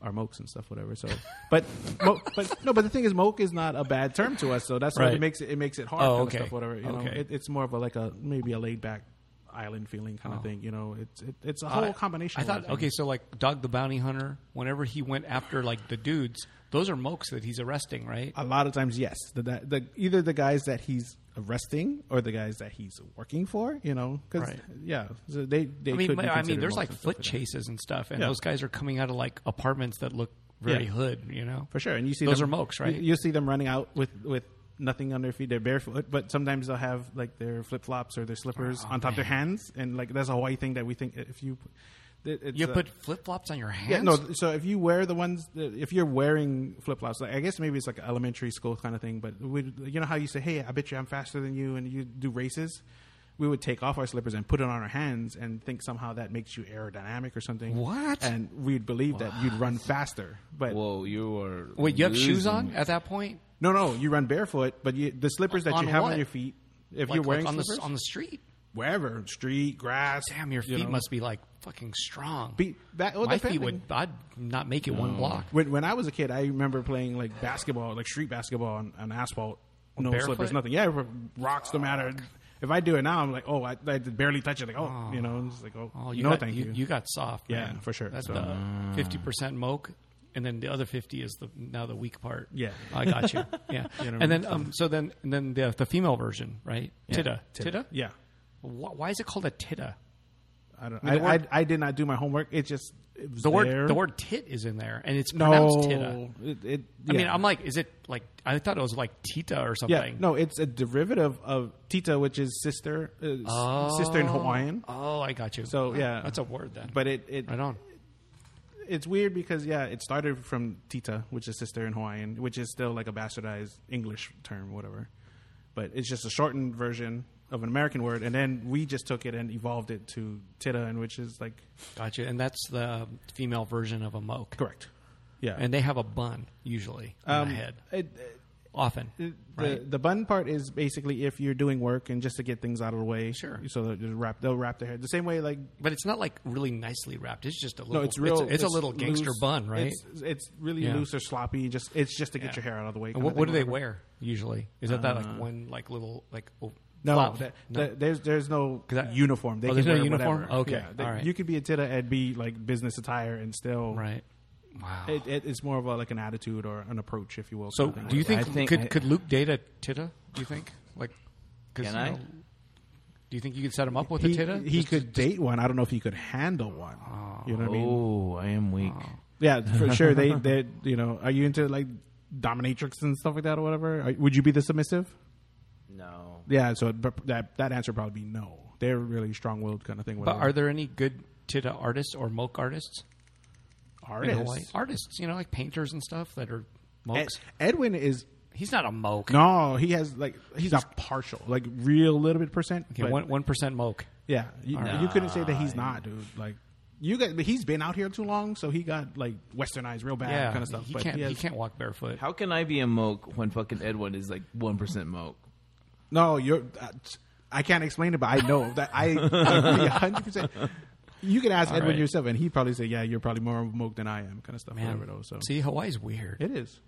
Speaker 3: are mokes and stuff, whatever. So, but mo- but no, but the thing is, moke is not a bad term to us. So that's why
Speaker 2: Right.
Speaker 3: it makes it it makes it hard
Speaker 2: Oh,
Speaker 3: kind
Speaker 2: okay.
Speaker 3: of stuff, whatever. You know,
Speaker 2: Okay.
Speaker 3: it, it's more of a like a maybe a laid back island feeling kind of thing. You know, it's it, it's a whole
Speaker 2: Oh. I-
Speaker 3: combination.
Speaker 2: I
Speaker 3: of a lot
Speaker 2: thought,
Speaker 3: of
Speaker 2: okay,
Speaker 3: things.
Speaker 2: so like Dog the Bounty Hunter, whenever he went after like the dudes, those are mokes that he's arresting, right?
Speaker 3: a lot of times, yes, the, the, the either the guys that he's arresting or the guys that he's working for. You know, because
Speaker 2: Right.
Speaker 3: yeah, so they they
Speaker 2: I mean,
Speaker 3: could be
Speaker 2: but- I mean,
Speaker 3: considered
Speaker 2: there's
Speaker 3: monks
Speaker 2: like foot
Speaker 3: and stuff that.
Speaker 2: chases and stuff, and
Speaker 3: Yeah.
Speaker 2: those guys are coming out of like apartments that look very
Speaker 3: Yeah.
Speaker 2: hood, you know?
Speaker 3: for sure. And you see
Speaker 2: Those
Speaker 3: them,
Speaker 2: are mokes, right?
Speaker 3: You, you'll see them running out with with nothing on their feet. They're barefoot, but sometimes they'll have like their flip flops or their slippers
Speaker 2: Oh,
Speaker 3: on top of their hands, and like that's a Hawaii thing that we think if you. It, it's
Speaker 2: You
Speaker 3: a-
Speaker 2: put flip flops on your hands?
Speaker 3: Yeah, no. So if you wear the ones, that, if you're wearing flip flops, like I guess maybe it's like elementary school kind of thing. But we, you know how you say, "Hey, I bet you I'm faster than you," and you do races. We would take off our slippers and put it on our hands and think somehow that makes you aerodynamic or something.
Speaker 2: What?
Speaker 3: And we'd believe that you'd run faster. But
Speaker 4: Whoa, you are.
Speaker 2: Wait, you have shoes
Speaker 4: losing
Speaker 2: on
Speaker 4: me.
Speaker 2: at that point?
Speaker 3: no, no, you run barefoot, but you, the slippers that
Speaker 2: On
Speaker 3: you have
Speaker 2: what?
Speaker 3: on your feet, if
Speaker 2: Like-
Speaker 3: you're wearing
Speaker 2: like on,
Speaker 3: slippers,
Speaker 2: the, on the street?
Speaker 3: wherever, street, grass.
Speaker 2: Damn, your feet
Speaker 3: you know.
Speaker 2: must be like fucking strong.
Speaker 3: Be- that- well,
Speaker 2: My feet
Speaker 3: depending.
Speaker 2: would, I'd not make it one block.
Speaker 3: When, when I was a kid, I remember playing like basketball, like street basketball on, on asphalt, no
Speaker 2: barefoot?
Speaker 3: slippers, nothing. Yeah, rocks no matter. If I do it now, I'm like, oh, I, I barely touch it. Like, oh, you know, it's like, oh,
Speaker 2: Oh, you
Speaker 3: no,
Speaker 2: got,
Speaker 3: thank
Speaker 2: you,
Speaker 3: you.
Speaker 2: you got soft.
Speaker 3: Yeah,
Speaker 2: man.
Speaker 3: for sure.
Speaker 2: That's
Speaker 3: So- um,
Speaker 2: the fifty percent moke, and then the other fifty is the now the weak part.
Speaker 3: Yeah.
Speaker 2: I got you. Yeah,
Speaker 3: know what I
Speaker 2: and then um, so then and then the the female version, right? Tita, tita.
Speaker 3: Yeah,
Speaker 2: Wh- Why is it called a tita?
Speaker 3: I don't.
Speaker 2: mean,
Speaker 3: I,
Speaker 2: the word-
Speaker 3: I, I did not do my homework. It just it was
Speaker 2: The
Speaker 3: there.
Speaker 2: word the word tit is in there, and it's pronounced tita.
Speaker 3: no. It, it,
Speaker 2: I mean,
Speaker 3: yeah.
Speaker 2: I'm like, is it like I thought it was like tita or
Speaker 3: Yeah,
Speaker 2: something?
Speaker 3: no, it's a derivative of Tita, which is sister, uh, s- sister in Hawaiian.
Speaker 2: Oh, I got you.
Speaker 3: So,
Speaker 2: Oh,
Speaker 3: yeah.
Speaker 2: that's a word then.
Speaker 3: But it, it
Speaker 2: right on.
Speaker 3: it's weird because yeah, it started from Tita, which is sister in Hawaiian, which is still like a bastardized English term, whatever. But it's just a shortened version of an American word, and then we just took it and evolved it to Tita, and which is like
Speaker 2: Got you. And that's the female version of a moke.
Speaker 3: correct. Yeah,
Speaker 2: And they have a bun usually
Speaker 3: Um,
Speaker 2: on the head.
Speaker 3: It,
Speaker 2: often.
Speaker 3: it-
Speaker 2: right?
Speaker 3: The, the bun part is basically if you're doing work and just to get things out of the way.
Speaker 2: Sure.
Speaker 3: So they'll just wrap they'll wrap their hair the same way like
Speaker 2: but it's not like really nicely wrapped. It's just a little.
Speaker 3: no, it's real.
Speaker 2: It's, a little gangster
Speaker 3: loose.
Speaker 2: bun, right?
Speaker 3: It's, it's really
Speaker 2: Yeah.
Speaker 3: loose or sloppy. Just it's just to get
Speaker 2: Yeah.
Speaker 3: your hair out of the way.
Speaker 2: And
Speaker 3: kinda
Speaker 2: what, what do
Speaker 3: thing,
Speaker 2: they
Speaker 3: whatever.
Speaker 2: wear usually? Is that that like one like little like oh,
Speaker 3: Uh, No,
Speaker 2: flop?
Speaker 3: that-
Speaker 2: No.
Speaker 3: that- there's there's no
Speaker 2: 'Cause I-
Speaker 3: uniform. They
Speaker 2: Oh,
Speaker 3: can
Speaker 2: there's no
Speaker 3: wear
Speaker 2: uniform?
Speaker 3: whatever.
Speaker 2: Okay,
Speaker 3: Yeah, they-
Speaker 2: all right.
Speaker 3: You could be a titta and be like business attire and still
Speaker 2: right? Wow.
Speaker 3: It, it, it's more of a, like an attitude or an approach, if you will.
Speaker 2: so
Speaker 3: kind of
Speaker 2: do you
Speaker 3: thing.
Speaker 2: think,
Speaker 4: I think
Speaker 2: could
Speaker 4: I-
Speaker 2: could Luke date a titta? Do you think like? 'cause,
Speaker 4: Can
Speaker 2: you
Speaker 4: I?
Speaker 2: know, do you think you could set him up with a
Speaker 3: he,
Speaker 2: titta?
Speaker 3: he could date one? I don't know if he could handle one. you know what I mean?
Speaker 4: Oh, I am weak.
Speaker 3: Yeah, for sure. They they you know are you into like dominatrix and stuff like that or whatever? Are, would you be the submissive?
Speaker 4: No.
Speaker 3: Yeah. So but that that answer would probably be no. They're really strong willed kind of thing.
Speaker 2: but
Speaker 3: whatever.
Speaker 2: are there any good titta artists or moke artists? in Hawaii?
Speaker 3: artists?
Speaker 2: Artists, you know, like painters and stuff that are
Speaker 3: Ed,
Speaker 2: mokes.
Speaker 3: Edwin is
Speaker 2: He's not a moke.
Speaker 3: No, he has like he's a partial, like real little bit percent.
Speaker 2: okay,
Speaker 3: but-
Speaker 2: one one percent moke.
Speaker 3: yeah, you, you couldn't say that he's not, dude. Like you got, but he's been out here too long, so he got like westernized real bad
Speaker 2: Yeah,
Speaker 3: kind of stuff.
Speaker 2: He
Speaker 3: but
Speaker 2: can't.
Speaker 3: he has-
Speaker 2: he can't walk barefoot.
Speaker 4: How can I be a moke when fucking Edwin is like one percent moke?
Speaker 3: No, you're. Uh, I can't explain it, but I know that I agree hundred percent. You could ask
Speaker 4: All
Speaker 3: Edwin
Speaker 4: right.
Speaker 3: yourself, and he probably say, "Yeah, you're probably more woke than I am," kind of stuff.
Speaker 2: Man,
Speaker 3: whatever, though. So
Speaker 2: see, Hawaii's weird.
Speaker 3: it is.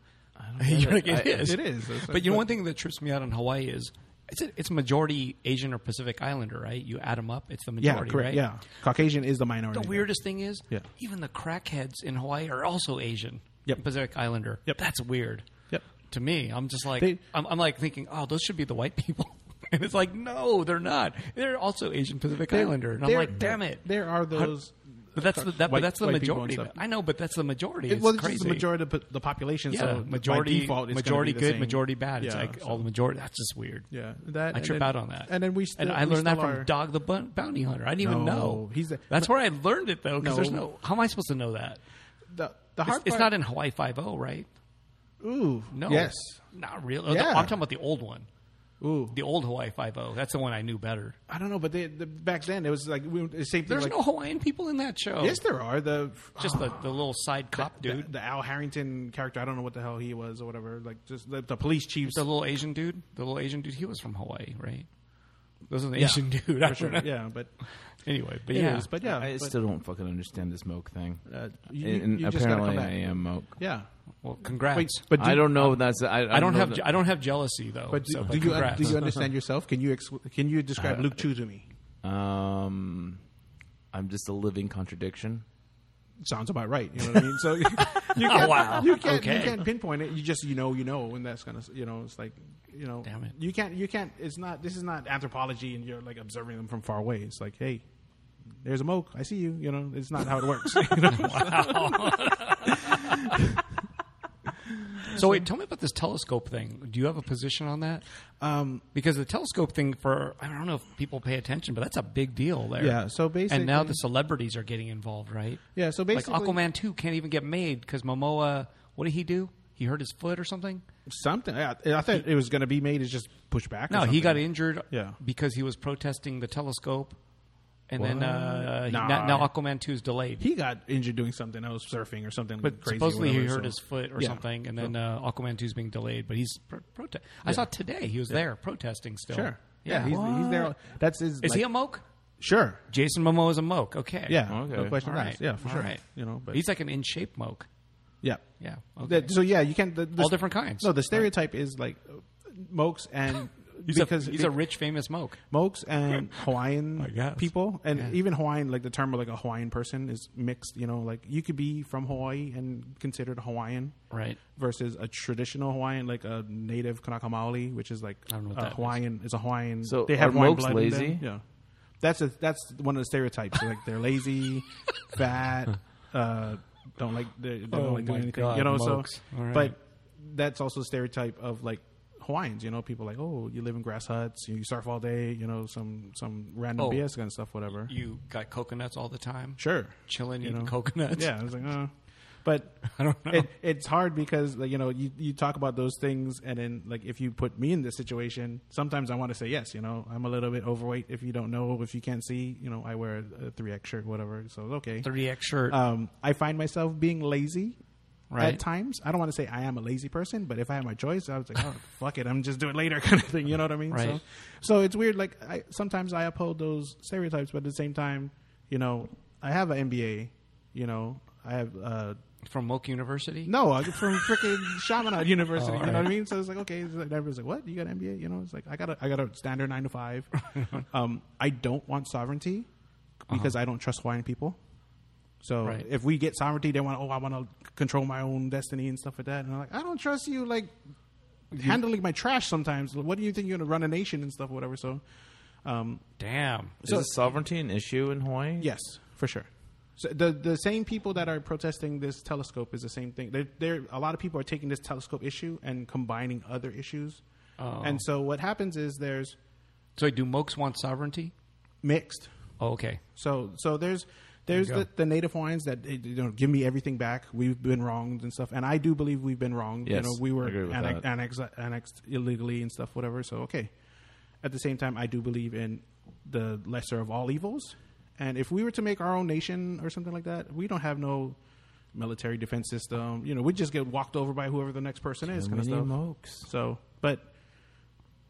Speaker 2: You're like, it
Speaker 3: I-
Speaker 2: is.
Speaker 3: it is. It's
Speaker 2: but
Speaker 3: like-
Speaker 2: you know,
Speaker 3: but-
Speaker 2: one thing that trips me out on Hawaii is it's a, it's majority Asian or Pacific Islander, right? You add them up, it's the
Speaker 3: Yeah,
Speaker 2: majority,
Speaker 3: correct.
Speaker 2: right?
Speaker 3: Yeah, Caucasian is the minority.
Speaker 2: The
Speaker 3: there.
Speaker 2: weirdest thing is,
Speaker 3: Yeah.
Speaker 2: even the crackheads in Hawaii are also Asian,
Speaker 3: Yep.
Speaker 2: and Pacific Islander.
Speaker 3: Yep.
Speaker 2: That's weird.
Speaker 3: Yep.
Speaker 2: To me, I'm just like
Speaker 3: They-
Speaker 2: I'm, I'm like thinking, oh, those should be the white people, and it's like, no, they're not. They're also Asian Pacific Islander, and I'm
Speaker 3: There-
Speaker 2: like, damn it.
Speaker 3: There are those.
Speaker 2: But that's the that, but
Speaker 3: white-
Speaker 2: that's the
Speaker 3: white people and
Speaker 2: majority.
Speaker 3: stuff.
Speaker 2: I know, but that's the majority.
Speaker 3: It
Speaker 2: it's
Speaker 3: was
Speaker 2: crazy.
Speaker 3: just the majority of the- the population.
Speaker 2: Yeah,
Speaker 3: so
Speaker 2: majority
Speaker 3: by default, it's gonna
Speaker 2: majority
Speaker 3: be the
Speaker 2: good,
Speaker 3: same.
Speaker 2: majority bad. It's
Speaker 3: Yeah,
Speaker 2: like
Speaker 3: so-
Speaker 2: all the majority. That's just weird.
Speaker 3: Yeah, that
Speaker 2: I
Speaker 3: and
Speaker 2: trip
Speaker 3: then-
Speaker 2: out on that.
Speaker 3: And then we still,
Speaker 2: and I
Speaker 3: we
Speaker 2: learned that
Speaker 3: still
Speaker 2: from
Speaker 3: are-
Speaker 2: Dog the Bun- Bounty Hunter. I didn't even
Speaker 3: No,
Speaker 2: know.
Speaker 3: he's the-
Speaker 2: That's where I learned it though. Because
Speaker 3: No.
Speaker 2: there's no. How am I supposed to know that?
Speaker 3: The, the
Speaker 2: It's,
Speaker 3: hard
Speaker 2: it's
Speaker 3: part-
Speaker 2: not in Hawaii Five O, right?
Speaker 3: Ooh,
Speaker 2: No.
Speaker 3: Yes.
Speaker 2: Not really.
Speaker 3: Yeah.
Speaker 2: I'm talking about the old one,
Speaker 3: Ooh,
Speaker 2: the old Hawaii Five O. That's the one I knew better.
Speaker 3: I don't know, but they, the, back then it was like we, the same thing.
Speaker 2: There's
Speaker 3: like,
Speaker 2: no Hawaiian people in that show.
Speaker 3: Yes, there are the
Speaker 2: just the, the little side cop
Speaker 3: the,
Speaker 2: dude,
Speaker 3: the Al Harrington character. I don't know what the hell he was or whatever. Like just the, the police chiefs.
Speaker 2: the little Asian dude, the little Asian dude. He was from Hawaii, right? This is an Asian dude. I
Speaker 3: for
Speaker 2: don't
Speaker 3: sure.
Speaker 2: know.
Speaker 3: yeah, but
Speaker 2: Anyway, but
Speaker 3: yeah,
Speaker 2: yeah,
Speaker 3: but yeah,
Speaker 4: I
Speaker 3: but,
Speaker 4: still don't fucking understand this moke thing.
Speaker 3: uh, you, you-
Speaker 4: and
Speaker 3: you just gotta
Speaker 4: apparently,
Speaker 3: come back.
Speaker 4: I am moke.
Speaker 3: Yeah,
Speaker 2: well, congrats.
Speaker 3: wait, but do,
Speaker 4: I don't know. if that's I,
Speaker 2: I don't
Speaker 4: know
Speaker 2: have
Speaker 4: that-
Speaker 2: I don't have jealousy though.
Speaker 3: But do,
Speaker 2: so,
Speaker 3: do you
Speaker 2: congrats.
Speaker 3: do you understand yourself? Can you ex- can you describe
Speaker 4: Uh,
Speaker 3: Luke Chu to me?
Speaker 4: Um, I'm just a living contradiction.
Speaker 3: Sounds about right. You know what I mean? So you can't,
Speaker 2: Oh, wow.
Speaker 3: you, can't you
Speaker 2: Okay.
Speaker 3: can't pinpoint it. You just you know you know, and that's kind of you know it's like you know
Speaker 2: Damn it.
Speaker 3: you can't you can't. It's not this is not anthropology, and you're like observing them from far away. It's like hey, there's a moke. I see you. You know it's not how it works. You know?
Speaker 2: so wait, tell me about this telescope thing. Do you have a position on that?
Speaker 3: um,
Speaker 2: Because the telescope thing for I don't know if people pay attention, but that's a big deal there.
Speaker 3: Yeah, so
Speaker 2: and now
Speaker 3: basically-
Speaker 2: the celebrities are getting involved, right?
Speaker 3: yeah. So basically,
Speaker 2: like Aquaman two can't even get made because Momoa. What did he do? He hurt his foot or something.
Speaker 3: something. I, I thought it was going to be made is just push back. or
Speaker 2: No, he
Speaker 3: something.
Speaker 2: got injured
Speaker 3: Yeah. because
Speaker 2: because he was protesting the telescope. And then uh,
Speaker 3: he- Nah. now-
Speaker 2: now,
Speaker 3: now
Speaker 2: Aquaman 2 is delayed.
Speaker 3: He got injured doing something else, surfing or something.
Speaker 2: but
Speaker 3: crazy
Speaker 2: supposedly he
Speaker 3: whatever,
Speaker 2: hurt
Speaker 3: so-
Speaker 2: his foot or
Speaker 3: uh, Yeah.
Speaker 2: something, and then uh, Aquaman 2 is being delayed. But he's pro- protest. I saw today he was there protesting still.
Speaker 3: Sure. Yeah,
Speaker 2: Yeah.
Speaker 3: he's, he's there. That's his.
Speaker 2: is
Speaker 3: like-
Speaker 2: he a moke?
Speaker 3: Sure.
Speaker 2: Jason Momoa is a moke. Okay.
Speaker 3: Yeah.
Speaker 4: Okay.
Speaker 3: No question
Speaker 2: All right.
Speaker 3: asked. Yeah, for
Speaker 2: All
Speaker 3: sure.
Speaker 2: right.
Speaker 3: You know, but
Speaker 2: he's like an in shape moke.
Speaker 3: yeah.
Speaker 2: Yeah. Okay.
Speaker 3: That- so yeah, you can the, the,
Speaker 2: All different kinds.
Speaker 3: No, the stereotype is like uh, mokes and
Speaker 2: he's
Speaker 3: because
Speaker 2: a, he's a rich, famous moke.
Speaker 3: mokes and
Speaker 2: I
Speaker 3: Hawaiian
Speaker 2: guess.
Speaker 3: people, and even Hawaiian, like the term of like a Hawaiian person is mixed. You know, like you could be from Hawaii and considered Hawaiian,
Speaker 2: Right.
Speaker 3: Versus a traditional Hawaiian, like a native Kanaka Maoli, which is like
Speaker 2: I don't know what
Speaker 3: a
Speaker 2: that is.
Speaker 3: Hawaiian is a Hawaiian.
Speaker 4: So
Speaker 3: they have
Speaker 4: are
Speaker 3: Hawaiian
Speaker 4: mokes
Speaker 3: blood in them.
Speaker 4: lazy?
Speaker 3: Yeah, that's a, that's one of the stereotypes. like they're lazy, fat, uh, don't like they, they
Speaker 2: Oh
Speaker 3: don't
Speaker 2: my
Speaker 3: like doing anything.
Speaker 2: God,
Speaker 3: you know,
Speaker 2: mokes.
Speaker 3: so
Speaker 2: All right.
Speaker 3: but that's also a stereotype of like Hawaiians. You know, people like oh, you live in grass huts, you surf all day. You know, some some random
Speaker 2: Oh.
Speaker 3: BS kind of stuff, whatever.
Speaker 2: You got coconuts all the time.
Speaker 3: Sure,
Speaker 2: Chilling,
Speaker 3: You
Speaker 2: eating
Speaker 3: know?
Speaker 2: coconuts.
Speaker 3: Yeah, I was like, oh. but
Speaker 2: I don't know.
Speaker 3: It, it's hard because like, you know you, you talk about those things, and then like if you put me in this situation, sometimes I want to say yes. You know, I'm a little bit overweight. If you don't know, if you can't see, you know, I wear a three X shirt, whatever. So it's okay.
Speaker 2: 3X shirt.
Speaker 3: Um, I find myself being lazy.
Speaker 2: Right.
Speaker 3: At times, I don't want to say I am a lazy person, but if I had my choice, I was like, "Oh, fuck it, I'm just do it later," kind of thing. You know what I mean? So,
Speaker 2: Right.
Speaker 3: so it's weird. Like I, sometimes I uphold those stereotypes, but at the same time, you know, I have an MBA. You know, I have uh,
Speaker 2: from Moke University?
Speaker 3: no, I'm from freaking Chaminade University.
Speaker 2: Oh,
Speaker 3: you know
Speaker 2: all
Speaker 3: what I mean? So it's like, okay, it's like, everybody's like, what? You got an MBA? You know, it's like I got a, I got a standard nine to five. um, I don't want sovereignty because I don't trust Hawaiian people. So
Speaker 2: Uh-huh. Right.
Speaker 3: if we get sovereignty, they want, oh, I want to control my own destiny and stuff like that. And I'm like, I don't trust you, like handling my trash sometimes. What do you think you're going to run a nation and stuff, whatever? So, um,
Speaker 2: Damn.
Speaker 3: So-
Speaker 4: is sovereignty an issue in Hawaii?
Speaker 3: Yes, for sure. So the the same people that are protesting this telescope is the same thing. There, there a lot of people are taking this telescope issue and combining other issues.
Speaker 2: Oh.
Speaker 3: And so what happens is there's
Speaker 2: So do Mokes want sovereignty?
Speaker 3: mixed.
Speaker 2: Oh, okay.
Speaker 3: So so there's there's
Speaker 2: There you
Speaker 3: the,
Speaker 2: go.
Speaker 3: the native Hawaiians that eh, you know give me everything back. We've been wronged and stuff, and I do believe we've been wronged. you
Speaker 4: Yes,
Speaker 3: know, we
Speaker 4: I
Speaker 3: were
Speaker 4: agree with
Speaker 3: annex,
Speaker 4: that.
Speaker 3: annexed annexed illegally and stuff, whatever. So okay. At the same time, I do believe in the lesser of all evils, and if we were to make our own nation or something like that, we don't have no military defense system. You know, we just get walked over by whoever the next person is, kind of
Speaker 4: Many
Speaker 3: stuff.
Speaker 4: mokes.
Speaker 3: So, but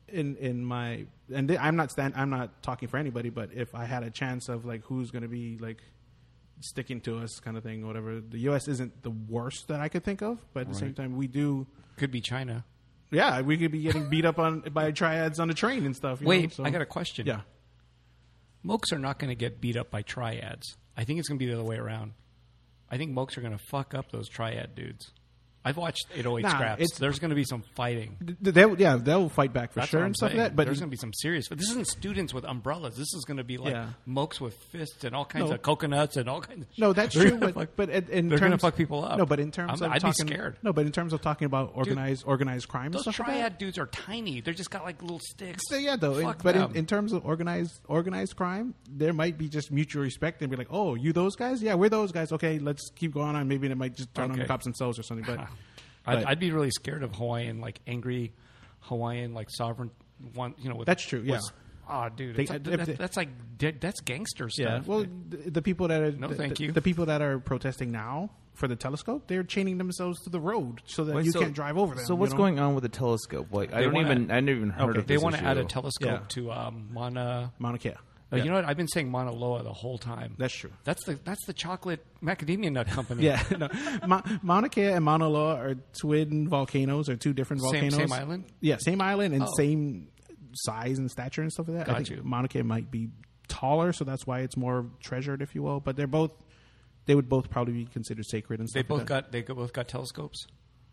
Speaker 3: in in my and th- I'm not stand I'm not talking for anybody, but if I had a chance of like who's going to be like sticking to us kind of thing, whatever. The U.S. isn't the worst that I could think of, but at the same time, we do.
Speaker 2: Could be China.
Speaker 3: Yeah, we could be getting beat up on by triads on the train and stuff. you
Speaker 2: Wait,
Speaker 3: know, so-
Speaker 2: I got a question.
Speaker 3: Yeah,
Speaker 2: Mokes are not going to get beat up by triads. I think it's going to be the other way around. I think Mokes are going to fuck up those triad dudes. I've watched 808
Speaker 3: Nah,
Speaker 2: Scraps.
Speaker 3: it's-
Speaker 2: There's going to be some fighting.
Speaker 3: Th- they, yeah, they'll fight back for
Speaker 2: That's
Speaker 3: sure
Speaker 2: what I'm
Speaker 3: and stuff like
Speaker 2: saying.
Speaker 3: that. But
Speaker 2: there's going to be some serious. But this isn't students with umbrellas. This is going to be like
Speaker 3: Yeah.
Speaker 2: mokes with fists and all kinds
Speaker 3: No.
Speaker 2: of coconuts and all kinds. Of
Speaker 3: No, that's
Speaker 2: They're
Speaker 3: true.
Speaker 2: gonna
Speaker 3: But,
Speaker 2: fuck-
Speaker 3: but in, in
Speaker 2: they're
Speaker 3: terms,
Speaker 2: gonna fuck people up.
Speaker 3: No, but in terms
Speaker 2: I'm-
Speaker 3: of
Speaker 2: I'd be
Speaker 3: talking,
Speaker 2: scared.
Speaker 3: No, but in terms of talking about organized organized crime and
Speaker 2: those
Speaker 3: stuff like that,
Speaker 2: triad dudes are tiny. They're just got like little sticks.
Speaker 3: So, yeah, though. in-
Speaker 2: Fuck
Speaker 3: but
Speaker 2: them.
Speaker 3: in, in terms of organized organized crime, there might be just mutual respect and be like, "Oh, you those guys? Yeah, we're those guys. Okay, let's keep going on. Maybe they might just turn on the
Speaker 2: Okay.
Speaker 3: cops themselves or something."
Speaker 2: I'd,
Speaker 3: But but-
Speaker 2: I'd be really scared of Hawaiian, like angry Hawaiian, like sovereign one. You know, with,
Speaker 3: That's true, yeah.
Speaker 2: Oh, dude,
Speaker 3: They-
Speaker 2: it's like-
Speaker 3: if
Speaker 2: that-
Speaker 3: they-
Speaker 2: that's like that's gangster
Speaker 3: yeah,
Speaker 2: stuff.
Speaker 3: Uh, well, the, the people that are
Speaker 2: No,
Speaker 3: the,
Speaker 2: thank
Speaker 3: the-
Speaker 2: you.
Speaker 3: The people that are protesting now for the telescope, they're chaining themselves to the road so that
Speaker 4: Wait,
Speaker 3: you
Speaker 4: so-
Speaker 3: can't drive over them.
Speaker 4: So
Speaker 3: you
Speaker 4: what's
Speaker 3: know?
Speaker 4: going on with the telescope? Like, I
Speaker 2: They
Speaker 4: don't
Speaker 2: wanna-
Speaker 4: even I never even heard of
Speaker 2: they
Speaker 4: this
Speaker 2: want to add a
Speaker 4: issue.
Speaker 2: telescope
Speaker 3: Yeah.
Speaker 2: to um, Mauna.
Speaker 3: Mauna Kea?
Speaker 2: Oh, You know what? I've been saying Mauna Loa the whole time.
Speaker 3: That's true.
Speaker 2: That's the that's the chocolate macadamia nut company.
Speaker 3: Yeah, no. Ma- Mauna Kea and Mauna Loa are twin volcanoes or two different
Speaker 2: Same-
Speaker 3: volcanoes.
Speaker 2: same island?
Speaker 3: Yeah, same island and
Speaker 2: Oh.
Speaker 3: same size and stature and stuff like that. I
Speaker 2: Got
Speaker 3: think
Speaker 2: you.
Speaker 3: Mauna Kea might be taller, so that's why it's more treasured, if you will. But they're both. They would both probably be considered sacred and stuff.
Speaker 2: They both
Speaker 3: like that.
Speaker 2: got they go- both got telescopes.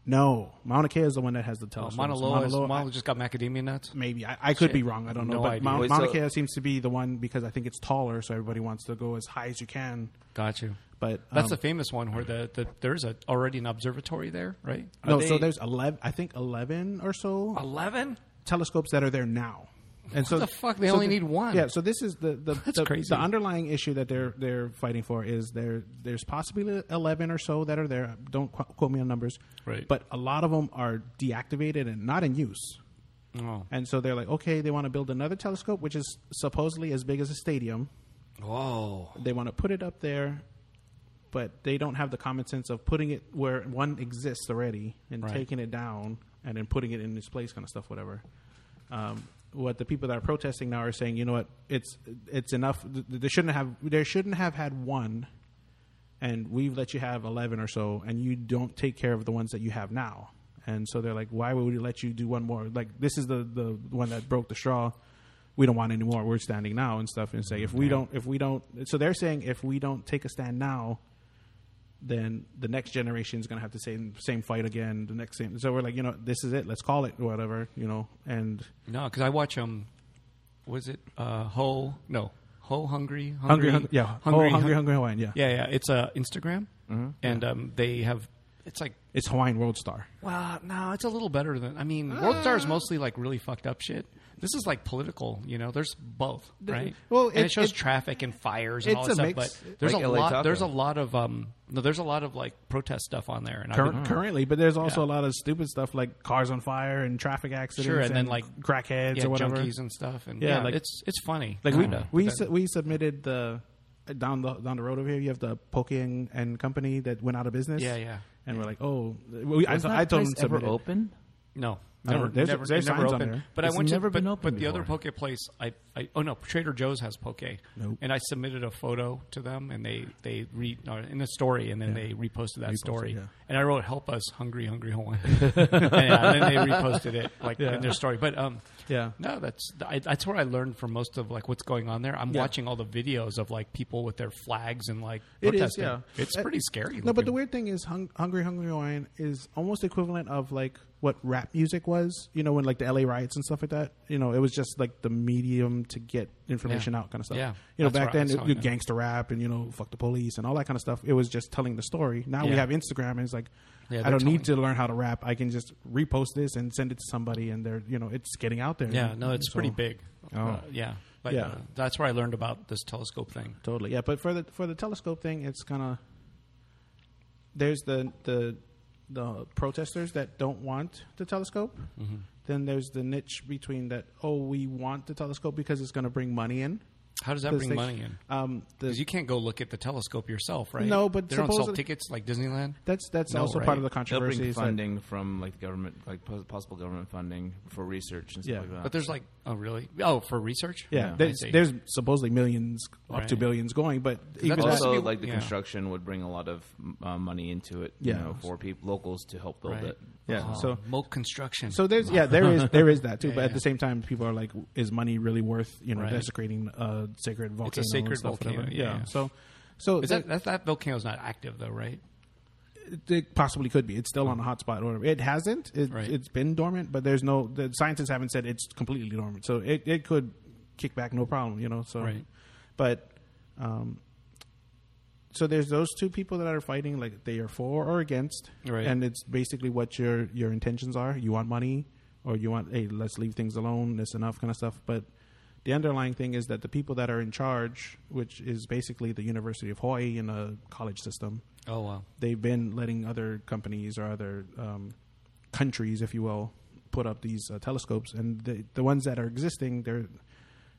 Speaker 3: no. Mauna Kea is the one that has the
Speaker 2: Oh,
Speaker 3: telescope.
Speaker 2: Mauna
Speaker 3: So
Speaker 2: Loa, is,
Speaker 3: Loa-
Speaker 2: Mauna just got macadamia nuts.
Speaker 3: maybe I, I could
Speaker 2: Shit.
Speaker 3: be wrong. I don't know.
Speaker 2: No
Speaker 3: but
Speaker 2: idea.
Speaker 3: Mount,
Speaker 4: Wait,
Speaker 3: Mauna
Speaker 4: so-
Speaker 3: Kea seems to be the one because I think it's taller, so everybody wants to go as high as you can.
Speaker 2: Got you.
Speaker 3: But
Speaker 2: That's
Speaker 3: um,
Speaker 2: the famous one where the, the there's a, already an observatory there, right?
Speaker 3: no.
Speaker 4: Are
Speaker 3: so
Speaker 4: they-
Speaker 3: there's eleven. I think eleven or so
Speaker 2: Eleven.
Speaker 3: telescopes that are there now. And so
Speaker 2: Oh. the fuck? They
Speaker 3: so
Speaker 2: only need one.
Speaker 3: Yeah, so this is the the,
Speaker 2: That's
Speaker 3: the,
Speaker 2: crazy.
Speaker 3: the underlying issue that they're they're fighting for is there there's possibly 11 or so that are there. Don't qu- quote me on numbers.
Speaker 2: Right.
Speaker 3: But a lot of them are deactivated and not in use.
Speaker 2: Oh.
Speaker 3: And so they're like, okay, they want to build another telescope which is supposedly as big as a stadium.
Speaker 2: Whoa.
Speaker 3: They want to put it up there, but they don't have the common sense of putting it where one exists already and
Speaker 2: Right.
Speaker 3: taking it down and then putting it in its place, kind of stuff, whatever. Um, what the people that are protesting now are saying, you know what, it's it's enough. Th- They shouldn't have they shouldn't have had one, and we've let you have eleven or so, and you don't take care of the ones that you have now. And so they're like, why would we let you do one more? Like this is the the one that broke the straw. We don't want any more. We're standing now and stuff, and say if we don't if we don't. So they're saying if we don't take a stand now, then the next generation is going to have the same same fight again. The next same. So we're like, you know, this is it. Let's call it whatever, you know. And
Speaker 2: No, because I watch um, was it uh, ho? No, ho hungry,
Speaker 3: hungry, hungry yeah, hungry, oh, hungry, Mm-hmm. hungry Hawaiian, yeah.
Speaker 2: Yeah, yeah. It's uh, Instagram, and um, they have. It's like
Speaker 3: It's Hawaiian World Star.
Speaker 2: Well, no, it's a little better than. I mean, World Star is
Speaker 3: Ah.
Speaker 2: mostly like really fucked up shit. This is like political, you know. There's both, right?
Speaker 3: well,
Speaker 2: and it,
Speaker 3: it-
Speaker 2: shows
Speaker 3: it-
Speaker 2: traffic and fires and all that
Speaker 3: it's
Speaker 2: stuff.
Speaker 3: a mix.
Speaker 2: But there's
Speaker 4: Like
Speaker 2: a
Speaker 4: LA
Speaker 2: lot.
Speaker 4: Taco.
Speaker 2: There's a lot of um. No, there's a lot of like protest stuff on there, and I've
Speaker 3: Cur-
Speaker 2: been,
Speaker 3: Currently, but there's also a lot of stupid stuff like cars on fire and traffic accidents,
Speaker 2: Sure, and then, like,
Speaker 3: crackheads
Speaker 2: yeah,
Speaker 3: or whatever.
Speaker 2: junkies and stuff, and yeah,
Speaker 3: Yeah, like-
Speaker 2: it's it's funny.
Speaker 3: Like we
Speaker 2: kinda.
Speaker 3: we,
Speaker 2: But-
Speaker 3: su- we submitted the down the down the road over here. You have the Poke and, and company that went out of business.
Speaker 2: Yeah, yeah.
Speaker 3: And we're like, oh, we, I,
Speaker 4: Was that
Speaker 3: I told
Speaker 4: place
Speaker 3: them to submit
Speaker 4: ever
Speaker 3: it.
Speaker 4: open?
Speaker 2: No,
Speaker 3: I don't
Speaker 2: never.
Speaker 3: know. There's-
Speaker 2: never,
Speaker 3: there's
Speaker 2: it never
Speaker 3: signs on
Speaker 2: opened.
Speaker 3: there.
Speaker 2: But I
Speaker 4: It's
Speaker 2: went
Speaker 4: never
Speaker 2: to, but,
Speaker 4: been open
Speaker 2: But the other
Speaker 4: before.
Speaker 2: poke place, I, I oh no, Trader Joe's has poke, and I submitted a photo to them, and they they re no, in a story, and then they reposted that story,
Speaker 3: yeah.
Speaker 2: and I wrote "Help us, hungry, hungry Hawaiian," and, yeah, and then they reposted it like in their story. But um,
Speaker 3: Yeah.
Speaker 2: no, that's I, that's where I learned from most of like what's going on there. I'm watching all the videos of like people with their flags and like
Speaker 3: It is,
Speaker 2: protesting.
Speaker 3: yeah.
Speaker 2: It's
Speaker 3: Uh,
Speaker 2: pretty scary.
Speaker 3: No, but the
Speaker 2: looking.
Speaker 3: weird thing is, hung, "Hungry Hungry Hawaiian" is almost equivalent of like what rap music was. You know, when like the L.A. riots and stuff like that. You know, it was just like the medium to get information
Speaker 2: Yeah.
Speaker 3: out, kind of stuff.
Speaker 2: Yeah.
Speaker 3: You know,
Speaker 2: That's
Speaker 3: back
Speaker 2: where I
Speaker 3: then
Speaker 2: saw
Speaker 3: it,
Speaker 2: it,
Speaker 3: you
Speaker 2: yeah.
Speaker 3: gangster rap and you know, fuck the police and all that kind of stuff. It was just telling the story. Now we
Speaker 2: Yeah.
Speaker 3: have Instagram, and it's like.
Speaker 2: Yeah,
Speaker 3: I
Speaker 2: they're
Speaker 3: don't need to learn how to rap. I can just repost this and send it to somebody, and they're you know it's getting out there.
Speaker 2: Yeah, no, it's
Speaker 3: So- Oh.
Speaker 2: pretty big. Uh, yeah, but
Speaker 3: Yeah.
Speaker 2: Uh, that's where I learned about this telescope thing.
Speaker 3: Totally, yeah. But for the for the telescope thing, it's kind of there's the the the protesters that don't want the telescope.
Speaker 2: Mm-hmm.
Speaker 3: Then there's the niche between that. Oh, we want the telescope because it's going to bring money in.
Speaker 2: How does that
Speaker 3: those
Speaker 2: bring
Speaker 3: things.
Speaker 2: money in?
Speaker 3: Um, the,
Speaker 2: Because you can't go look at the telescope yourself, right?
Speaker 3: No, but
Speaker 2: they don't sell
Speaker 3: supposedly-
Speaker 2: tickets like Disneyland.
Speaker 3: that's that's
Speaker 2: No,
Speaker 3: also
Speaker 2: right.
Speaker 3: part of the
Speaker 4: They'll
Speaker 3: controversy.
Speaker 4: bring
Speaker 3: is that-
Speaker 4: funding from like the government, like pos- possible government funding for research and stuff
Speaker 3: Yeah.
Speaker 4: like that.
Speaker 2: But there's like, oh really? Oh, for research?
Speaker 3: yeah,
Speaker 4: Yeah.
Speaker 3: there's,
Speaker 2: I see.
Speaker 3: there's supposedly millions up to
Speaker 2: Right.
Speaker 3: billions going, but even
Speaker 2: that's
Speaker 3: that,
Speaker 4: also
Speaker 2: supposed to be-
Speaker 4: like the
Speaker 2: yeah.
Speaker 4: construction would bring a lot of uh, money into it,
Speaker 3: Yeah.
Speaker 4: you know, for people locals to help build
Speaker 2: Right.
Speaker 4: it.
Speaker 3: yeah.
Speaker 2: Oh,
Speaker 3: So
Speaker 2: Moke Construction.
Speaker 3: So there's yeah, there is there is that too.
Speaker 2: Yeah,
Speaker 3: but at
Speaker 2: yeah.
Speaker 3: the same time, people are like, is money really worth you know
Speaker 2: Right.
Speaker 3: desecrating a sacred volcano? and
Speaker 2: sacred
Speaker 3: stuff,
Speaker 2: volcano,
Speaker 3: whatever?
Speaker 2: yeah, yeah.
Speaker 3: So so
Speaker 2: is that that, that volcano's not active though, right?
Speaker 3: it, it possibly could be. It's still on a hot spot or whatever. It hasn't. It,
Speaker 2: Right.
Speaker 3: It's been dormant, but there's no. The scientists haven't said it's completely dormant. So it it could kick back no problem. You know. So
Speaker 2: Right.
Speaker 3: but. Um, so there's those two people that are fighting, like they are for or against,
Speaker 2: Right.
Speaker 3: and it's basically what your your intentions are. You want money, or you want hey, let's leave things alone. That's enough, kind of stuff. But the underlying thing is that the people that are in charge, which is basically the University of Hawaii and a college system,
Speaker 2: Oh wow.
Speaker 3: they've been letting other companies or other um, countries, if you will, put up these uh, telescopes, and the the ones that are existing, they're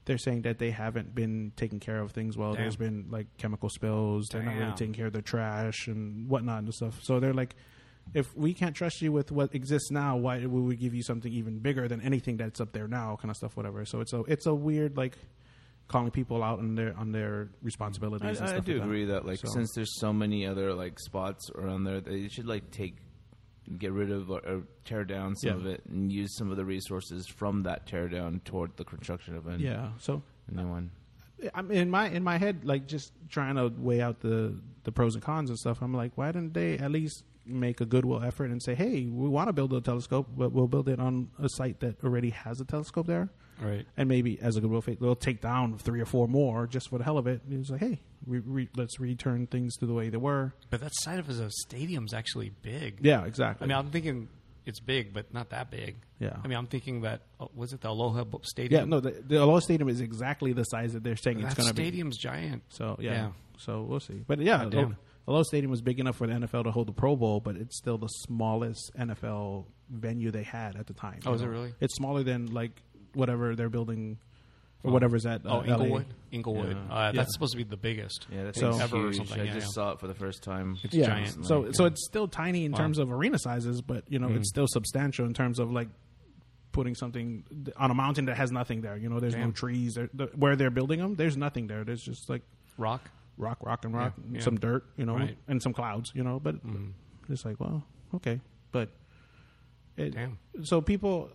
Speaker 3: they're saying that they haven't been taking care of things well.
Speaker 2: Damn.
Speaker 3: There's been like chemical spills. They're not really
Speaker 4: Damn.
Speaker 3: taking care of their trash and whatnot and stuff. So they're like, if we can't trust you with what exists now, why would we give you something even bigger than anything that's up there now? Kind of stuff, whatever. So it's a it's a weird like calling people out on their on their responsibilities. and
Speaker 4: I, I
Speaker 3: stuff
Speaker 4: do
Speaker 3: like
Speaker 4: agree that like
Speaker 3: So-
Speaker 4: since there's so many other like spots around there, they should like take, get rid of or, or tear down some
Speaker 3: Yeah.
Speaker 4: of it and use some of the resources from that tear down toward the construction of a
Speaker 3: Yeah. So
Speaker 4: a new one.
Speaker 3: I'm in my in my head, like just trying to weigh out the the pros and cons and stuff. I'm like, why didn't they at least make a goodwill effort and say, hey, we want to build a telescope, but we'll build it on a site that already has a telescope there,
Speaker 2: Right.
Speaker 3: and maybe as a goodwill, fa- they'll take down three or four more just for the hell of it. It was like, hey, we re- let's return things to the way they were.
Speaker 2: But that side of the stadium's actually big.
Speaker 3: Yeah, exactly.
Speaker 2: I mean, I'm thinking it's big, but not that big.
Speaker 3: Yeah.
Speaker 2: I mean, I'm thinking that oh, was it the Aloha Bo- Stadium?
Speaker 3: yeah, no, the, the Aloha Stadium is exactly the size that they're saying
Speaker 2: that
Speaker 3: it's going to be.
Speaker 2: stadium's giant.
Speaker 3: So yeah.
Speaker 2: Yeah.
Speaker 3: So we'll see. But yeah,
Speaker 2: Goddamn.
Speaker 3: Al- although Stadium was big enough for the NFL to hold the Pro Bowl, but it's still the smallest NFL venue they had at the time.
Speaker 2: Oh,
Speaker 3: you
Speaker 2: is it
Speaker 3: know?
Speaker 2: really?
Speaker 3: It's smaller than like whatever they're building or whatever's at uh,
Speaker 2: Oh,
Speaker 3: LA.
Speaker 2: Inglewood. Inglewood.
Speaker 4: Yeah.
Speaker 2: Uh,
Speaker 3: Yeah.
Speaker 2: That's supposed to be the biggest.
Speaker 4: Yeah, that's
Speaker 3: So-
Speaker 2: Ever or
Speaker 4: huge.
Speaker 2: something,
Speaker 4: I
Speaker 2: yeah,
Speaker 4: just
Speaker 2: yeah.
Speaker 4: saw it for the first time.
Speaker 2: It's
Speaker 3: Yeah.
Speaker 2: giant.
Speaker 3: So
Speaker 4: like,
Speaker 3: so
Speaker 4: yeah.
Speaker 3: it's still tiny in
Speaker 2: Wow. Mm.
Speaker 3: terms of arena sizes, but you know it's still substantial in terms of like putting something th- on a mountain that has nothing there. You know, there's no
Speaker 2: Damn.
Speaker 3: trees. There, the, where they're building them, there's nothing there. There's just like
Speaker 2: Rock.
Speaker 3: rock, rock, and rock,
Speaker 2: Yeah,
Speaker 3: and
Speaker 2: yeah.
Speaker 3: some dirt, you know,
Speaker 2: Right. Mm-hmm.
Speaker 3: and some clouds, you know. But it's like, well, okay, but it,
Speaker 2: Damn.
Speaker 3: so people,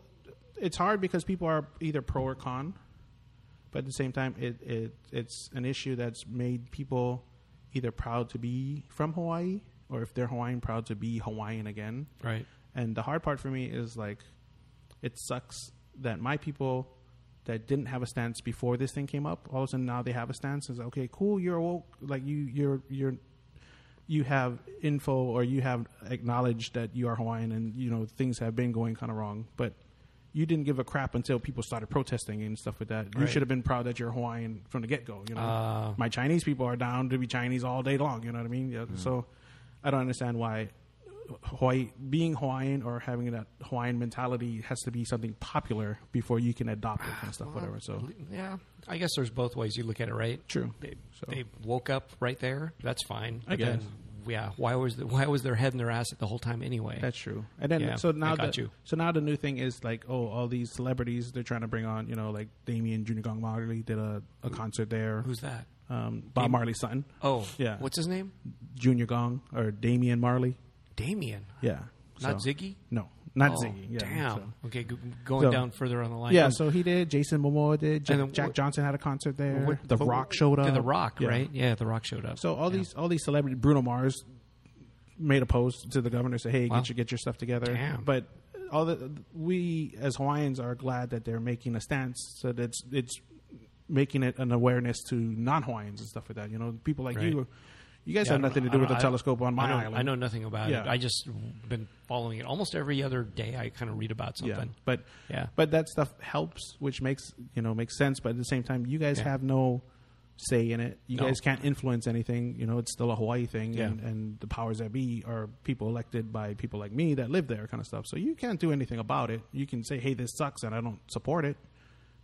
Speaker 3: it's hard because people are either pro or con, but at the same time, it, it it's an issue that's made people either proud to be from Hawaii or if they're Hawaiian, proud to be Hawaiian again.
Speaker 2: Right.
Speaker 3: And the hard part for me is like, it sucks that my people that didn't have a stance before this thing came up, all of a sudden now they have a stance. It's like, okay, cool, you're woke, like you, you're, you're, you have info or you have acknowledged that you are Hawaiian and you know things have been going kind of wrong, but you didn't give a crap until people started protesting and stuff like that. You
Speaker 2: Right.
Speaker 3: should have been proud that you're Hawaiian from the get go. You know,
Speaker 2: Ah.
Speaker 3: my Chinese people are down to be Chinese all day long. You know what I mean? Yeah,
Speaker 2: Mm-hmm.
Speaker 3: So I don't understand why Hawaii being Hawaiian or having that Hawaiian mentality has to be something popular before you can adopt it kind of stuff, whatever. So
Speaker 2: Yeah, I guess there's both ways you look at it, right?
Speaker 3: True.
Speaker 2: They,
Speaker 3: So-
Speaker 2: they woke up right there. That's fine.
Speaker 3: I
Speaker 2: But then,
Speaker 3: guess.
Speaker 2: yeah. Why was the, why was their head in their ass the whole time anyway?
Speaker 3: that's true. And then
Speaker 2: Yeah,
Speaker 3: so now
Speaker 2: I got
Speaker 3: the,
Speaker 2: you.
Speaker 3: so now the new thing is like oh all these celebrities they're trying to bring on you know like Damien Junior Gong Marley did a, a concert there.
Speaker 2: Who's that?
Speaker 3: um, Bob Marley's son
Speaker 2: Oh,
Speaker 3: Yeah.
Speaker 2: What's his name?
Speaker 3: Junior Gong or Damien Marley?
Speaker 2: Damien.
Speaker 3: Yeah,
Speaker 2: Not
Speaker 3: So-
Speaker 2: Ziggy.
Speaker 3: No, not
Speaker 2: oh,
Speaker 3: Ziggy. Yeah,
Speaker 2: damn.
Speaker 3: so-
Speaker 2: Okay, g- going
Speaker 3: So-
Speaker 2: down further on the line.
Speaker 3: Yeah, so he did. Jason Momoa did. Jack,
Speaker 2: And then
Speaker 3: Jack
Speaker 2: what-
Speaker 3: Johnson had a concert there.
Speaker 2: What-
Speaker 3: the
Speaker 2: but-
Speaker 3: Rock showed up.
Speaker 2: Yeah, the Rock,
Speaker 3: uh, Yeah.
Speaker 2: right? Yeah, The Rock showed up.
Speaker 3: So all these all these celebrities, Bruno Mars made a post to the governor, say, "Hey,
Speaker 2: Wow.
Speaker 3: get your get your stuff together."
Speaker 2: Damn.
Speaker 3: But all the we as Hawaiians are glad that they're making a stance, so that's it's making it an awareness to non-Hawaiians and stuff like that. You know, people like
Speaker 2: Right.
Speaker 3: you, you guys
Speaker 2: Yeah,
Speaker 3: have
Speaker 2: I don't
Speaker 3: nothing
Speaker 2: know.
Speaker 3: to do
Speaker 2: I
Speaker 3: with the
Speaker 2: don't- I-
Speaker 3: telescope on my
Speaker 2: I don't-
Speaker 3: island.
Speaker 2: I know nothing about it.
Speaker 3: Yeah.
Speaker 2: I just been following it almost every other day. I kind of read about
Speaker 3: Yeah,
Speaker 2: something.
Speaker 3: but
Speaker 2: Yeah.
Speaker 3: but that stuff helps, which makes you know makes sense. But at the same time, you guys
Speaker 2: Yeah.
Speaker 3: have no say in it. You
Speaker 2: No.
Speaker 3: guys can't influence anything. You know, it's still a Hawaii thing,
Speaker 2: Yeah.
Speaker 3: and, and the powers that be are people elected by people like me that live there, kind of stuff. So you can't do anything about it. You can say, "Hey, this sucks," and I don't support it.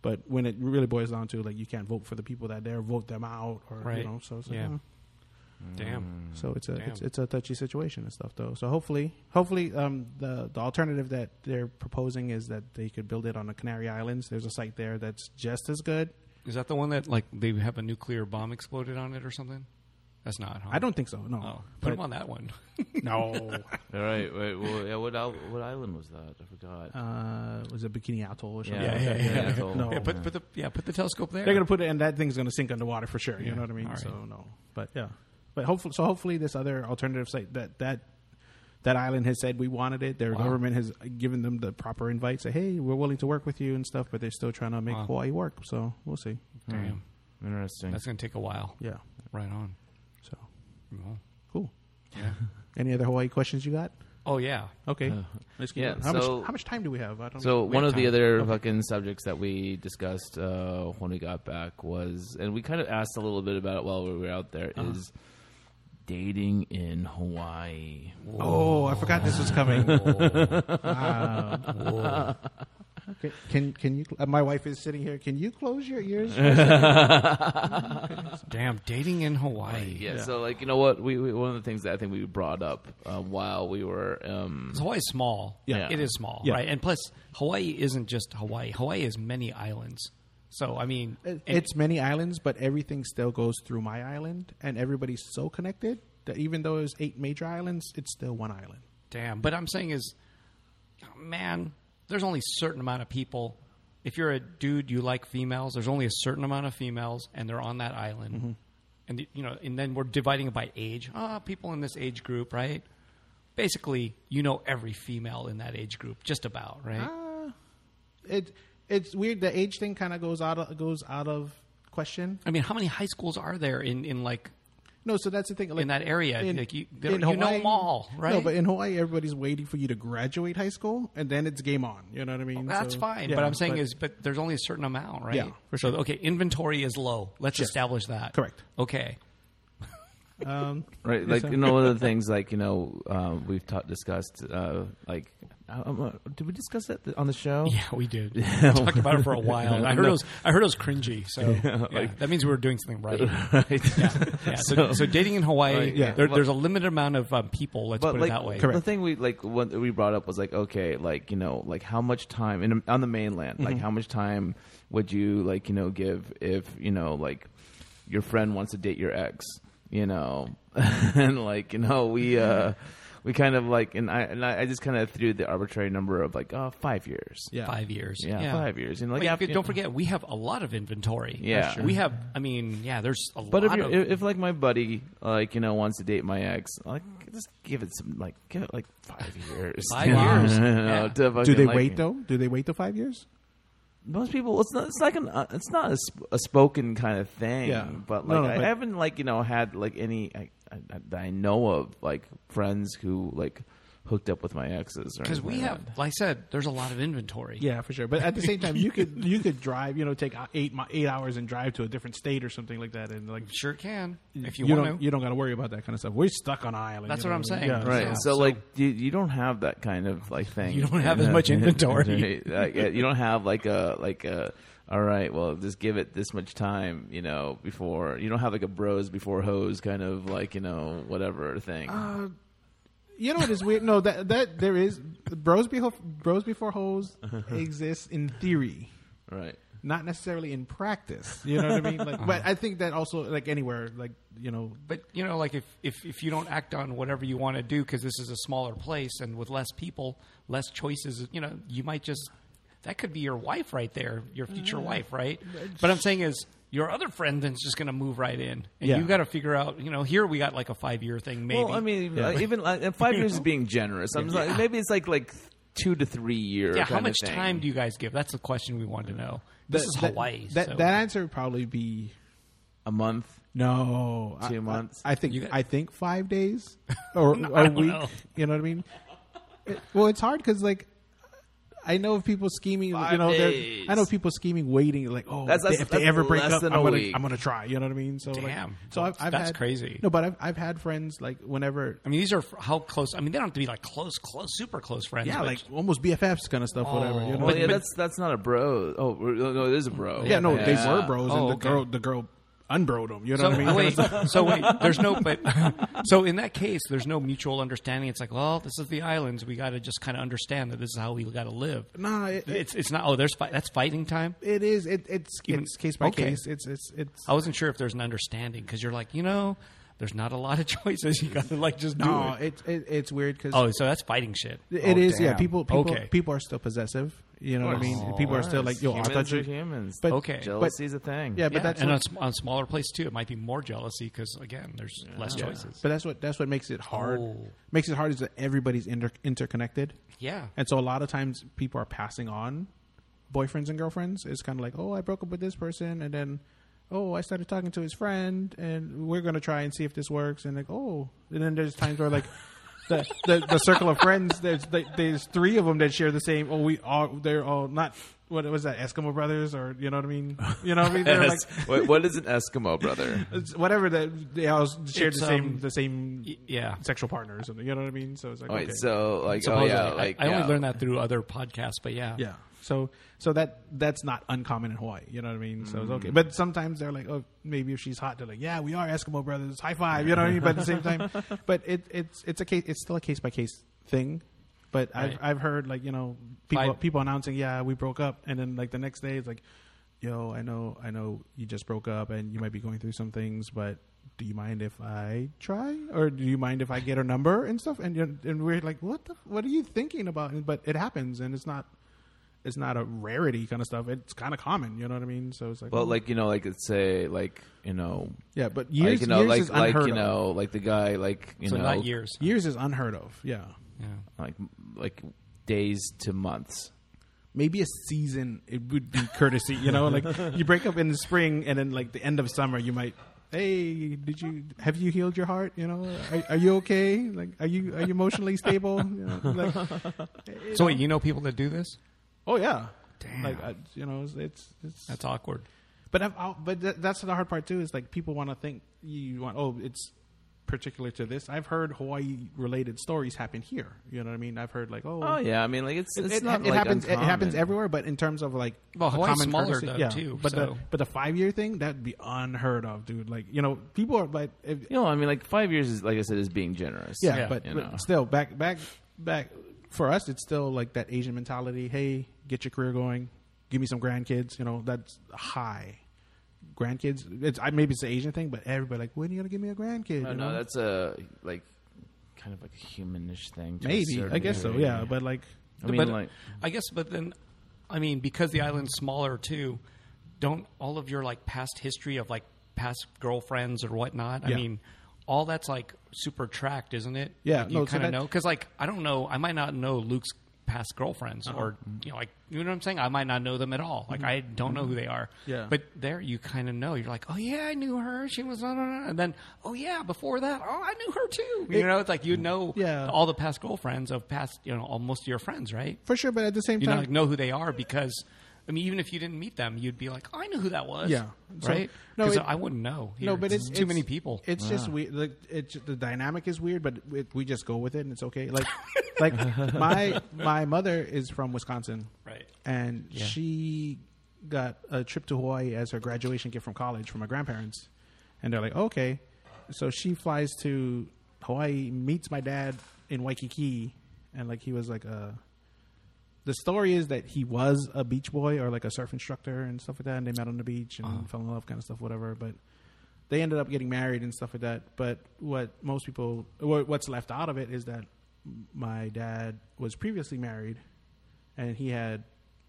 Speaker 3: But when it really boils down to like you can't vote for the people that there, vote them out, or
Speaker 2: Right.
Speaker 3: you know, so it's like,
Speaker 2: Yeah.
Speaker 3: oh.
Speaker 2: Damn.
Speaker 3: So it's a it's,
Speaker 2: Damn.
Speaker 3: it's a touchy situation and stuff though. So hopefully, hopefully, um, the the alternative that they're proposing is that they could build it on the Canary Islands. There's a site there that's just as good.
Speaker 2: Is that the one that like they have a nuclear bomb exploded on it or something? That's not. Huh?
Speaker 3: I don't think so. No,
Speaker 2: Oh, put
Speaker 3: but Oh,
Speaker 2: him on that one.
Speaker 3: no.
Speaker 1: All right. Wait, well, yeah, what, al- what island was that? I forgot.
Speaker 3: uh, was it Bikini Atoll or something?
Speaker 1: Yeah,
Speaker 3: like that?
Speaker 1: yeah, yeah.
Speaker 3: No.
Speaker 2: Yeah, put, put the yeah, put the telescope there.
Speaker 3: They're gonna put it, and that thing's gonna sink underwater for sure. You
Speaker 2: Yeah.
Speaker 3: know what I mean?
Speaker 2: All right.
Speaker 3: So no, but yeah, but hopefully, so hopefully, this other alternative site that that that island has said we wanted it. Their
Speaker 2: Wow.
Speaker 3: government has given them the proper invite, say, hey, we're willing to work with you and stuff, but they're still trying to make
Speaker 2: Wow.
Speaker 3: Hawaii work. So we'll see. Hmm.
Speaker 2: Damn,
Speaker 1: Interesting.
Speaker 2: that's gonna take a while.
Speaker 3: Yeah.
Speaker 2: Right on.
Speaker 3: So
Speaker 2: Well,
Speaker 3: cool.
Speaker 2: Yeah.
Speaker 3: Any other Hawaii questions you got?
Speaker 2: Oh yeah.
Speaker 3: Okay.
Speaker 1: Let's
Speaker 3: Keep
Speaker 1: yeah,
Speaker 3: going. how
Speaker 1: so-
Speaker 3: much how much time do we have? I don't
Speaker 1: So
Speaker 2: We
Speaker 1: one
Speaker 2: have
Speaker 1: of the
Speaker 2: time.
Speaker 1: other fucking subjects that we discussed uh, when we got back was, and we kind of asked a little bit about it while we were out there, is dating in Hawaii.
Speaker 3: Oh, I forgot this was coming. Wow. Okay. Can can you? Uh, my wife is sitting here. Can you close your ears?
Speaker 2: Damn, dating in Hawaii.
Speaker 1: Yeah, so like you know what we, we one of the things that I think we brought up uh, while we were um,
Speaker 2: Hawaii is small.
Speaker 1: Yeah.
Speaker 2: It is small,
Speaker 3: Yeah.
Speaker 2: right? And plus, Hawaii isn't just Hawaii. Hawaii is many islands. So I mean,
Speaker 3: It-
Speaker 2: and-
Speaker 3: it's many islands, but everything still goes through my island, and everybody's so connected that even though there's eight major islands, it's still one island.
Speaker 2: Damn. But I'm saying is, man, there's only certain amount of people. If you're a dude, you like females. There's only a certain amount of females, and they're on that island.
Speaker 3: Mm-hmm.
Speaker 2: And the- you know, and then we're dividing it by age. Ah, people in this age group, right? Basically, you know every female in that age group, just about, right?
Speaker 3: Ah. It it's weird. The age thing kind of goes out of, goes out of question.
Speaker 2: I mean, how many high schools are there in in like?
Speaker 3: No, so that's the thing. Like,
Speaker 2: In that area, like, you- there- you know 'em all,
Speaker 3: No,
Speaker 2: right?
Speaker 3: but in Hawaii, everybody's waiting for you to graduate high school, and then it's game on. You know what I mean?
Speaker 2: That's
Speaker 3: So,
Speaker 2: fine,
Speaker 3: yeah,
Speaker 2: but I'm saying is, but there's only a certain amount, right?
Speaker 3: Yeah, for
Speaker 2: So okay, inventory is low. Let's establish that.
Speaker 3: Correct.
Speaker 2: Okay.
Speaker 3: um,
Speaker 1: right like you know one of the things like you know um, we've ta- discussed uh, like um, uh, did we discuss that th- on the show?
Speaker 2: Yeah, we did. We talked about it for a while. and I heard it was I heard it was cringy. So yeah, that means we were doing something right.
Speaker 1: Right.
Speaker 2: Yeah, so, so, dating in Hawaii,
Speaker 1: Right, yeah.
Speaker 2: there,
Speaker 1: But-
Speaker 2: there's a limited amount of um, people. Let's put
Speaker 1: like,
Speaker 2: it that way.
Speaker 1: The thing we like what we brought up was like, okay, like you know, like how much time in, on the mainland, like
Speaker 3: Mm-hmm.
Speaker 1: how much time would you like you know give if you know like your friend wants to date your ex, you know, and like you know we uh we kind of like and I and I, I just kind of threw the arbitrary number of like oh five years,
Speaker 3: yeah.
Speaker 2: Five years.
Speaker 1: yeah, five years, and like
Speaker 2: But you
Speaker 1: after-
Speaker 2: could- don't forget, we have a lot of inventory.
Speaker 1: Yeah. Sure.
Speaker 2: we have. I mean, yeah, there's a
Speaker 1: But if,
Speaker 2: lot
Speaker 1: you're,
Speaker 2: of.
Speaker 1: if if, like my buddy like you know wants to date my ex, like just give it some like give it like five years.
Speaker 2: Five
Speaker 1: you know,
Speaker 2: years.
Speaker 1: to
Speaker 2: Yeah.
Speaker 3: Do
Speaker 1: fucking,
Speaker 3: they
Speaker 1: like-
Speaker 3: wait though? Do they wait till five years?
Speaker 1: Most people, it's not. It's like an. Uh, it's not a, sp- a spoken kind of thing.
Speaker 3: Yeah.
Speaker 1: But like
Speaker 3: No, no,
Speaker 1: I
Speaker 3: but-
Speaker 1: haven't like you know had like any I, I, that I know of like friends who like hooked up with my exes or
Speaker 2: because
Speaker 1: anything
Speaker 2: we
Speaker 1: like
Speaker 2: have, like I said, there's a lot of inventory.
Speaker 3: Yeah, for sure. But at the same time, you could you could drive, you know, take eight mi- eight hours and drive to a different state or something like that, and like
Speaker 2: sure can if you,
Speaker 3: you
Speaker 2: want
Speaker 3: don't
Speaker 2: to.
Speaker 3: you don't got to worry about that kind of stuff. We're stuck on an island.
Speaker 2: That's
Speaker 3: you
Speaker 2: what
Speaker 3: know
Speaker 2: I'm
Speaker 3: I mean?
Speaker 2: saying.
Speaker 3: Yeah.
Speaker 1: that. Right,
Speaker 2: Yeah.
Speaker 1: so, like you, you don't have that kind of like thing.
Speaker 2: You don't have as
Speaker 1: Yeah.
Speaker 2: much inventory.
Speaker 1: Right. Like, uh, you don't have like a like a. All right, well, just give it this much time, you know, before you don't have like a bros before hose kind of like you know whatever thing.
Speaker 2: Uh,
Speaker 3: You know what is weird? No, that that there is bros before bros before hoes exists in theory,
Speaker 1: right.
Speaker 3: not necessarily in practice. You know what I mean?
Speaker 2: Uh-huh.
Speaker 3: Like, but I think that also like anywhere, like you know,
Speaker 2: but you know, like if if, if you don't act on whatever you want to do because this is a smaller place and with less people, less choices, you know, you might just that could be your wife right there, your future
Speaker 3: Mm.
Speaker 2: wife, right? But I'm saying is your other friend then's just going to move right in, and
Speaker 3: Yeah.
Speaker 2: you got to figure out. You know, here we got like a five year thing, maybe.
Speaker 1: Well, I mean, uh, even like, and five years is being generous. I'm like, maybe it's like like two to three years.
Speaker 2: yeah, how much time do you guys give? That's the question we wanted to know. This
Speaker 3: that-
Speaker 2: is
Speaker 3: that-
Speaker 2: Hawaii.
Speaker 3: That
Speaker 2: so-
Speaker 3: that answer would probably be
Speaker 1: a month?
Speaker 3: no I-
Speaker 1: Two
Speaker 3: I-
Speaker 1: months?
Speaker 3: I, think
Speaker 2: You got-
Speaker 3: I think five days or
Speaker 2: I
Speaker 3: a
Speaker 2: don't
Speaker 3: week.
Speaker 2: know.
Speaker 3: You know what I mean? It- well, it's hard because like I know of people scheming.
Speaker 4: Five
Speaker 3: you know, they're-
Speaker 4: days.
Speaker 3: I know of people scheming, waiting. Like, oh,
Speaker 4: That's- that's-
Speaker 3: if they
Speaker 4: that's
Speaker 3: ever break
Speaker 4: less
Speaker 3: up, I'm
Speaker 4: than a
Speaker 3: gonna,
Speaker 4: week.
Speaker 3: I'm gonna try. You know what I mean? So, like-
Speaker 2: Damn.
Speaker 3: so I've, I've
Speaker 2: That's
Speaker 3: had-
Speaker 2: crazy.
Speaker 3: No, but I've, I've had friends like whenever,
Speaker 2: I mean, these are f- how close. I mean, they don't have to be like close, close, super close friends.
Speaker 3: yeah,
Speaker 2: but-
Speaker 3: like almost BFFs kind of stuff.
Speaker 2: Oh,
Speaker 3: whatever. You know?
Speaker 4: Well, yeah, that's that's not a bro. Oh, we're- no, it is a bro.
Speaker 3: yeah, no, they
Speaker 4: Yeah.
Speaker 3: were bros,
Speaker 2: Oh,
Speaker 3: and the
Speaker 2: okay.
Speaker 3: girl, the girl, unbroed them. You
Speaker 2: So
Speaker 3: know what I mean?
Speaker 2: wait, so wait. There's no, but so in that case, there's no mutual understanding. It's like, well, this is the islands. We got to just kind of understand that this is how we got to live.
Speaker 3: Nah, it, it,
Speaker 2: It's it's not. Oh, there's fight. That's fighting time.
Speaker 3: it is. It, it's
Speaker 2: Even-
Speaker 3: it's case by
Speaker 2: okay.
Speaker 3: case. It's it's it's.
Speaker 2: I wasn't sure if there's an understanding because you're like, you know, there's not a lot of choices. You got to like just do
Speaker 3: No,
Speaker 2: it.
Speaker 3: it's it, it's weird because
Speaker 2: Oh, so that's fighting shit.
Speaker 3: It
Speaker 4: Oh,
Speaker 3: is, yeah.
Speaker 4: damn.
Speaker 3: People, people,
Speaker 2: Okay. Oh,
Speaker 3: people are still possessive. You know what I mean? people are still like, yo, I
Speaker 4: humans
Speaker 3: thought
Speaker 4: are
Speaker 3: you.
Speaker 4: humans.
Speaker 3: But
Speaker 2: Okay.
Speaker 4: jealousy's a thing.
Speaker 3: yeah, but
Speaker 2: Yeah,
Speaker 3: that's
Speaker 2: and
Speaker 3: what,
Speaker 2: on, s- on smaller place too, it might be more jealousy because again, there's less choices.
Speaker 3: but that's what that's what makes it hard.
Speaker 2: Oh.
Speaker 3: Makes it hard is that everybody's inter- interconnected,
Speaker 2: Yeah,
Speaker 3: and so a lot of times people are passing on boyfriends and girlfriends. It's kind of like, oh, I broke up with this person, and then. Oh, I started talking to his friend, and we're gonna try and see if this works. And like, oh, and then there's times where like, the, the the circle of friends, there's they, there's three of them that share the same. Oh, we all they're all not what was that Eskimo brothers or you know what I mean? You know what I mean? They're like
Speaker 4: Wait, what is an Eskimo brother?
Speaker 3: it's whatever that they all share
Speaker 2: It's,
Speaker 3: the same
Speaker 2: um,
Speaker 3: the same
Speaker 2: Y- yeah.
Speaker 3: sexual partner or something. You know what I mean? So it's like
Speaker 4: All right,
Speaker 3: okay.
Speaker 4: so like, oh
Speaker 2: Supposedly.
Speaker 4: yeah,
Speaker 2: I-
Speaker 4: like
Speaker 2: I, only
Speaker 4: yeah.
Speaker 2: learned that through other podcasts, but yeah,
Speaker 3: yeah. So so that that's not uncommon in Hawaii. You know what I mean? So it's okay.
Speaker 2: Mm-hmm.
Speaker 3: But sometimes they're like, oh, maybe if she's hot, they're like, yeah, we are Eskimo brothers. High five. You know what I mean? But at the same time, but it it's it's a case. It's still a case by case thing. But
Speaker 2: Right.
Speaker 3: I've I've heard like you know people
Speaker 2: Five-
Speaker 3: people announcing yeah we broke up and then like the next day it's like, yo I know I know you just broke up and you might be going through some things but. Do you mind if I try, or do you mind if I get her number and stuff? And you're- and we're like, what the, what are you thinking about? And- But it happens, and it's not it's not a rarity kind of stuff. It's kind of common, you know what I mean? So it's like,
Speaker 4: Well, like you know, like it's say like you know,
Speaker 3: yeah, but years,
Speaker 4: like you know,
Speaker 3: years
Speaker 4: like
Speaker 3: is
Speaker 4: like
Speaker 3: unheard
Speaker 4: you
Speaker 3: of.
Speaker 4: know, like the guy, like you
Speaker 2: so
Speaker 4: know,
Speaker 2: not years.
Speaker 3: Years is unheard of. Yeah,
Speaker 2: Yeah.
Speaker 4: like like days to months.
Speaker 3: maybe a season it would be courtesy, you know, like you break up in the spring and then like the end of summer you might. Hey, did you have you healed your heart? You know, are, are you okay? Like, are you are you emotionally stable? You know, like,
Speaker 2: So wait, you know people that do this?
Speaker 3: oh yeah,
Speaker 2: Damn.
Speaker 3: Like, I, you know, it's it's
Speaker 2: That's awkward.
Speaker 3: But I've, I'll, but th- that's the hard part too. Is like people want to think you want. Oh, it's particular to this. I've heard Hawaii related stories happen here. You know what I mean? I've heard like oh,
Speaker 4: Oh yeah, I mean, like it's
Speaker 3: It,
Speaker 4: it's
Speaker 3: it-
Speaker 4: not
Speaker 3: it
Speaker 4: like
Speaker 3: happens. It happens
Speaker 4: uncommon.
Speaker 3: everywhere, but in terms of like
Speaker 2: Well,
Speaker 3: a
Speaker 2: Hawaii's
Speaker 3: common
Speaker 2: smaller,
Speaker 3: courtesy-
Speaker 2: though, too,
Speaker 3: But
Speaker 2: so-
Speaker 3: the but the five year thing that'd be unheard of, dude. Like you know, people are like, if,
Speaker 4: You know, I mean, like five years is like I said is being generous.
Speaker 3: yeah,
Speaker 2: Yeah.
Speaker 3: but,
Speaker 4: You
Speaker 3: but
Speaker 4: know.
Speaker 3: still, back back back for us, it's still like that Asian mentality. Hey, get your career going. Give me some grandkids. You know, that's high. Grandkids. It's I maybe it's the Asian thing, but everybody like, when are you gonna give me a grandkid?
Speaker 4: No,
Speaker 3: you
Speaker 4: no,
Speaker 3: know?
Speaker 4: that's a like kind of like a humanish thing. to a
Speaker 3: maybe
Speaker 4: certain
Speaker 3: I guess so.
Speaker 4: degree.
Speaker 3: Yeah, but like,
Speaker 4: I mean,
Speaker 2: but
Speaker 4: like
Speaker 2: I guess, but then, I mean, because the island's smaller too, don't all of your like past history of like past girlfriends or whatnot? I
Speaker 3: Yeah.
Speaker 2: mean, all that's like super tracked, isn't it?
Speaker 3: Yeah,
Speaker 2: Like, you
Speaker 3: no, so
Speaker 2: kind of
Speaker 3: that-
Speaker 2: know because like I don't know, I might not know Luke's past girlfriends
Speaker 3: Oh.
Speaker 2: or you know like you know what I'm saying. I might not know them at all. Like I don't know who they are.
Speaker 3: Mm-hmm. Yeah.
Speaker 2: but there you kind of know. You're like, oh yeah, I knew her. She was on, and then oh yeah, before that, oh I knew her too. You know, it's like you know
Speaker 3: Yeah.
Speaker 2: all the past girlfriends of past you know all most of your friends, right?
Speaker 3: for sure. But at the same
Speaker 2: you
Speaker 3: time,
Speaker 2: know, like know who they are because I mean, even if you didn't meet them, you'd be like, oh, I know who that was.
Speaker 3: Yeah. So-
Speaker 2: right.
Speaker 3: no,
Speaker 2: Because
Speaker 3: it-
Speaker 2: I wouldn't know. here.
Speaker 3: No, but it's,
Speaker 2: too
Speaker 3: it's-
Speaker 2: many people.
Speaker 3: It's just weird. Like, it's the dynamic is weird, but it, we just go with it, and it's okay. Like, like my my mother is from Wisconsin,
Speaker 2: Right.
Speaker 3: And she got a trip to Hawaii as her graduation gift from college from her grandparents, and they're like, okay, so she flies to Hawaii, meets my dad in Waikiki, and like he was like a. The story is that he was a beach boy or like a surf instructor and stuff like that, and they met on the beach and fell in love, kind of stuff, whatever. But they ended up getting married and stuff like that. But what most people, what, what's left out of it is that my dad was previously married, and he had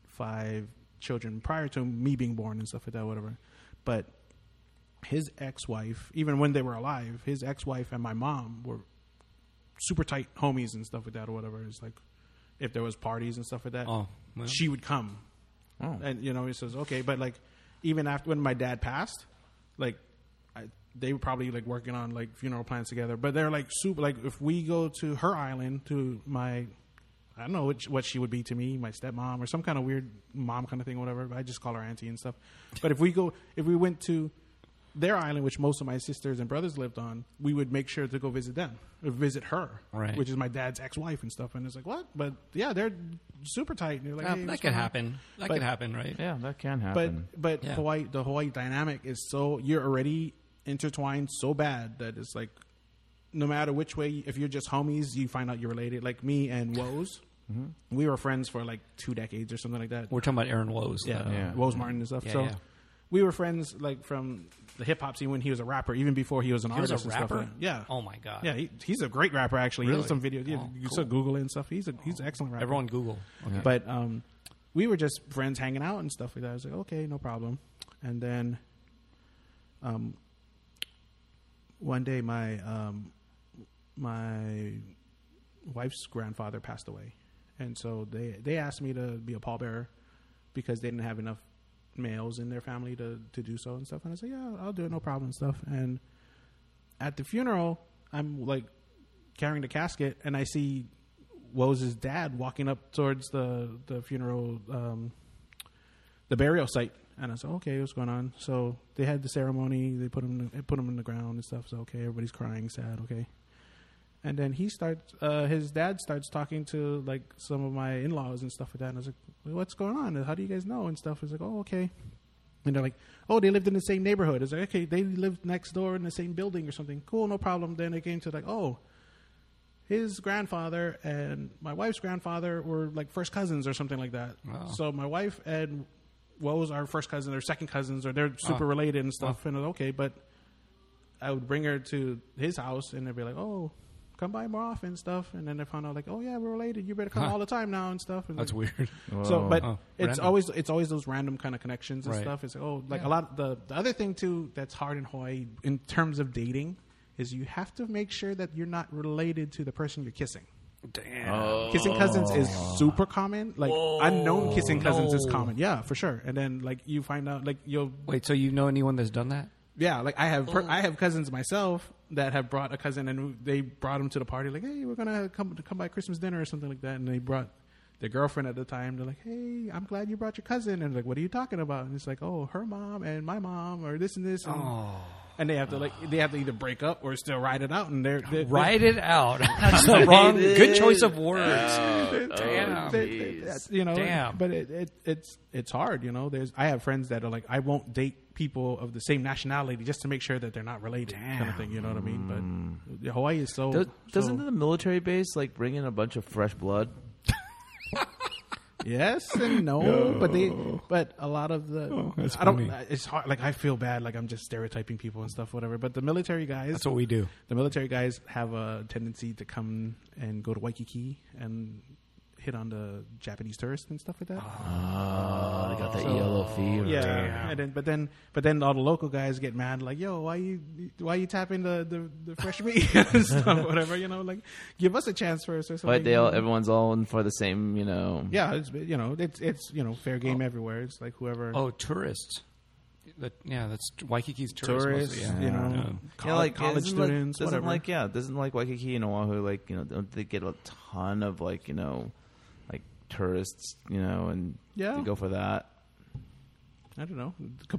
Speaker 3: five children prior to me being born and stuff like that, whatever. But his ex-wife, even when they were alive, his ex-wife and my mom were super tight homies and stuff like that, or whatever. It's like if there was parties and stuff like that,
Speaker 2: Oh, well.
Speaker 3: she would come, and you know, he says okay, but like even after when my dad passed, like I, they were probably like working on like funeral plans together, but they're like super like if we go to her island to my I don't know which, what she would be to me, my stepmom or some kind of weird mom kind of thing, whatever. But I just call her auntie and stuff. But if we go, if we went to their island, which most of my sisters and brothers lived on, we would make sure to go visit them or visit her,
Speaker 2: Right.
Speaker 3: Which is my dad's ex-wife and stuff. And it's like what? But yeah, they're super tight. And they're like,
Speaker 2: Yeah,
Speaker 3: hey,
Speaker 2: that
Speaker 3: what's
Speaker 2: could
Speaker 3: going on?
Speaker 2: happen. That
Speaker 3: But-
Speaker 2: could happen, right?
Speaker 4: Yeah, that can
Speaker 3: But
Speaker 4: happen.
Speaker 3: but
Speaker 2: Yeah.
Speaker 3: Hawaii, the Hawaii dynamic is so you're already intertwined so bad that it's like no matter which way, if you're just homies, you find out you're related. Like me and Woes,
Speaker 2: Mm-hmm.
Speaker 3: we were friends for like two decades or something like that.
Speaker 2: We're talking about Aaron Woes.
Speaker 3: yeah,
Speaker 2: Uh,
Speaker 4: Yeah.
Speaker 3: Woes Martin and stuff.
Speaker 2: Yeah,
Speaker 3: so
Speaker 2: yeah.
Speaker 3: we were friends like from the hip hop scene when he was a rapper, even before he was an
Speaker 2: He was
Speaker 3: artist.
Speaker 2: a
Speaker 3: and stuff
Speaker 2: rapper.
Speaker 3: like that. yeah.
Speaker 2: Oh my god.
Speaker 3: yeah, he, he's a great rapper. Actually, he
Speaker 2: Really?
Speaker 3: has some videos. Yeah,
Speaker 2: Oh,
Speaker 3: you still
Speaker 2: cool.
Speaker 3: Google it and stuff. He's a he's an excellent rapper.
Speaker 2: Everyone Google. Okay.
Speaker 3: But um, we were just friends hanging out and stuff like that. I was like, okay, no problem. And then, um, one day my um, my wife's grandfather passed away, and so they they asked me to be a pallbearer because they didn't have enough males in their family to to do so and stuff. And I said, yeah, I'll do it, no problem and stuff. And at the funeral, I'm like carrying the casket, and I see Woes' dad walking up towards the the funeral, um, the burial site. And I said, "Okay, what's going on?" So they had the ceremony. They put him they put him in the ground and stuff. So okay, everybody's crying, sad. Okay, and then he starts. Uh, his dad starts talking to like some of my in laws and stuff like that. And I was like, "What's going on? How do you guys know?" And stuff. He's like, "Oh, okay." And they're like, "Oh, they lived in the same neighborhood." It's like, "Okay, they lived next door in the same building or something." Cool, no problem. Then it came to like, "Oh, his grandfather and my wife's grandfather were like first cousins or something like that.
Speaker 2: Wow.
Speaker 3: So my wife and Woes are first cousins or second cousins or
Speaker 2: Uh-huh.
Speaker 3: they're super related and stuff. And I was, okay, but I would bring her to his house and they'd be like, "Oh, come by more often and stuff." And then they found out like, "Oh yeah, we're related. You better come
Speaker 2: Huh.
Speaker 3: all the time now and stuff." And
Speaker 2: Uh-huh. That's
Speaker 3: like-
Speaker 2: weird.
Speaker 3: so,
Speaker 4: Whoa.
Speaker 3: but
Speaker 2: Oh,
Speaker 3: it's
Speaker 2: random.
Speaker 3: always it's always those random kind of connections and
Speaker 2: Right.
Speaker 3: stuff. It's like, oh, like a lot. The the other thing too that's hard in Hawaii in terms of dating is you have to make sure that you're not related to the person you're kissing.
Speaker 2: Damn.
Speaker 3: Kissing cousins is super common. Like unknown kissing cousins is
Speaker 2: No.
Speaker 3: common. Yeah, for sure. And then like you find out like you'll
Speaker 2: Wait, so you know anyone that's done that?
Speaker 3: yeah, like I have per- I have cousins myself that have brought a cousin and they brought him to the party like, "Hey, we're going to come come by Christmas dinner or something like that." And they brought their girlfriend at the time. They're like, "Hey, I'm glad you brought your cousin." And like, "What are you talking about?" And it's like, "Oh, her mom and my mom or this and this." And, and they have to like they have to either break up or still ride it out and they're, they're
Speaker 2: Write it out. That's the wrong. Good choice of words.
Speaker 4: Oh,
Speaker 2: Damn.
Speaker 3: Damn, you know,
Speaker 2: Damn.
Speaker 3: but it, it it's it's hard, you know. There's I have friends that are like I won't date people of the same nationality just to make sure that they're not related, kind of thing. You know what I mean? But Hawaii is so
Speaker 4: Do- doesn't
Speaker 3: so-
Speaker 4: the military base like bring in a bunch of fresh blood?
Speaker 3: yes and no, but they but a lot of the
Speaker 2: Oh, that's
Speaker 3: I don't.
Speaker 2: funny.
Speaker 3: It's hard. Like I feel bad. Like I'm just stereotyping people and stuff, whatever. But the military guys,
Speaker 2: That's what we do.
Speaker 3: the military guys have a tendency to come and go to Waikiki and hit on the Japanese tourists and stuff like that.
Speaker 4: Oh, they got that yellow fever.
Speaker 3: Yeah, and then but then but then all the local guys get mad, like, "Yo, why you why you tapping the the, the fresh meat and stuff, whatever? You know, like, give us a chance first or something."
Speaker 4: But they all, everyone's all in for the same, you know.
Speaker 3: yeah, it's you know it's it's you know fair
Speaker 4: Oh.
Speaker 3: game everywhere. It's like whoever
Speaker 2: Oh, tourists. That, yeah, that's Waikiki's tourists.
Speaker 3: tourists,
Speaker 2: mostly, yeah.
Speaker 3: you know,
Speaker 2: Yeah.
Speaker 3: coll-
Speaker 4: Yeah, like
Speaker 3: college
Speaker 4: doesn't like-
Speaker 3: students,
Speaker 4: doesn't
Speaker 3: whatever.
Speaker 4: like yeah, doesn't like Waikiki and Oahu like you know don't they get a ton of like you know like tourists you know and
Speaker 3: Yeah.
Speaker 4: they go for that.
Speaker 3: I don't know.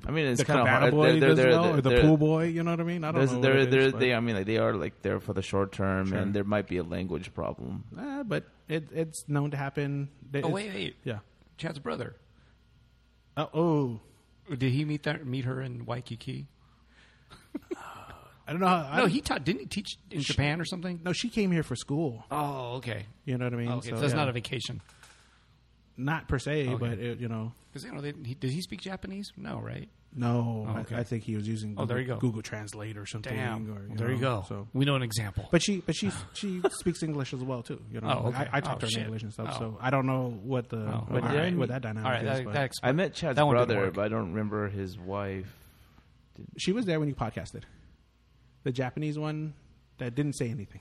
Speaker 4: I mean, it's
Speaker 3: the
Speaker 4: kind of
Speaker 3: cabana
Speaker 4: hard.
Speaker 3: boy
Speaker 4: They're- they're-
Speaker 3: does
Speaker 4: they're-
Speaker 3: well, or the
Speaker 4: they're-
Speaker 3: pool boy. You know what I mean? I don't
Speaker 4: There's,
Speaker 3: know. what
Speaker 4: they're,
Speaker 3: it is,
Speaker 4: they're,
Speaker 3: but-
Speaker 4: they, I mean, like they are like there for the short term,
Speaker 3: Sure.
Speaker 4: and there might be a language problem.
Speaker 3: Ah, but it it's known to happen. They-
Speaker 2: Oh
Speaker 3: it-
Speaker 2: wait, wait.
Speaker 3: yeah.
Speaker 2: Chad's brother.
Speaker 3: Oh, oh,
Speaker 2: Did he meet that meet her in Waikiki?
Speaker 3: I don't know. How, I
Speaker 2: No,
Speaker 3: don't-
Speaker 2: he taught. Didn't he teach in Japan or something?
Speaker 3: no, she came here for school.
Speaker 2: Oh, okay.
Speaker 3: You know what I mean?
Speaker 2: okay, so, that's
Speaker 3: yeah.
Speaker 2: not a vacation.
Speaker 3: not per se,
Speaker 2: Okay.
Speaker 3: but it, you know,
Speaker 2: Because you know, they, he, did he speak Japanese? No, right?
Speaker 3: no,
Speaker 2: Oh,
Speaker 3: I-
Speaker 2: okay.
Speaker 3: I, think he was using Google,
Speaker 2: Oh, there you go.
Speaker 3: Google Translate or something. Or,
Speaker 2: Well, there you
Speaker 3: know,
Speaker 2: go.
Speaker 3: So,
Speaker 2: we know an example.
Speaker 3: but she, but she, she speaks English as well too. You know,
Speaker 2: Oh,
Speaker 3: Like,
Speaker 2: okay.
Speaker 3: I, I talked
Speaker 2: Oh,
Speaker 3: to her
Speaker 2: shit.
Speaker 3: in English and stuff.
Speaker 2: Oh.
Speaker 3: So I don't know what the
Speaker 2: Oh,
Speaker 3: what,
Speaker 2: all
Speaker 3: that-
Speaker 4: right.
Speaker 3: what that
Speaker 2: all
Speaker 3: dynamic
Speaker 2: right,
Speaker 3: is.
Speaker 2: that,
Speaker 3: but
Speaker 2: that expl-
Speaker 4: I met Chad's
Speaker 2: that one didn't
Speaker 4: brother,
Speaker 2: work.
Speaker 4: but I don't remember his wife.
Speaker 3: she was there when you podcasted. The Japanese one that didn't say anything.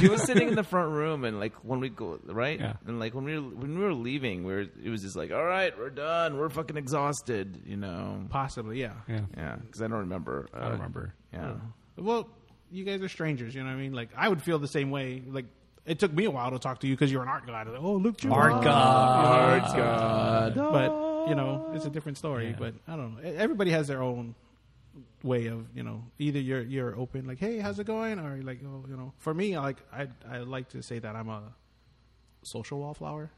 Speaker 4: she was sitting in the front room, and like when we go right,
Speaker 2: Yeah.
Speaker 4: and like when we were, when we were leaving, we were, it was just like, all right, we're done, we're fucking exhausted, you know.
Speaker 3: Possibly, yeah.
Speaker 2: yeah,
Speaker 4: Yeah, because I don't remember.
Speaker 1: uh,
Speaker 2: I don't remember.
Speaker 4: Yeah.
Speaker 3: Well, you guys are strangers. You know what I mean? Like I would feel the same way. Like It took me a while to talk to you because you're an art guy. I was like, oh, look, you
Speaker 2: Art god.
Speaker 3: art god. But you know, it's a different story. But I don't know. E- Everybody has their own way of you know. Either you're you're open, like, hey, how's it going, or you're like, oh, you know. For me, I like I I like to say that I'm a social wallflower.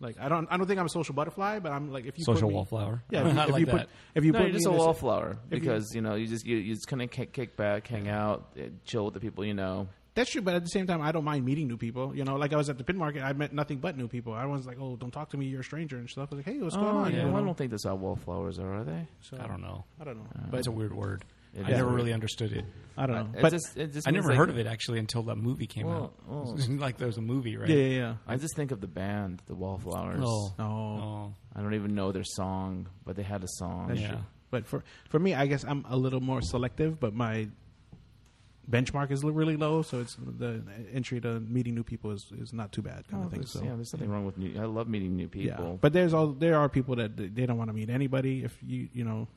Speaker 3: Like I don't I don't think I'm a social butterfly, but I'm like if you put
Speaker 2: Social
Speaker 3: me-
Speaker 2: wallflower.
Speaker 3: Yeah, if you,
Speaker 2: I
Speaker 3: if
Speaker 2: like
Speaker 3: you
Speaker 2: that.
Speaker 3: put if you
Speaker 1: no,
Speaker 3: put
Speaker 1: you're
Speaker 3: me
Speaker 1: just a
Speaker 3: in this-
Speaker 1: wallflower
Speaker 3: if you-
Speaker 1: because you know you just you, you just kind of kick, kick back, hang out, eh, chill with the people you know.
Speaker 3: That's true, but at the same time, I don't mind meeting new people. You know, like I was at the pin market, I met nothing but new people. Everyone's like, "Oh, don't talk to me, you're a stranger," and stuff. I was like, "Hey, what's
Speaker 2: Oh,
Speaker 3: going on?"
Speaker 1: yeah.
Speaker 3: You
Speaker 1: Oh,
Speaker 3: know?
Speaker 1: I don't think that's how wallflowers are, are they?
Speaker 3: So,
Speaker 2: I don't know.
Speaker 3: I don't know.
Speaker 2: That's a weird word.
Speaker 1: It
Speaker 2: I
Speaker 1: is
Speaker 2: never
Speaker 1: weird.
Speaker 2: really understood it.
Speaker 3: I don't know.
Speaker 1: It
Speaker 3: But
Speaker 1: just, it just
Speaker 2: I
Speaker 1: means,
Speaker 2: never
Speaker 1: like,
Speaker 2: heard of it actually until that movie came
Speaker 1: Well,
Speaker 2: out.
Speaker 1: well.
Speaker 2: like there was a movie, right?
Speaker 3: yeah, yeah, yeah.
Speaker 1: I just think of the band, the Wallflowers.
Speaker 2: Oh.
Speaker 3: No,
Speaker 2: Oh,
Speaker 1: I don't even know their song, but they had a song.
Speaker 2: yeah.
Speaker 3: but for for me, I guess I'm a little more selective. But my benchmark is li- really low, so it's the entry to meeting new people is, is not too bad kind
Speaker 1: Oh,
Speaker 3: of thing.
Speaker 1: there's-
Speaker 3: So
Speaker 1: Yeah, there's nothing wrong with new. I love meeting new
Speaker 3: yeah.
Speaker 1: people.
Speaker 3: But there's all there are people that they- they don't want to meet anybody if you you know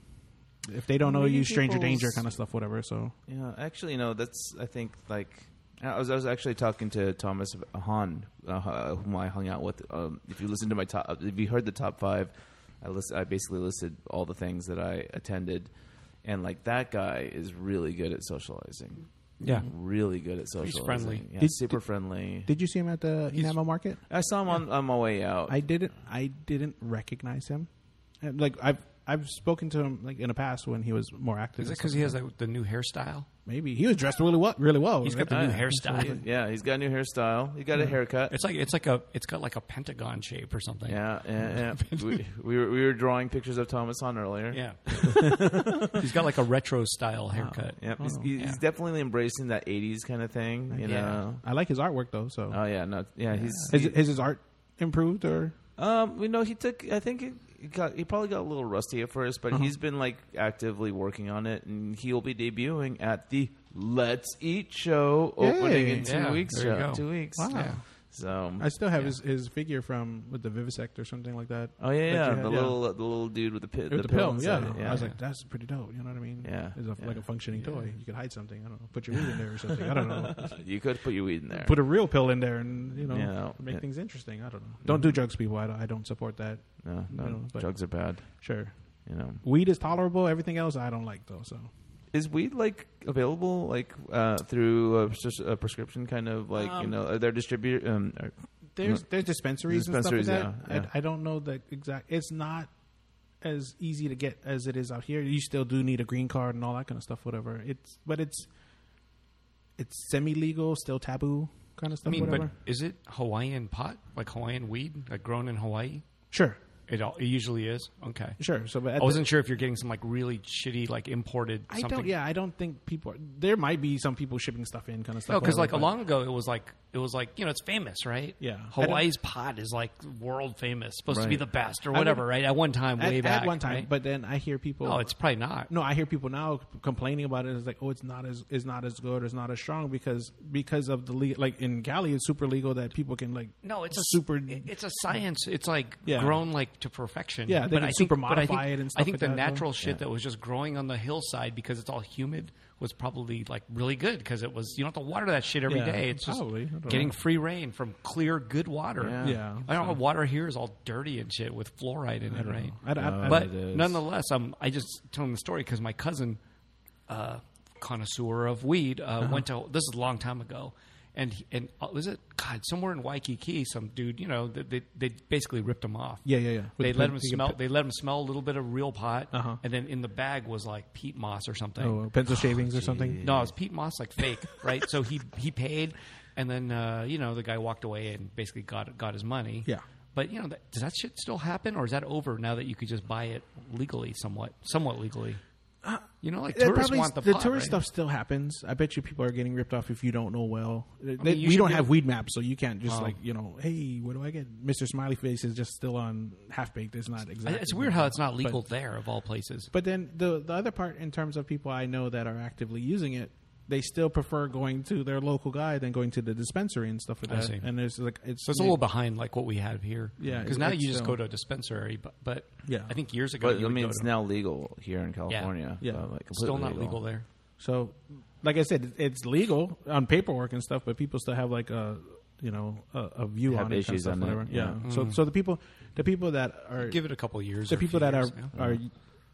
Speaker 3: if they don't know
Speaker 1: Meeting
Speaker 3: you, stranger
Speaker 1: people's-
Speaker 3: danger kind of stuff, whatever. So
Speaker 1: Yeah, actually, no. That's I think like I was I was actually talking to Thomas Hahn, uh, whom I hung out with. Um, if you listen to my top, if you heard the top five, I list I basically listed all the things that I attended, and like that guy is really good at socializing.
Speaker 2: Yeah.
Speaker 1: really good at socializing.
Speaker 2: friendly.
Speaker 1: Yeah,
Speaker 3: Did-
Speaker 1: super friendly.
Speaker 3: Did you see him at the enamel market?
Speaker 1: I saw him on, on my way out.
Speaker 3: I didn't. I didn't recognize him. And, Like I've I've spoken to him like in the past when he was more active.
Speaker 2: Is
Speaker 3: and
Speaker 2: it because
Speaker 3: stuff
Speaker 2: he
Speaker 3: like
Speaker 2: has like, the new hairstyle?
Speaker 3: that. maybe he was dressed really well? Really well.
Speaker 2: He's got the
Speaker 3: right?
Speaker 2: new
Speaker 1: Uh,
Speaker 2: hairstyle.
Speaker 1: yeah, he's got a new hairstyle. He got a haircut.
Speaker 2: It's like it's like a it's got like a pentagon shape or something.
Speaker 1: Yeah, yeah, yeah. we, we were we were drawing pictures of Thomas Hahn earlier.
Speaker 2: Yeah. He's got like a retro style haircut.
Speaker 1: Yeah, he's,
Speaker 3: Oh,
Speaker 1: he's
Speaker 2: Yeah.
Speaker 1: definitely embracing that '80s kind of thing. You know.
Speaker 3: I like his artwork though. So
Speaker 1: Oh yeah, no, yeah. He's
Speaker 3: is,
Speaker 1: he-
Speaker 3: is his art improved or
Speaker 1: um, you know, he took. I think he got. He probably got a little rusty at first,
Speaker 3: Uh-huh.
Speaker 1: but he's been like actively working on it, and he'll be debuting at the Let's Eat show opening
Speaker 3: Yay.
Speaker 1: in two
Speaker 2: Yeah,
Speaker 1: weeks.
Speaker 2: there you
Speaker 1: show-
Speaker 2: go.
Speaker 1: Two weeks.
Speaker 2: Ah,
Speaker 3: Wow.
Speaker 1: Yeah. So.
Speaker 3: I still have his, his figure from with the vivisect or something like that.
Speaker 1: oh yeah,
Speaker 3: that
Speaker 1: yeah.
Speaker 3: you
Speaker 1: The
Speaker 3: had,
Speaker 1: little the little dude with the, pi-
Speaker 3: It was the,
Speaker 1: pill.
Speaker 3: pill,
Speaker 1: inside
Speaker 3: yeah.
Speaker 1: it.
Speaker 3: I was like, that's pretty dope. You know what I mean?
Speaker 1: Yeah.
Speaker 3: It's a, like
Speaker 1: Yeah.
Speaker 3: a functioning toy. You could hide something. I don't know. Put your weed in there or something. I don't know.
Speaker 1: you could put your weed in there.
Speaker 3: Put a real pill in there and you know
Speaker 1: Yeah.
Speaker 3: make
Speaker 1: Yeah.
Speaker 3: things interesting. I don't know. Don't do drugs, people. I don't, I don't support that.
Speaker 1: no, no,
Speaker 3: No, but-
Speaker 1: drugs are bad.
Speaker 3: Sure.
Speaker 1: You know.
Speaker 3: Weed is tolerable. Everything else, I don't like though. So
Speaker 1: is weed like available like uh, through a, pres- a prescription kind of like you know are there distribute um, or-
Speaker 3: there's there's dispensaries,
Speaker 1: Dispensaries,
Speaker 3: and stuff like that.
Speaker 1: yeah, yeah.
Speaker 3: I, I don't know the exact. It's not as easy to get as it is out here. You still do need a green card and all that kind of stuff. Whatever. It's but it's it's semi legal, still taboo kind of
Speaker 2: I
Speaker 3: stuff.
Speaker 2: mean,
Speaker 3: whatever.
Speaker 2: but is it Hawaiian pot? Like Hawaiian weed? Like grown in Hawaii?
Speaker 3: sure,
Speaker 2: It all, it usually is. Okay.
Speaker 3: sure. So but at
Speaker 2: I
Speaker 3: the-
Speaker 2: wasn't sure if you're getting some like really shitty like imported
Speaker 3: I
Speaker 2: Oh, something.
Speaker 3: don't. Yeah, I don't think people. Are, there might be some people shipping stuff in, kind of stuff.
Speaker 2: No, because Oh, like
Speaker 3: whatever,
Speaker 2: a
Speaker 3: but-
Speaker 2: long ago, it was like it was like you know it's famous, right?
Speaker 3: Yeah.
Speaker 2: Hawaii's pot is like world famous, supposed to be
Speaker 1: Right.
Speaker 2: the best or whatever, right? At one time,
Speaker 3: at,
Speaker 2: way
Speaker 3: at
Speaker 2: back,
Speaker 3: one time,
Speaker 2: right?
Speaker 3: but then I hear people.
Speaker 2: no, Oh, it's probably not.
Speaker 3: no, I hear people now complaining about it. It's like, oh, it's not as it's not as good, it's not as strong because because of the legal. Like in Cali, it's super legal that people can like.
Speaker 2: No, it's a
Speaker 3: super.
Speaker 2: It's a science. It's like
Speaker 3: Yeah.
Speaker 2: grown like to perfection.
Speaker 3: Yeah, they
Speaker 2: but
Speaker 3: can
Speaker 2: I think,
Speaker 3: super
Speaker 2: but I
Speaker 3: modify
Speaker 2: think-
Speaker 3: it and
Speaker 2: I
Speaker 3: stuff
Speaker 2: think
Speaker 3: like
Speaker 2: the
Speaker 3: that, though.
Speaker 2: natural shit that was just growing on the hillside because it's all humid was probably like really good because it was you don't have to water that shit every day.
Speaker 3: Yeah,
Speaker 2: It's just
Speaker 3: probably. I don't
Speaker 2: getting
Speaker 3: know.
Speaker 2: free rain from clear good water.
Speaker 1: Yeah.
Speaker 3: Yeah.
Speaker 2: I don't know. Water here is all dirty and shit with fluoride in it, right?
Speaker 3: I, don't- I, I,
Speaker 2: but
Speaker 1: it is.
Speaker 2: nonetheless, um, I just telling the story because my cousin, uh, connoisseur of weed, uh,
Speaker 3: Uh-huh.
Speaker 2: went to this is a long time ago, and he- and uh, was it God somewhere in Waikiki? Some dude, you know, they they, they basically ripped him off.
Speaker 3: Yeah, yeah, yeah. With
Speaker 2: they
Speaker 3: the
Speaker 2: let
Speaker 3: pen-
Speaker 2: him
Speaker 3: you can
Speaker 2: smell.
Speaker 3: pe-
Speaker 2: They let him smell a little bit of real pot,
Speaker 3: Uh-huh.
Speaker 2: and then in the bag was like peat moss or something.
Speaker 3: oh, pencil shavings or something. Uh,
Speaker 2: No, it was Pete Moss, like fake, right? so he he paid, and then uh, you know the guy walked away and basically got got his money.
Speaker 3: Yeah.
Speaker 2: But you know, that, does that shit still happen, or is that over now that you could just buy it legally, somewhat, somewhat legally? You know, like
Speaker 3: That
Speaker 2: tourists
Speaker 3: Uh, probably-
Speaker 2: want the,
Speaker 3: the
Speaker 2: pot,
Speaker 3: tourist
Speaker 2: right?
Speaker 3: stuff still happens. I bet you people are getting ripped off if you don't know well. Uh, They-
Speaker 2: you
Speaker 3: we
Speaker 2: should
Speaker 3: don't
Speaker 2: do-
Speaker 3: have weed maps, so you can't just
Speaker 2: Oh.
Speaker 3: like you know, hey, what do I get? Mister Smiley Face is just still on half baked. It's not
Speaker 2: I-
Speaker 3: exactly.
Speaker 2: It's weird how it's not legal there of all places.
Speaker 3: But then the the other part in terms of people I know that are actively using it, they still prefer going to their local guy than going to the dispensary and stuff like
Speaker 2: I
Speaker 3: that.
Speaker 2: see.
Speaker 3: And there's like it's
Speaker 2: So it's a little behind like what we have here.
Speaker 3: Yeah,
Speaker 2: because now
Speaker 3: it's
Speaker 2: you just go
Speaker 3: still-
Speaker 2: to a dispensary, but, but
Speaker 3: Yeah.
Speaker 2: I think years ago,
Speaker 1: but
Speaker 2: you
Speaker 1: I
Speaker 2: would
Speaker 1: mean
Speaker 2: go
Speaker 1: it's
Speaker 2: to-
Speaker 1: now legal here in California
Speaker 3: Yeah.
Speaker 1: but, like,
Speaker 2: still
Speaker 1: completely
Speaker 2: not legal there.
Speaker 3: So, like I said, it's legal on paperwork and stuff, but people still have like a you know a, a view
Speaker 1: Have
Speaker 3: on it and
Speaker 1: issues
Speaker 3: stuff,
Speaker 1: on it,
Speaker 3: whatever.
Speaker 1: yeah.
Speaker 3: Yeah. So
Speaker 2: Mm-hmm.
Speaker 3: so the people the people that are
Speaker 2: Give it a couple of years.
Speaker 3: the
Speaker 2: or a
Speaker 3: people
Speaker 2: few
Speaker 3: that are
Speaker 2: years, yeah.
Speaker 3: are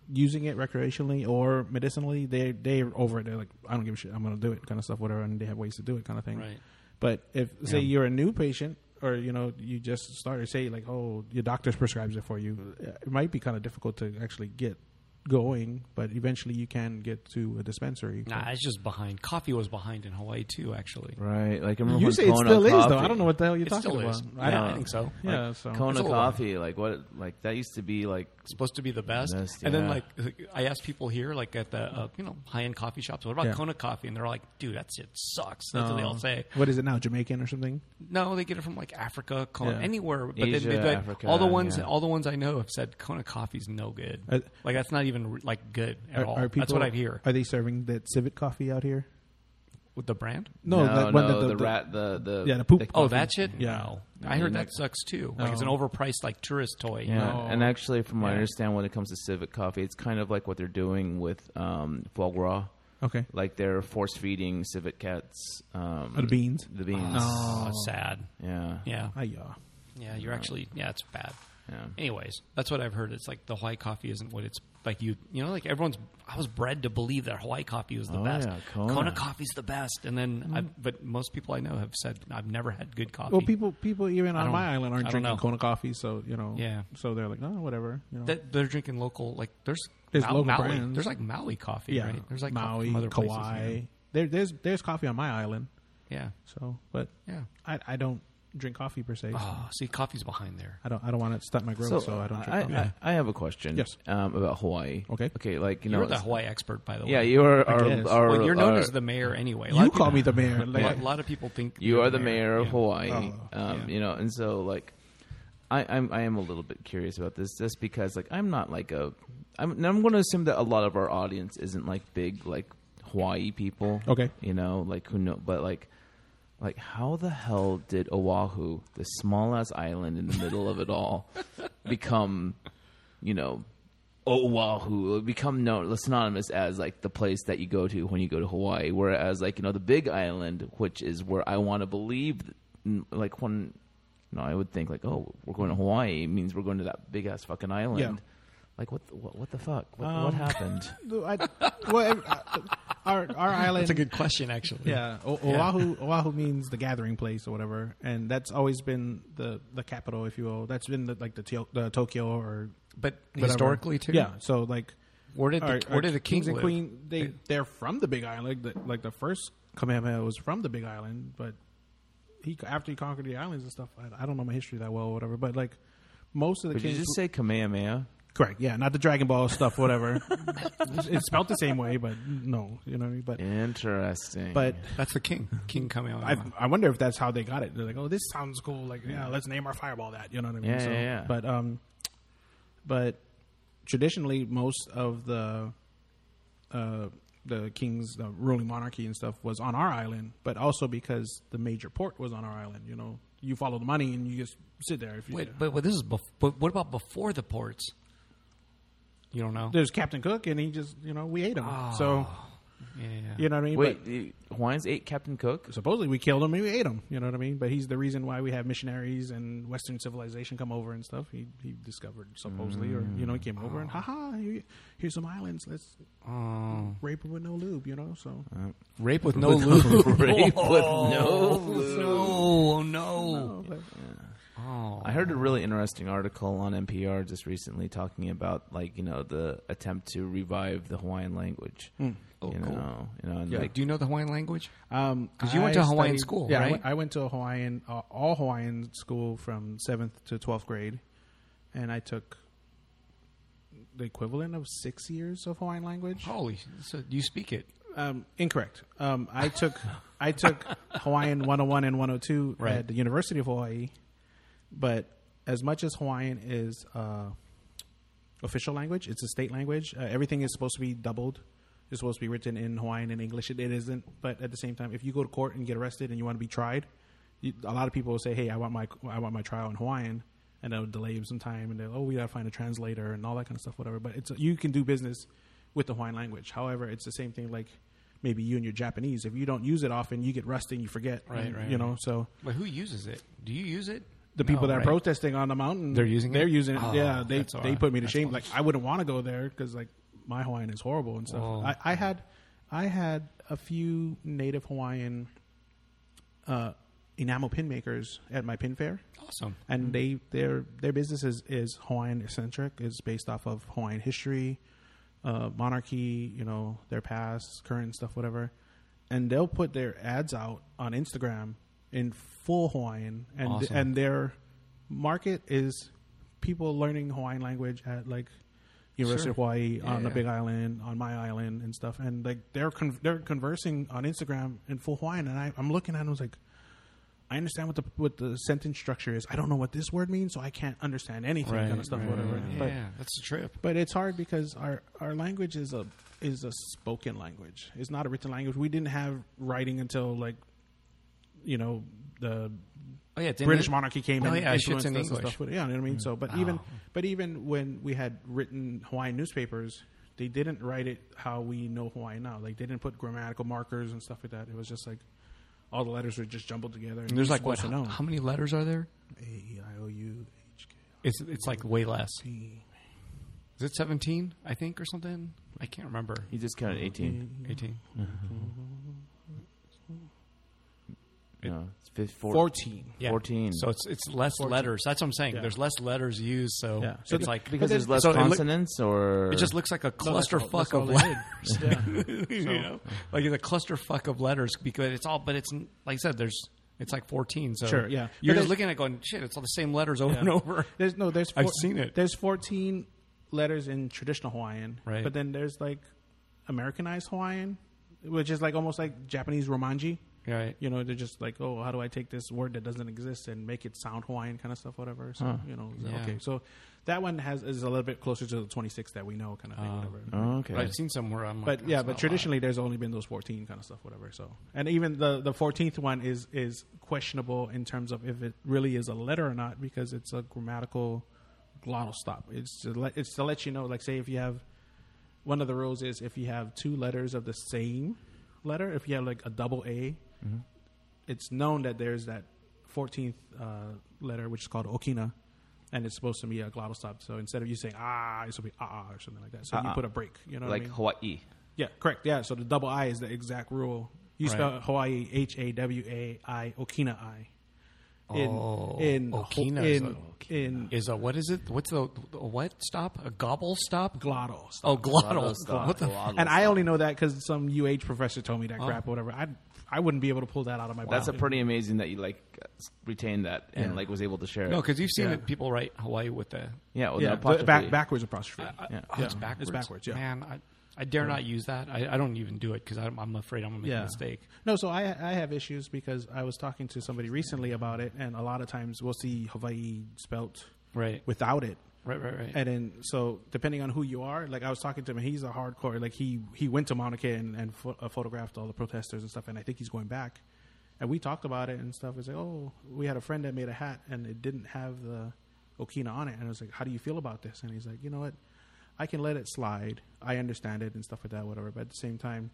Speaker 3: using it recreationally or medicinally, they they're over it. They're like, I don't give a shit. I'm gonna do it, kind of stuff, whatever. And they have ways to do it, kind of thing.
Speaker 2: Right.
Speaker 3: But if say you're a new patient, or you know you just started, say like, oh, your doctor prescribes it for you, it might be kind of difficult to actually get going. But eventually, you can get to a dispensary.
Speaker 2: Nah, it's just behind. Coffee was behind in Hawaii too, actually.
Speaker 1: Right. Like I remember
Speaker 3: You
Speaker 1: when
Speaker 3: say it
Speaker 1: Kona
Speaker 3: still is
Speaker 1: coffee,
Speaker 3: though. I don't know what the hell you're
Speaker 2: It
Speaker 3: talking
Speaker 2: still
Speaker 3: about.
Speaker 2: is.
Speaker 3: I
Speaker 2: Yeah,
Speaker 3: don't,
Speaker 2: I think so.
Speaker 3: yeah, so
Speaker 1: Kona
Speaker 2: It's a lot.
Speaker 1: coffee. Like what? Like that used to be like
Speaker 2: supposed to be the best.
Speaker 1: Best,
Speaker 2: and then
Speaker 1: yeah.
Speaker 2: like I asked people here, like at the uh, you know high end coffee shops, what about
Speaker 3: Yeah.
Speaker 2: Kona coffee? And they're like, dude, that shit sucks. That's what they all say.
Speaker 3: Um, What is it now? Jamaican or something?
Speaker 2: No, they get it from like Africa, Kona,
Speaker 3: Yeah.
Speaker 2: anywhere. But
Speaker 1: Asia,
Speaker 2: then they, like,
Speaker 1: Africa,
Speaker 2: all the ones,
Speaker 1: yeah.
Speaker 2: all the ones I know have said Kona coffee's no good.
Speaker 3: Are-
Speaker 2: like that's not even like good at
Speaker 3: Uh, Are-
Speaker 2: all.
Speaker 3: are uh,
Speaker 2: that's what I hear
Speaker 3: Are they serving that civet coffee out here?
Speaker 2: with the brand.
Speaker 1: no, no,
Speaker 3: that one that
Speaker 1: the, rat, the the
Speaker 3: Yeah, the poop.
Speaker 2: Oh,
Speaker 3: coffee.
Speaker 2: that shit.
Speaker 3: Yeah.
Speaker 2: No. I heard that sucks too. Like it's an overpriced like tourist toy.
Speaker 1: Yeah,
Speaker 3: No.
Speaker 1: and actually, from what I
Speaker 3: Yeah.
Speaker 1: understand, when it comes to civet coffee, it's kind of like what they're doing with um, foie gras.
Speaker 3: Okay.
Speaker 1: Like they're force feeding civet cats um,
Speaker 3: Oh, the beans?
Speaker 1: The beans.
Speaker 2: Oh, it's sad.
Speaker 1: Yeah.
Speaker 2: Yeah.
Speaker 3: Ah, yeah.
Speaker 2: Yeah, you're actually yeah, it's bad.
Speaker 1: Yeah.
Speaker 2: Anyways, that's what I've heard. It's like the Hawaii coffee isn't what it's like. You you know, like everyone's. I was bred to believe that Hawaii coffee was the
Speaker 1: Oh,
Speaker 2: best.
Speaker 1: yeah, Kona.
Speaker 2: coffee's the best, and then I, but most people I know have said I've never had good coffee.
Speaker 3: Well, people people even on
Speaker 2: don't-
Speaker 3: my island
Speaker 2: I
Speaker 3: aren't
Speaker 2: don't
Speaker 3: drinking
Speaker 2: know.
Speaker 3: Kona coffee, so you know.
Speaker 2: Yeah.
Speaker 3: So they're like, oh, whatever. You know.
Speaker 2: that they're drinking local like there's
Speaker 3: There's
Speaker 2: Mau-
Speaker 3: local
Speaker 2: Maui.
Speaker 3: brands.
Speaker 2: There's like Maui coffee,
Speaker 3: yeah.
Speaker 2: right? There's like coffee
Speaker 3: Maui,
Speaker 2: from other places,
Speaker 3: Kauai. There, there's there's coffee on my island.
Speaker 2: yeah.
Speaker 3: So, but
Speaker 2: yeah, yeah.
Speaker 3: I I don't drink coffee per se.
Speaker 2: Oh, see, coffee's behind there.
Speaker 3: I don't I don't want to stunt my growth, so, I don't drink
Speaker 1: I,
Speaker 3: coffee.
Speaker 1: I, have a question.
Speaker 3: Yes.
Speaker 1: Um, about Hawaii.
Speaker 3: Okay.
Speaker 1: Okay. Like you
Speaker 2: You're
Speaker 1: know.
Speaker 2: the
Speaker 1: it's-
Speaker 2: Hawaii expert, by the way.
Speaker 1: yeah, you are. Our,
Speaker 3: guess.
Speaker 1: our,
Speaker 2: well, you're known
Speaker 1: our-
Speaker 2: as the mayor anyway. A lot
Speaker 3: you
Speaker 2: of
Speaker 3: call
Speaker 2: people-
Speaker 3: me the mayor.
Speaker 2: A
Speaker 3: Like,
Speaker 2: lot, a lot of people think
Speaker 1: you
Speaker 2: you're
Speaker 1: are the mayor of
Speaker 2: Yeah.
Speaker 1: Hawaii.
Speaker 3: Oh,
Speaker 1: um,
Speaker 3: yeah.
Speaker 1: You know, and so like, I, I'm I am a little bit curious about this just because like I'm not like a I'm and I'm going to assume that a lot of our audience isn't like big like Hawaii people.
Speaker 3: Okay.
Speaker 1: you know, like who know, but like. Like how the hell did Oahu, the small ass island in the middle of it all, become, you know, Oahu become known synonymous as like the place that you go to when you go to Hawaii, whereas like you know the Big Island, which is where I want to believe, n- like when you know I would think like oh we're going to Hawaii it means we're going to that big ass fucking island.
Speaker 3: Yeah.
Speaker 1: Like what, the- what? What the fuck? What, what happened?
Speaker 3: I, well, I- our our island.
Speaker 2: That's a good question, actually.
Speaker 3: Yeah, o- Oahu Oahu means the gathering place or whatever, and that's always been the the capital, if you will. That's been the, like the, Tio- the Tokyo or
Speaker 2: But
Speaker 3: whatever.
Speaker 2: historically, too?
Speaker 3: Yeah, so like
Speaker 2: Where did the,
Speaker 3: our-
Speaker 2: where
Speaker 3: our
Speaker 2: did the
Speaker 3: kings
Speaker 2: king live?
Speaker 3: and queen they they're from the Big Island. Like the, like the first Kamehameha was from the Big Island, but he after he conquered the islands and stuff. I, I don't know my history that well or whatever, but like most of the
Speaker 1: Did you
Speaker 3: kings
Speaker 1: just say Kamehameha?
Speaker 3: correct, yeah, not the Dragon Ball stuff, whatever. it's, it's spelled the same way, but no, you know what I mean. But
Speaker 1: Interesting.
Speaker 3: but
Speaker 2: That's the king. King coming out.
Speaker 3: I, I wonder if that's how they got it. They're like, oh, this sounds cool. Like, yeah, let's name our fireball that. You know what I mean?
Speaker 1: Yeah, yeah, yeah.
Speaker 3: But um, but traditionally, most of the uh, the king's the ruling monarchy and stuff was on our island, but also because the major port was on our island. You know, you follow the money and you just sit there. If you,
Speaker 2: Wait, but, but this is bef- but what about before the ports? You don't know?
Speaker 3: there's Captain Cook, and he just you know we ate him. So
Speaker 2: Yeah.
Speaker 3: you know what I mean?
Speaker 1: Ah. wait, the Hawaiians ate Captain Cook.
Speaker 3: But supposedly we killed him and we ate him. You know what I mean? But he's the reason why we have missionaries and Western civilization come over and stuff. He he discovered supposedly, or you know, he came over and haha, here- here's some islands. Let's
Speaker 2: Oh.
Speaker 3: rape them with no lube. You know, so
Speaker 2: Rape with no lube.
Speaker 1: Rape with
Speaker 2: Oh,
Speaker 1: no
Speaker 2: No, no.
Speaker 3: Oh, but-
Speaker 2: Oh.
Speaker 1: I heard a really interesting article on NPR just recently talking about like you know the attempt to revive the Hawaiian language.
Speaker 2: Oh,
Speaker 1: you
Speaker 2: cool.
Speaker 1: know, you know, and
Speaker 3: Yeah.
Speaker 1: like
Speaker 2: Do you know the Hawaiian language?
Speaker 3: um,
Speaker 2: 'Cause you went to a Hawaiian school,
Speaker 3: yeah, I
Speaker 2: right?
Speaker 3: went, I went to a Hawaiian uh, all Hawaiian school from seventh to twelfth grade, and I took the equivalent of six years of Hawaiian language.
Speaker 2: Holy. So you speak it.
Speaker 3: um, incorrect. Um, I took I took Hawaiian 101 and 102
Speaker 2: Right.
Speaker 3: at the University of Hawaii, but as much as Hawaiian is uh, official language, it's a state language. Uh, everything is supposed to be doubled. It's supposed to be written in Hawaiian and English. It, it isn't. But at the same time, if you go to court and get arrested and you want to be tried, you, a lot of people will say, "Hey, I want my I want my trial in Hawaiian." And they'll delay them some time, and they'll oh we gotta find a translator and all that kind of stuff, whatever. But it's you can do business with the Hawaiian language. However, it's the same thing like maybe you and your Japanese. If you don't use it often, you get rusty and you forget.
Speaker 2: Right, right,
Speaker 3: You
Speaker 2: right.
Speaker 3: know, so
Speaker 2: But who uses it? Do you use it?
Speaker 3: the people
Speaker 2: No,
Speaker 3: that are
Speaker 2: Oh, right.
Speaker 3: protesting on the mountain,
Speaker 2: They're using
Speaker 3: they're
Speaker 2: it?
Speaker 3: using it.
Speaker 2: Oh,
Speaker 3: yeah, they
Speaker 2: that's all
Speaker 3: they
Speaker 2: right.
Speaker 3: put me to
Speaker 2: That's
Speaker 3: shame. Like I wouldn't want to go there because like my Hawaiian is horrible and stuff.
Speaker 2: Whoa.
Speaker 3: I, I had I had a few native Hawaiian uh, enamel pin makers at my pin fair
Speaker 2: Awesome.
Speaker 3: and they their their business is, is Hawaiian eccentric. It's based off of Hawaiian history, uh, monarchy, you know, their past, current stuff, whatever. And they'll put their ads out on Instagram in full Hawaiian, and
Speaker 2: Awesome.
Speaker 3: and their market is people learning Hawaiian language at like University of
Speaker 2: Sure.
Speaker 3: Hawaii on the
Speaker 2: yeah.
Speaker 3: Big Island, on my island, and stuff. And like they're con- they're conversing on Instagram in full Hawaiian, and I, I'm looking at it, and I was like. I understand what the what the sentence structure is. I don't know what this word means, so I can't understand anything
Speaker 2: Right,
Speaker 3: kind of stuff,
Speaker 2: right,
Speaker 3: whatever.
Speaker 2: right.
Speaker 3: But
Speaker 2: yeah, that's a trip.
Speaker 3: but it's hard because our our language is a is a spoken language. It's not a written language. We didn't have writing until like you know the
Speaker 2: Oh yeah, it's in
Speaker 3: British
Speaker 2: it.
Speaker 3: monarchy came
Speaker 2: Oh,
Speaker 3: and
Speaker 2: yeah, shit's
Speaker 3: influenced
Speaker 2: in
Speaker 3: us and
Speaker 2: English. Mm.
Speaker 3: stuff. But yeah, you know what I mean. So, but even
Speaker 2: Wow.
Speaker 3: but even when we had written Hawaiian newspapers, they didn't write it how we know Hawaiian now. Like they didn't put grammatical markers and stuff like that. It was just like all the letters were just jumbled together. And
Speaker 2: There's
Speaker 3: you're
Speaker 2: like what?
Speaker 3: supposed to
Speaker 2: How,
Speaker 3: know.
Speaker 2: how many letters are there?
Speaker 3: A E I O U H K E.
Speaker 2: It's it's like way less.
Speaker 3: P.
Speaker 2: Is it 17? I think or something. I can't remember.
Speaker 4: He just counted 18.
Speaker 2: 18.
Speaker 4: No, it's fif- four-
Speaker 3: Fourteen.
Speaker 2: Yeah.
Speaker 4: 14.
Speaker 2: So it's it's less letters. That's what I'm saying.
Speaker 3: Yeah.
Speaker 2: There's less letters used, so
Speaker 3: Yeah.
Speaker 2: it's
Speaker 3: So the-
Speaker 2: like
Speaker 4: because
Speaker 3: then-
Speaker 4: there's less
Speaker 2: so it look-
Speaker 4: consonants or
Speaker 2: it just looks like a
Speaker 3: No, that's all-
Speaker 2: clusterfuck
Speaker 3: that's all
Speaker 2: of
Speaker 3: they
Speaker 2: letters.
Speaker 3: did. Yeah.
Speaker 2: you know? Like it's a clusterfuck of letters because it's all, but it's n- like I said, there's it's like 14. So
Speaker 3: Sure, yeah.
Speaker 2: you're
Speaker 3: But
Speaker 2: just
Speaker 3: it-
Speaker 2: looking at it going shit. It's all the same letters over
Speaker 3: Yeah.
Speaker 2: and over.
Speaker 3: There's no. There's.
Speaker 2: I've seen it.
Speaker 3: There's 14 letters in traditional Hawaiian,
Speaker 2: Right.
Speaker 3: But then there's like Americanized Hawaiian, which is like almost like Japanese Romanji.
Speaker 2: Right.
Speaker 3: You know, they're just like, oh, how do I take this word that doesn't exist and make it sound Hawaiian, kind of stuff, whatever. So you know, so-
Speaker 2: Yeah.
Speaker 3: okay. So that one has is a little bit closer to the 26 that we know, kind of thing, whatever.
Speaker 4: Oh, okay.
Speaker 2: I've seen somewhere. I'm like,
Speaker 3: But yeah,
Speaker 2: that's not a
Speaker 3: but
Speaker 2: lot.
Speaker 3: traditionally there's only been those 14 kind of stuff, whatever. So and even the the 14th one is is questionable in terms of if it really is a letter or not because it's a grammatical glottal stop. It's to let, it's to let you know, like say if you have one of the rules is if you have two letters of the same letter, if you have like a double A,
Speaker 2: Mm-hmm.
Speaker 3: it's known that there's that 14th uh, letter which is called Okina. And it's supposed to be a glottal stop. So instead of you saying ah, it's supposed to be ah or something like that. So you
Speaker 2: Uh-uh.
Speaker 4: Ah.
Speaker 3: put a break. You know, what I
Speaker 4: like
Speaker 3: mean?
Speaker 4: Hawaii.
Speaker 3: Yeah, correct. Yeah, so the double I is the exact rule. You
Speaker 2: Right.
Speaker 3: spell Hawaii H A W A I Okina I. In
Speaker 2: Oh,
Speaker 3: in
Speaker 2: Okina is
Speaker 3: in,
Speaker 2: a-
Speaker 3: in
Speaker 2: is a what is it? What's the, the what stop? A gobble stop?
Speaker 3: glottal. stuff.
Speaker 2: Oh, glottal. stop. What the f-
Speaker 3: and I only know that because some UH professor told
Speaker 2: Oh.
Speaker 3: me that crap or whatever. I I wouldn't be able to pull that out of my.
Speaker 4: That's a
Speaker 3: brain.
Speaker 4: pretty amazing that you like retained that and
Speaker 3: Yeah.
Speaker 4: like was able to share.
Speaker 2: No,
Speaker 4: it.
Speaker 2: because you've seen
Speaker 3: Yeah.
Speaker 2: it. People write Hawaii with the.
Speaker 4: yeah, well, the
Speaker 3: yeah, the back,
Speaker 4: apostrophe.
Speaker 3: backwards apostrophe.
Speaker 2: oh, I-
Speaker 4: Yeah.
Speaker 2: oh,
Speaker 3: Yeah.
Speaker 2: it's backwards.
Speaker 3: It's backwards, yeah.
Speaker 2: man. I, I dare not use that. I, I don't even do it because I'm, I'm afraid I'm gonna make a mistake.
Speaker 3: No, so I I have issues because I was talking to somebody recently about it, and a lot of times we'll see Hawaii spelt
Speaker 2: Right.
Speaker 3: without it,
Speaker 2: Right. Right. Right.
Speaker 3: And then, so depending on who you are, like I was talking to him, he's a hardcore. Like he he went to Mauna Kea and, and pho- uh, photographed all the protesters and stuff, and I think he's going back. And we talked about it and stuff. It's like, oh, we had a friend that made a hat and it didn't have the Okina on it, and I was like, how do you feel about this? And he's like, you know what, I can let it slide. I understand it and stuff like that, whatever. But at the same time,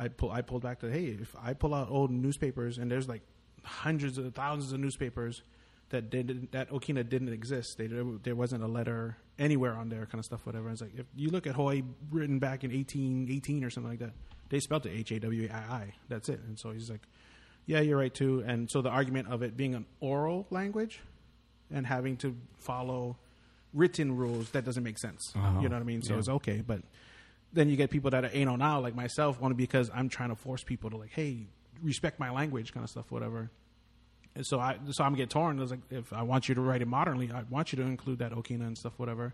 Speaker 3: I pull I pulled back to hey, if I pull out old newspapers and there's like hundreds of thousands of newspapers that didn't that Okina didn't exist. They, there wasn't a letter anywhere on there, kind of stuff, whatever. It's like if you look at Hawaii written back in eighteen eighteen or something like that, they spelled it H A W I I. That's it. And so he's like, yeah, you're right too. And so the argument of it being an oral language and having to follow written rules that doesn't make sense. You know what I mean? So it's okay, but then you get people that are anal now, like myself, only because I'm trying to force people to like, hey, respect my language, kind of stuff, whatever. And so I, so I'm get torn. It's like if I want you to write it modernly, I want you to include that Okina and stuff, whatever.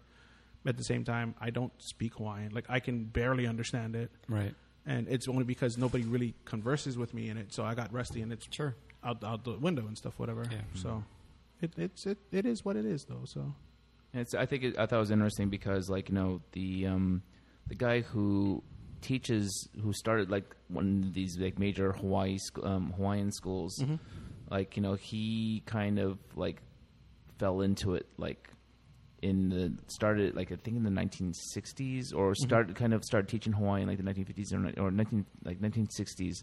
Speaker 3: But at the same time, I don't speak Hawaiian. Like I can barely understand it,
Speaker 2: right.
Speaker 3: and it's only because nobody really converses with me in it. So I got rusty, and it's
Speaker 2: Sure.
Speaker 3: out out the window and stuff, whatever.
Speaker 2: Yeah.
Speaker 3: So it, it's it, it is what it is, though. So
Speaker 4: It's, I think it, I thought it was interesting because, like, you know, the um, the guy who teaches, who started like one of these like major Hawaii sc- um, Hawaiian schools, like you know, he kind of like fell into it like in the started like I think in the 1960s or started kind of started teaching Hawaiian like the 1950s or, ni- or 19 like 1960s,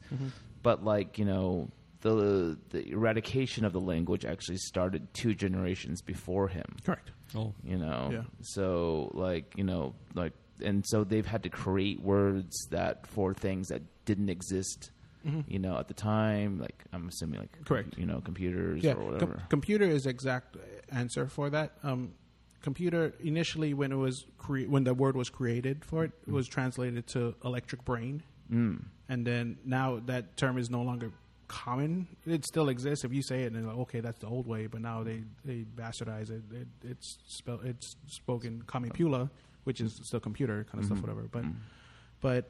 Speaker 4: but like you know the the eradication of the language actually started two generations before him
Speaker 3: Correct.
Speaker 2: Oh,
Speaker 4: you know
Speaker 3: Yeah.
Speaker 4: so like you know like and so they've had to create words that for things that didn't exist you know at the time like i'm assuming like
Speaker 3: Mm-hmm. Correct.
Speaker 4: you know computers
Speaker 3: Yeah,
Speaker 4: or
Speaker 3: com-
Speaker 4: whatever
Speaker 3: computer is exact answer for that. Um, computer initially when it was cre- when the word was created for it,
Speaker 4: Mm.
Speaker 3: it was translated to electric brain,
Speaker 4: Hmm.
Speaker 3: mm. and then now that term is no longer common. It still exists if you say it, and they're like, okay, that's the old way. But now they they bastardize it. it it's spelled it's spoken commipula, which
Speaker 4: Mm.
Speaker 3: is still computer kind of stuff,
Speaker 4: Mm-hmm.
Speaker 3: whatever. But but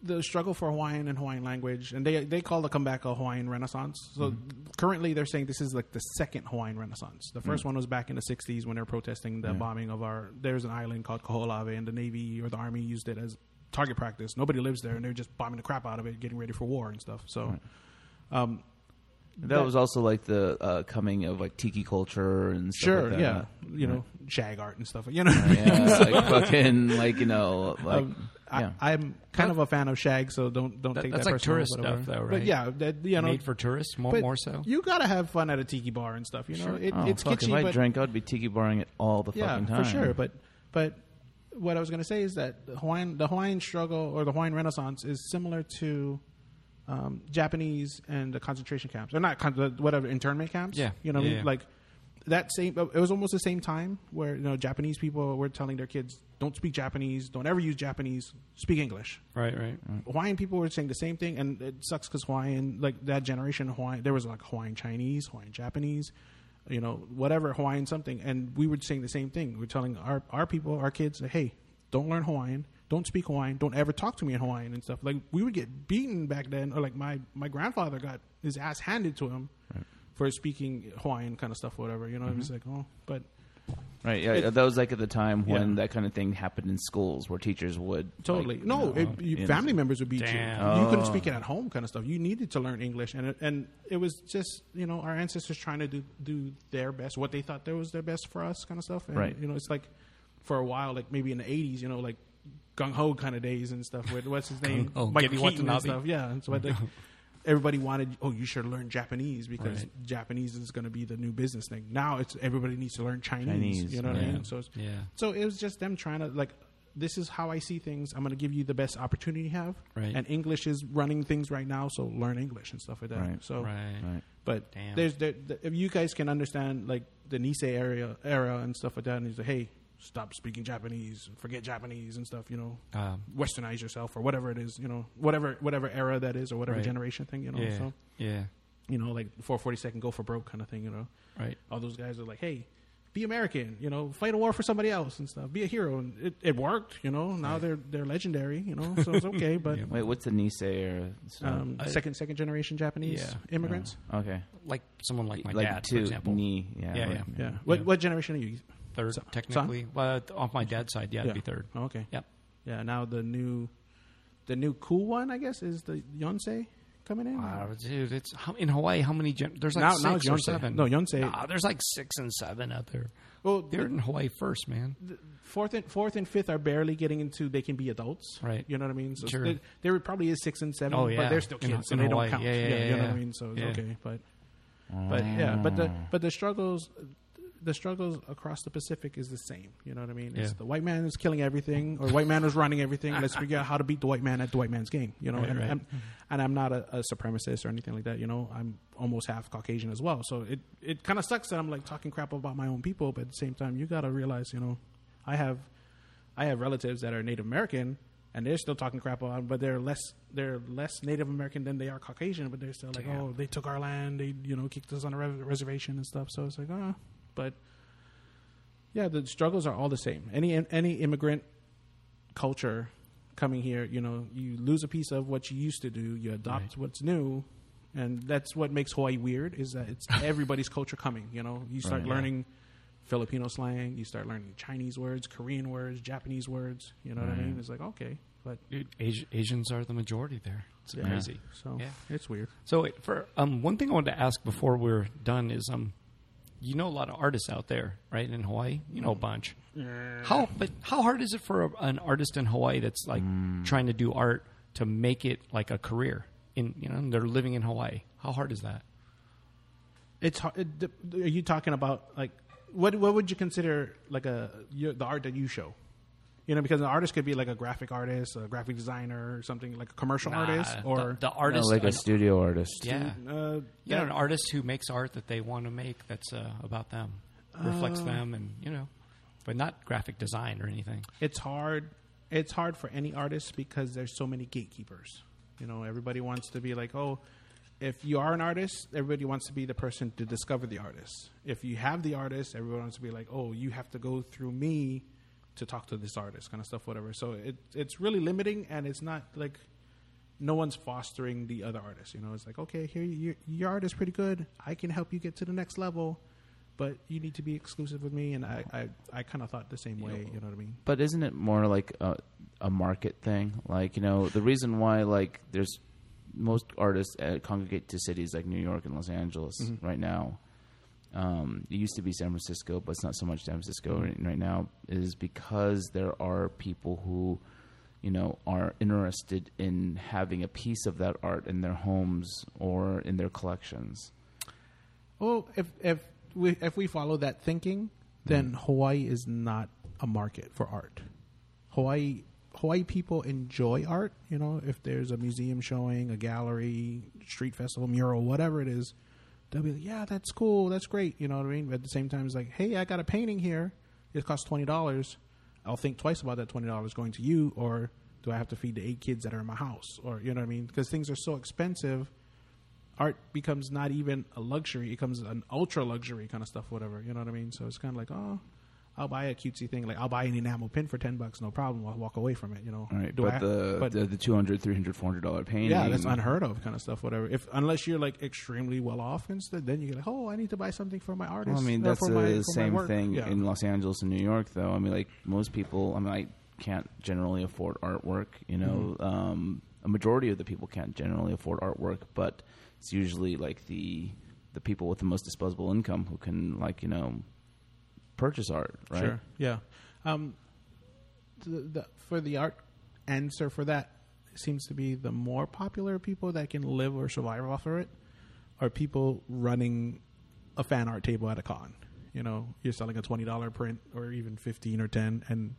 Speaker 3: the struggle for Hawaiian and Hawaiian language, and they they call the comeback a Hawaiian Renaissance. So
Speaker 2: Mm-hmm.
Speaker 3: currently, they're saying this is like the second Hawaiian Renaissance. The
Speaker 2: Mm.
Speaker 3: first one was back in the '60s when they were protesting the bombing of our. There's an island called Koholave, and the Navy or the Army used it as target practice. Nobody lives there, and they're just bombing the crap out of it, getting ready for war and stuff. So
Speaker 4: that, was also like the uh, coming of like tiki culture and stuff
Speaker 3: sure,
Speaker 4: like that.
Speaker 3: yeah, you know, shag art and stuff. You know, what I mean?
Speaker 4: yeah like fucking like you know like
Speaker 3: I,
Speaker 4: yeah
Speaker 3: I'm kind of a fan of shag, so don't don't
Speaker 2: That-
Speaker 3: take
Speaker 2: that's
Speaker 3: that
Speaker 2: like
Speaker 3: personal,
Speaker 2: tourist
Speaker 3: but whatever.
Speaker 2: stuff, though,
Speaker 3: But
Speaker 2: right?
Speaker 3: yeah, that, you know,
Speaker 2: made for tourists more,
Speaker 3: but
Speaker 2: more so.
Speaker 3: You gotta have fun at a tiki bar and stuff. You know, it,
Speaker 4: oh,
Speaker 3: it's
Speaker 4: fuck,
Speaker 3: kitschy,
Speaker 4: if i
Speaker 3: but
Speaker 4: drank i'd be tiki barring it all the
Speaker 3: yeah,
Speaker 4: fucking time
Speaker 3: for sure. But but what I was going to say is that the Hawaiian the Hawaiian struggle or the Hawaiian Renaissance is similar to um, Japanese and the concentration camps or not con- the- whatever internment camps.
Speaker 2: Yeah.
Speaker 3: you know, what I
Speaker 2: Yeah,
Speaker 3: mean?
Speaker 2: yeah.
Speaker 3: like that same. uh, It was almost the same time where you know Japanese people were telling their kids don't speak Japanese, don't ever use Japanese, speak English.
Speaker 2: Right, right.
Speaker 3: Hawaiian people were saying the same thing, and it sucks because Hawaiian, like that generation, Hawaiian, there was like Hawaiian Chinese, Hawaiian Japanese, you know, whatever Hawaiian something, and we were saying the same thing. We're telling our our people, our kids, hey, don't learn Hawaiian, don't speak Hawaiian, don't ever talk to me in Hawaiian and stuff. Like we would get beaten back then, or like my my grandfather got his ass handed to him for speaking Hawaiian kind of stuff, whatever. You know, it was like, oh, but
Speaker 4: Right. Yeah, that was like at the time when
Speaker 3: Yeah.
Speaker 4: that kind of thing happened in schools where teachers would
Speaker 3: Totally.
Speaker 4: like,
Speaker 3: no,
Speaker 4: you know,
Speaker 3: it, you,
Speaker 4: you know,
Speaker 3: family members would beat
Speaker 2: Damn.
Speaker 3: you. You couldn't speak it at home, kind of stuff. You needed to learn English, and it, and it was just you know our ancestors trying to do do their best, what they thought there was their best for us, kind of stuff. And,
Speaker 4: Right.
Speaker 3: You know, it's like for a while, like maybe in the eighties, you know, like gung ho kind of days and stuff. With what's his name,
Speaker 2: Gung-ho,
Speaker 3: Mike
Speaker 2: Kenny
Speaker 3: Keaton and
Speaker 2: Watanabe.
Speaker 3: stuff. Yeah. And so I think everybody wanted. Oh, you should learn Japanese because
Speaker 2: Right.
Speaker 3: Japanese is going to be the new business thing. Now it's everybody needs to learn Chinese.
Speaker 4: Chinese,
Speaker 3: you know what I
Speaker 4: yeah.
Speaker 3: mean? So it's,
Speaker 2: Yeah.
Speaker 3: so it was just them trying to like, this is how I see things. I'm going to give you the best opportunity you have.
Speaker 2: Right.
Speaker 3: And English is running things right now, so learn English and stuff like that.
Speaker 4: Right.
Speaker 3: So,
Speaker 2: Right.
Speaker 4: Right.
Speaker 3: but
Speaker 2: Damn.
Speaker 3: there's there, the, if you guys can understand like the Nisei area era and stuff like that, and you say, hey, stop speaking Japanese, forget Japanese and stuff. You know,
Speaker 2: Um,
Speaker 3: westernize yourself or whatever it is. You know, whatever whatever era that is or whatever
Speaker 2: Right.
Speaker 3: generation thing. You know,
Speaker 2: yeah,
Speaker 3: so
Speaker 2: yeah,
Speaker 3: you know like 442nd go for broke kind of thing. You know
Speaker 2: right.
Speaker 3: all those guys are like, hey, be American, you know, fight a war for somebody else and stuff. Be a hero, and it, it worked, you know. Now they're they're legendary, you know, so it's okay. But
Speaker 4: Wait, what's the Nisei or
Speaker 3: um, second second generation Japanese
Speaker 2: Yeah.
Speaker 3: immigrants.
Speaker 4: okay,
Speaker 2: Like someone like my
Speaker 4: like
Speaker 2: dad,
Speaker 4: two
Speaker 2: for example.
Speaker 4: knee, yeah,
Speaker 2: Yeah,
Speaker 4: right.
Speaker 2: yeah.
Speaker 3: Yeah. What
Speaker 2: Yeah.
Speaker 3: what generation are you?
Speaker 2: Third,
Speaker 3: So-
Speaker 2: technically. Well, off my dad's side, yeah, it'd be third.
Speaker 3: Oh, okay.
Speaker 2: Yep.
Speaker 3: Yeah. Now the new, the new cool one, I guess, is the Yonsei coming in.
Speaker 2: Wow, dude, it's how, in Hawaii. How many? Gen- there's like
Speaker 3: Now-
Speaker 2: six
Speaker 3: now it's
Speaker 2: or
Speaker 3: Yonsei.
Speaker 2: seven.
Speaker 3: No, Yonsei-
Speaker 2: Nah, there's like six and seven out there.
Speaker 3: Well,
Speaker 2: They're
Speaker 3: the,
Speaker 2: in Hawaii first, man.
Speaker 3: the fourth and fourth and fifth are barely getting into. They can be adults,
Speaker 2: Right.
Speaker 3: You know what I mean. So
Speaker 2: Sure.
Speaker 3: there, there probably is six and seven,
Speaker 2: Oh,
Speaker 3: but
Speaker 2: yeah.
Speaker 3: they're still
Speaker 2: In-
Speaker 3: kids, so
Speaker 2: in
Speaker 3: they
Speaker 2: Hawaii.
Speaker 3: don't count.
Speaker 2: Yeah, yeah,
Speaker 3: you know
Speaker 2: yeah.
Speaker 3: what I mean. So it's
Speaker 2: Yeah.
Speaker 3: okay, but but yeah, but the but the struggles, the struggles across the Pacific is the same. You know what I mean? It's
Speaker 2: Yeah.
Speaker 3: the white man is killing everything, or white man is running everything. Let's figure out how to beat the white man at the white man's game. You know, and,
Speaker 2: right.
Speaker 3: I'm, and I'm not a, a supremacist or anything like that. You know, I'm almost half Caucasian as well. So it it kind of sucks that I'm like talking crap about my own people, but at the same time, you gotta realize, you know, I have I have relatives that are Native American. And they're still talking crap on, but they're less they're less Native American than they are Caucasian. But they're still like,
Speaker 2: Damn.
Speaker 3: oh, they took our land, they you know kicked us on a res- reservation and stuff. So it's like, ah, but yeah, the struggles are all the same. Any any immigrant culture coming here, you know, you lose a piece of what you used to do, you adopt what's new, and that's what makes Hawaii weird is that it's everybody's culture coming, you know. You start learning Filipino slang, you start learning Chinese words, Korean words, Japanese words, you know what I mean?
Speaker 2: Mm.
Speaker 3: It's like, okay, but
Speaker 2: Dude, Asi- Asians are the majority there. It's
Speaker 3: Yeah.
Speaker 2: crazy.
Speaker 3: so
Speaker 2: Yeah.
Speaker 3: it's weird.
Speaker 2: So it, for um, one thing I wanted to ask before we're done is um, you know a lot of artists out there, right? In Hawaii, you know a bunch. How but how hard is it for a, an artist in Hawaii that's like
Speaker 3: Mm.
Speaker 2: trying to do art to make it like a career? In you know, and they're living in Hawaii. How hard is that?
Speaker 3: It's hard. It, d- d- are you talking about like what? What would you consider like a your, the art that you show? You know, because an artist could be like a graphic artist, a graphic designer, or something like a commercial artist,
Speaker 2: Nah,
Speaker 3: or
Speaker 2: the, the
Speaker 1: You know,
Speaker 2: artist,
Speaker 1: like
Speaker 2: an-
Speaker 1: a studio artist.
Speaker 2: yeah, you
Speaker 3: uh,
Speaker 2: know,
Speaker 3: that-
Speaker 2: an artist who makes art that they want to make that's uh, about them,
Speaker 3: Oh.
Speaker 2: reflects them, and you know, but not graphic design or anything.
Speaker 3: it's hard it's hard for any artist because there's so many gatekeepers you know everybody wants to be like oh if you are an artist everybody wants to be the person to discover the artist if you have the artist everyone wants to be like oh you have to go through me to talk to this artist kind of stuff whatever so it, it's really limiting and it's not like no one's fostering the other artist you know it's like okay here you, your art is pretty good i can help you get to the next level but you need to be exclusive with me and i, I, I kind of thought the same way you know what i mean
Speaker 1: But isn't it more like a, a market thing? Like you know, the reason why like there's most artists uh, congregate to cities like New York and Los Angeles right now. Um, it used to be San Francisco, but it's not so much San Francisco right, right now. Is because there are people who, you know, are interested in having a piece of that art in their homes or in their collections.
Speaker 3: Well, if if we if we follow that thinking, then Hawaii is not a market for art. Hawaii Hawaii people enjoy art. You know, if there's a museum showing, a gallery, street festival, mural, whatever it is, they'll be like, "Yeah, that's cool. That's great." You know what I mean? But at the same time, it's like, "Hey, I got a painting here. It costs twenty dollars. I'll think twice about that twenty dollars going to you, or do I have to feed the eight kids that are in my house, or you know what I mean? Because things are so expensive." art becomes not even a luxury; it becomes an ultra luxury kind of stuff, whatever. You know what I mean? So it's kind of like, oh, I'll buy a cutesy thing. Like I'll buy an enamel pin for ten bucks, no problem. I'll walk away from it. You know?
Speaker 1: All right,
Speaker 3: Do
Speaker 1: but,
Speaker 3: I-
Speaker 1: the,
Speaker 3: but-
Speaker 1: the the 200 300 400 dollar painting.
Speaker 3: yeah, that's unheard of kind of stuff, whatever. If unless you're like extremely well off and stuff, then you get like, oh, I need to buy something for my artist.
Speaker 1: Well, I mean,
Speaker 3: uh,
Speaker 1: that's
Speaker 3: for
Speaker 1: the
Speaker 3: my- for my
Speaker 1: same
Speaker 3: work.
Speaker 1: thing
Speaker 3: Yeah.
Speaker 1: in Los Angeles and New York, though. I mean, like most people, I mean, I can't generally afford artwork. You know,
Speaker 3: Mm-hmm.
Speaker 1: um, a majority of the people can't generally afford artwork, but it's usually like the the people with the most disposable income who can, like, you know, purchase art, right?
Speaker 3: Sure. Yeah. Um, the, the, for the art answer for that seems to be the more popular people that can live or survive off of it are people running a fan art table at a con. You know, you're selling a twenty dollar print or even fifteen or ten, and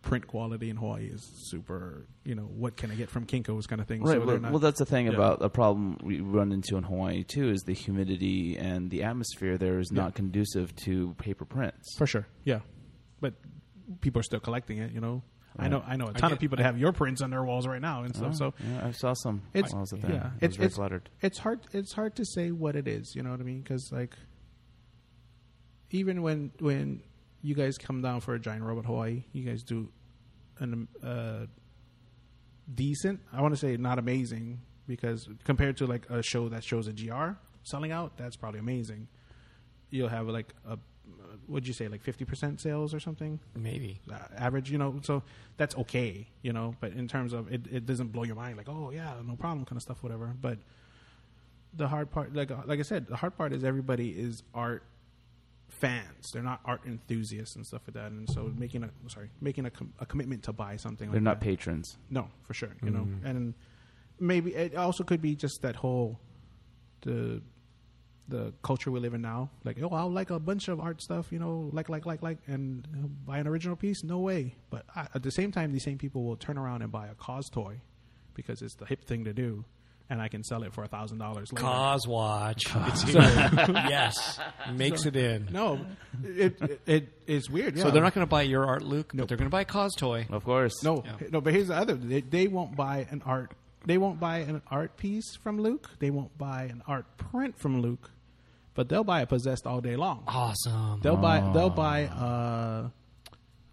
Speaker 3: print quality in Hawaii is super. You know, what can I get from Kinko's kind of thing?
Speaker 1: Right.
Speaker 3: So
Speaker 1: well,
Speaker 3: they're not-
Speaker 1: well, that's the thing
Speaker 3: Yeah.
Speaker 1: about a problem we run into in Hawaii too is the humidity and the atmosphere there is not conducive to paper prints.
Speaker 3: For sure, yeah. But people are still collecting it. You know, I know, I know a ton of
Speaker 2: get-
Speaker 3: people that have your prints on their walls right now and
Speaker 1: Oh.
Speaker 3: stuff. so
Speaker 1: Yeah, I saw some.
Speaker 3: it's
Speaker 1: while I was at the- I
Speaker 3: yeah,
Speaker 1: was
Speaker 3: it's
Speaker 1: very
Speaker 3: it's,
Speaker 1: flattered.
Speaker 3: it's hard it's hard to say what it is. You know what I mean? Because like, even when when you guys come down for a giant robot Hawaii, you guys do an uh, decent. I want to say not amazing because compared to like a show that shows a gr selling out, that's probably amazing. You'll have like a would you say like fifty percent sales or something?
Speaker 2: Maybe
Speaker 3: uh, average, you know, so that's okay, you know, but in terms of it, it doesn't blow your mind like, oh yeah, no problem kind of stuff, whatever. But the hard part, like, uh, like I said, the hard part is everybody is art fans. They're not art enthusiasts and stuff like that. And so making a, sorry, making a, com- a commitment to buy something.
Speaker 1: They're
Speaker 3: like
Speaker 1: not
Speaker 3: that.
Speaker 1: patrons.
Speaker 3: No, for sure. You know,
Speaker 2: Mm-hmm.
Speaker 3: and maybe it also could be just that whole the the culture we live in now. Like, oh, I'll like a bunch of art stuff. You know, like, like, like, like, and buy an original piece. No way. But I, at the same time, these same people will turn around and buy a cause toy because it's the hip thing to do, and I can sell it for a thousand dollars later.
Speaker 2: cause watch. It's here. yes, makes it in.
Speaker 3: No, it it, it is weird.
Speaker 2: So
Speaker 3: yeah.
Speaker 2: they're not going to buy your art, Luke. But they're going to buy a cause toy.
Speaker 1: Of course.
Speaker 3: No,
Speaker 2: Yeah.
Speaker 3: no. But here's the other: they, they won't buy an art. They won't buy an art piece from Luke. They won't buy an art print from Luke. But they'll buy a possessed all day long.
Speaker 2: Awesome.
Speaker 3: They'll buy. They'll buy uh,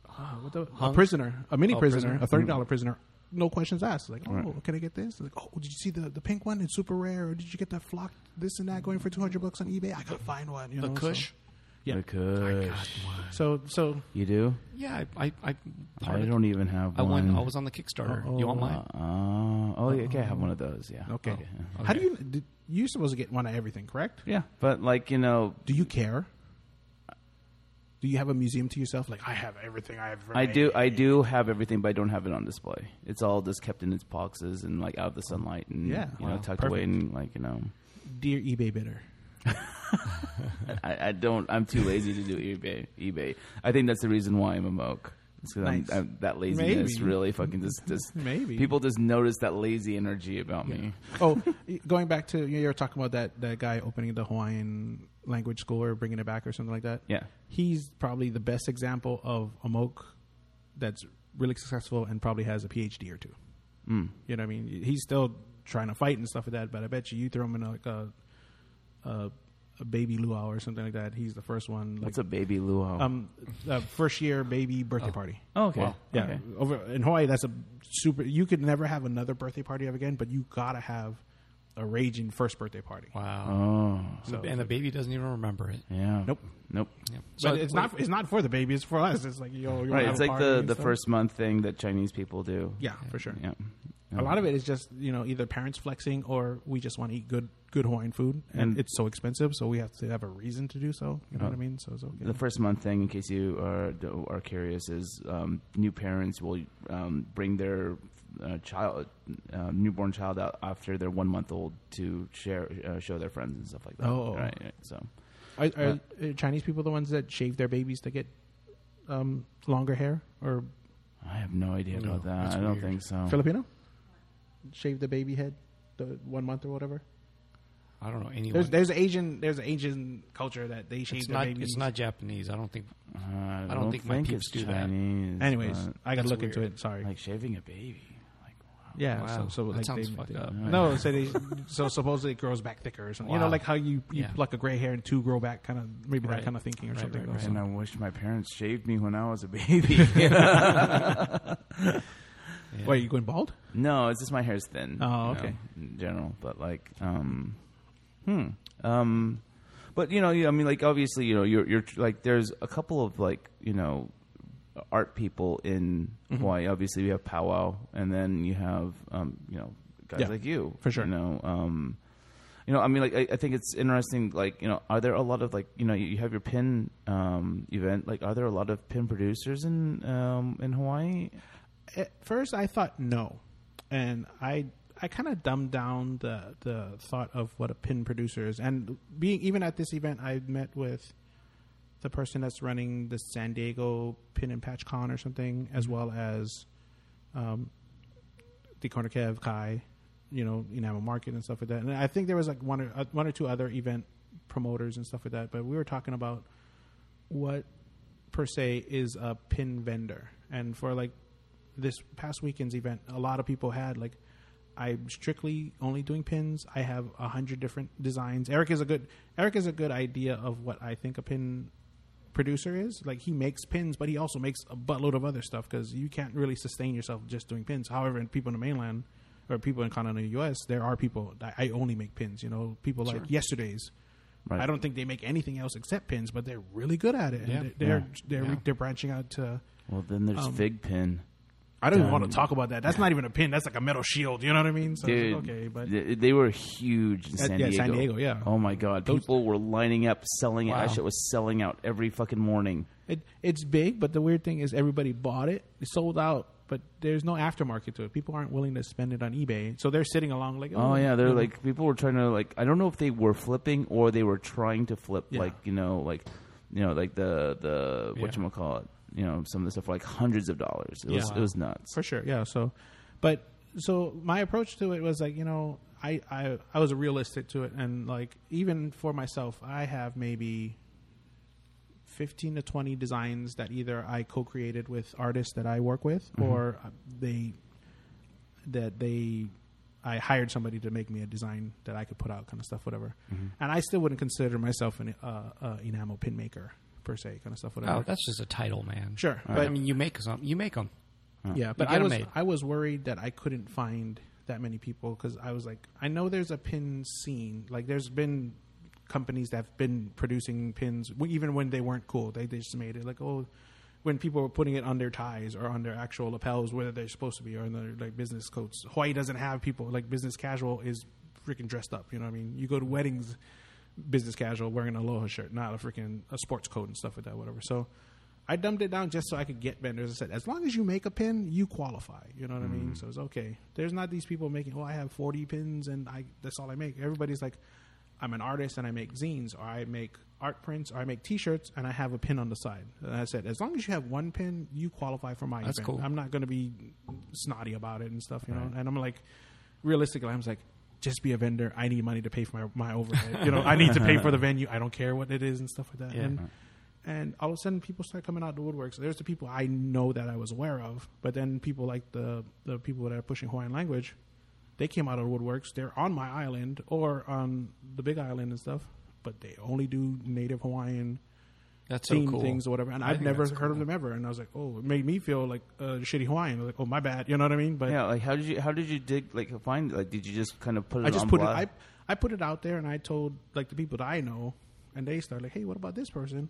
Speaker 3: uh, what the, a prisoner, a mini
Speaker 2: Oh,
Speaker 3: prisoner,
Speaker 2: prisoner.
Speaker 3: a thirty dollar prisoner. No questions asked. Like, oh, can I get this? Like, oh, did you see the, the pink one? It's super rare. Or did you get that flock? This and that going for two hundred bucks on eBay. I gotta find one. You
Speaker 2: the
Speaker 3: know, so-
Speaker 2: Kush.
Speaker 3: Yeah.
Speaker 1: The Kush.
Speaker 3: So, so
Speaker 1: You do?
Speaker 2: Yeah, I, I, I, part
Speaker 1: I
Speaker 2: of-
Speaker 1: don't even have
Speaker 2: I
Speaker 1: one.
Speaker 2: won. I was on the Kickstarter. you want mine?
Speaker 1: Uh, oh, yeah, okay. I have one of those. Yeah.
Speaker 3: okay. How do you? Did, you're supposed to get one of everything, correct?
Speaker 1: Yeah, but like you know,
Speaker 3: Do you care? do you have a museum to yourself? Like I have everything I have.
Speaker 1: I do. I do have everything, but I don't have it on display. It's all just kept in its boxes and like out of the sunlight and
Speaker 3: Yeah.
Speaker 1: you know
Speaker 3: Wow.
Speaker 1: tucked away and like you know.
Speaker 3: Dear eBay bidder,
Speaker 1: I, I don't. I'm too lazy to do eBay. eBay. I think that's the reason why I'm a moke. It's 'cause I'm-
Speaker 3: Nice.
Speaker 1: I'm- that laziness
Speaker 3: Maybe.
Speaker 1: really fucking just, just
Speaker 3: Maybe.
Speaker 1: people just notice that lazy energy about me.
Speaker 3: oh, going back to you were talking about that that guy opening the Hawaiian language school or bringing it back or something like that.
Speaker 1: Yeah.
Speaker 3: he's probably the best example of a moke that's really successful and probably has a PhD or two.
Speaker 1: Mm.
Speaker 3: You know, what I mean, he's still trying to fight and stuff like that. But I bet you, you throw him in a, like a, a, a baby luau or something like that. He's the first one. Like,
Speaker 1: What's a baby luau?
Speaker 3: um, uh, first year baby birthday party.
Speaker 1: oh, okay.
Speaker 2: wow.
Speaker 3: Yeah,
Speaker 1: Okay.
Speaker 3: over in Hawaii, that's a super. You could never have another birthday party ever again, but you gotta have a raging first birthday party.
Speaker 2: Wow.
Speaker 1: Oh.
Speaker 3: So-
Speaker 2: and the baby doesn't even remember it.
Speaker 1: Yeah.
Speaker 3: Nope.
Speaker 1: Nope.
Speaker 2: Yep.
Speaker 3: but it's not. It's not for the baby. It's for us. It's like yo, you wanna
Speaker 1: Right.
Speaker 3: have
Speaker 1: It's
Speaker 3: a
Speaker 1: like
Speaker 3: party
Speaker 1: the
Speaker 3: and
Speaker 1: the
Speaker 3: stuff?
Speaker 1: first month thing that Chinese people do.
Speaker 3: Yeah, Oh, for sure.
Speaker 1: Yeah.
Speaker 3: A lot of it is just you know either parents flexing or we just want to eat good good Hawaiian food and,
Speaker 1: And- Uh,
Speaker 3: it's so expensive, so we have to have a reason to do so. You know what I mean? So it's okay.
Speaker 1: The first month thing, in case you are are curious, is um, new parents will um, bring their uh, child, uh, newborn child, out after they're one month old to share, uh, show their friends and stuff like that.
Speaker 3: Oh.
Speaker 1: right. right. So
Speaker 3: Are, are,
Speaker 1: uh,
Speaker 3: are Chinese people the ones that shave their babies to get um, longer hair, or
Speaker 1: I have no idea
Speaker 2: No,
Speaker 1: about that.
Speaker 2: that's
Speaker 1: I don't
Speaker 2: weird.
Speaker 1: think so.
Speaker 3: Filipino shave the baby head, the one month or whatever?
Speaker 2: I don't know anyone.
Speaker 3: There's there's Asian there's Asian culture that they shave
Speaker 2: it's
Speaker 3: their
Speaker 2: not.
Speaker 3: babies.
Speaker 2: It's not Japanese. I don't think.
Speaker 1: Uh, I, don't
Speaker 2: think my
Speaker 1: think
Speaker 2: peeps
Speaker 1: it's
Speaker 2: do that.
Speaker 1: Chinese.
Speaker 3: Anyways,
Speaker 1: but,
Speaker 3: I got to
Speaker 2: That's
Speaker 3: look
Speaker 2: weird.
Speaker 3: into it. Sorry.
Speaker 1: like shaving a baby. Like,
Speaker 3: Yeah,
Speaker 2: Wow.
Speaker 3: so, so
Speaker 2: That
Speaker 3: like
Speaker 2: sounds
Speaker 3: they,
Speaker 2: fucked
Speaker 3: they-
Speaker 2: up.
Speaker 3: No, so they so supposedly it grows back thicker or something. You know,
Speaker 2: Wow.
Speaker 3: like how you, you
Speaker 2: Yeah.
Speaker 3: pluck a gray hair and two grow back, kind of maybe
Speaker 2: Right.
Speaker 3: that kind of thinking or
Speaker 2: Right,
Speaker 3: something.
Speaker 2: right,
Speaker 3: goes
Speaker 2: right.
Speaker 3: on.
Speaker 1: and I wish my parents shaved me when I was a baby.
Speaker 2: Yeah.
Speaker 3: Wait, you going bald?
Speaker 1: No, it's just my hair's thin.
Speaker 3: Oh,
Speaker 1: you know,
Speaker 3: okay.
Speaker 1: in general, but like, um, hmm, um, but you know, you- I mean, like, obviously, you know, you're, you're tr- like, there's a couple of like, you know, art people in
Speaker 3: Mm-hmm.
Speaker 1: Hawaii. Obviously, we have powwow, and then you have, um, you know, guys
Speaker 3: Yeah,
Speaker 1: like you
Speaker 3: for sure.
Speaker 1: You know, um, you know, I mean, like, I, I think it's interesting. Like, you know, are there a lot of like, you know, you, you have your pin um, event. Like, are there a lot of pin producers in um, in Hawaii?
Speaker 3: At first, I thought no, and I I kind of dumbed down the the thought of what a pin producer is. And being even at this event, I met with the person that's running the San Diego Pin and Patch Con or something, as well as um, the Corner Kev Kai, you know, Enamel Market and stuff like that. And I think there was like one or uh, one or two other event promoters and stuff like that. But we were talking about what per se is a pin vendor, and for like this past weekend's event, a lot of people had like. I'm strictly only doing pins. I have a hundred different designs. Eric is a good Eric is a good idea of what I think a pin producer is. Like he makes pins, but he also makes a buttload of other stuff because you can't really sustain yourself just doing pins. However, in people in the mainland or people in continental U.S., there are people that I only make pins. You know, people like yesterday's.
Speaker 1: Right.
Speaker 3: I don't think they make anything else except pins, but they're really good at it.
Speaker 2: Yeah.
Speaker 3: And they're they're
Speaker 1: Yeah.
Speaker 3: they're,
Speaker 2: Yeah.
Speaker 3: they're branching out to.
Speaker 1: Well, then
Speaker 3: Um,
Speaker 1: there's fig pin.
Speaker 3: I don't even want to talk about that. That's not even a pin. That's like a metal shield. You know what I mean? So
Speaker 1: Dude,
Speaker 3: okay, but
Speaker 1: they, they were huge in
Speaker 3: Uh,
Speaker 1: San
Speaker 3: yeah,
Speaker 1: Diego.
Speaker 3: San Diego, yeah.
Speaker 1: Oh my god,
Speaker 3: Those-
Speaker 1: people were lining up, selling
Speaker 2: Wow.
Speaker 1: out. That shit was selling out every fucking morning.
Speaker 3: It it's big, but the weird thing is everybody bought it, it sold out, but there's no aftermarket to it. People aren't willing to spend it on eBay, so they're sitting along like, oh,
Speaker 1: Oh yeah, they're
Speaker 3: you know.
Speaker 1: like people were trying to like. I don't know if they were flipping or they were trying to flip.
Speaker 3: Yeah.
Speaker 1: Like you know, like you know, like the the
Speaker 2: Yeah.
Speaker 1: what you call it. You know, some of the stuff for like hundreds of dollars. It was
Speaker 2: Yeah.
Speaker 1: it was nuts.
Speaker 3: for sure, yeah. So, but so my approach to it was like, you know, I I I was realistic to it, and like even for myself, I have maybe. 15 to 20 designs that either I co-created with artists that I work with or uh, they that they I hired somebody to make me a design that I could put out, kind of stuff, whatever. And I still wouldn't consider myself an uh, uh, enamel pin maker per se, kind of stuff, whatever.
Speaker 2: Oh, that's just a title, man.
Speaker 3: uh, Sure,
Speaker 2: but
Speaker 3: but-
Speaker 2: I mean, you make some. You make them.
Speaker 3: yeah, but
Speaker 2: get
Speaker 3: I
Speaker 2: 'em
Speaker 3: was
Speaker 2: made.
Speaker 3: I was worried that I couldn't find that many people because I was like, I know there's a pin scene. Like, there's been companies that have been producing pins w- even when they weren't cool. They, they just made it like, oh, when people were putting it on their ties or on their actual lapels, whether they're supposed to be or in their like business coats. Hawaii doesn't have people like business casual is freaking dressed up. You know what I mean? You go to weddings. business casual wearing an Aloha shirt, not a freaking a sports coat and stuff like that, whatever. So I dumbed it down just so I could get vendors. I said, as long as you make a pin, you qualify. You know what I
Speaker 2: Mm.
Speaker 3: mean? So it's okay. There's not these people making, oh, I have 40 pins and I that's all I make. Everybody's like, I'm an artist and I make zines or I make art prints or I make T-shirts and I have a pin on the side. And I said, as long as you have one pin, you qualify for my
Speaker 2: That's
Speaker 3: event.
Speaker 2: cool.
Speaker 3: I'm not going to be snotty about it and stuff, you know. And I'm like, realistically, I'm like, just be a vendor. I need money to pay for my, my overhead. you know, I need to pay for the venue. I don't care what it is and stuff like that.
Speaker 2: Yeah.
Speaker 3: And and all of a sudden, people start coming out the woodworks. There's the people I know that I was aware of, but then people like the the people that are pushing Hawaiian language, they came out of the woodworks. They're on my island or on the Big Island and stuff, but they only do Native Hawaiian
Speaker 2: That's so
Speaker 3: theme
Speaker 2: cool.
Speaker 3: things or whatever. And
Speaker 2: I
Speaker 3: I've
Speaker 2: think
Speaker 3: never
Speaker 2: that's
Speaker 3: heard
Speaker 2: cool.
Speaker 3: of them ever. And I was like, oh, it made me feel like a shitty Hawaiian. I was like, oh, my bad. You know what I mean? But
Speaker 1: Yeah, like how did you how did you dig like find like did you just kind of put it
Speaker 3: I just
Speaker 1: on
Speaker 3: put
Speaker 1: blast?
Speaker 3: it. I I put it out there, and I told like the people that I know, and they started like, "Hey, what about this person?"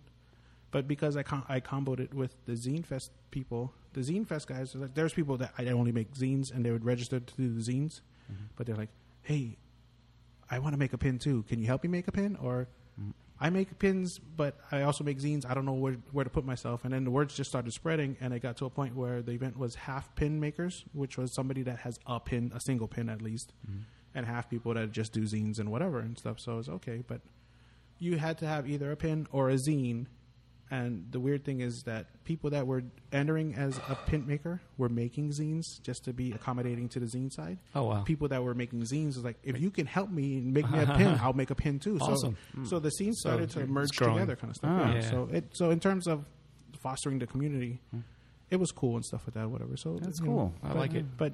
Speaker 3: But because I com- I comboed it with the Zine Fest people, the Zine Fest guys, are like, there's people that I only make zines, and they would register to do the zines,
Speaker 2: Mm-hmm.
Speaker 3: but they're like, "Hey, I want to make a pin too. Can you help me make a pin?" Or I make pins, but I also make zines. I don't know where where to put myself. And then the words just started spreading, and it got to a point where the event was half pin makers, which was somebody that has a pin, a single pin at least, and half people that just do zines and whatever and stuff. So it's okay, but you had to have either a pin or a zine. And the weird thing is that people that were entering as a pin maker were making zines just to be accommodating to the zine side.
Speaker 2: Oh, wow.
Speaker 3: People that were making zines was like, if you can help me and make me a pin, I'll make a pin too.
Speaker 2: Awesome.
Speaker 3: So, so the scene started to merge
Speaker 2: growing.
Speaker 3: together, kind of stuff.
Speaker 2: Ah.
Speaker 3: yeah.
Speaker 2: Yeah. Hmm.
Speaker 3: So it so in terms of fostering the community, it was cool and stuff like that. Whatever. So
Speaker 1: That's
Speaker 3: you know,
Speaker 1: cool.
Speaker 2: I
Speaker 3: but-
Speaker 2: like it.
Speaker 3: But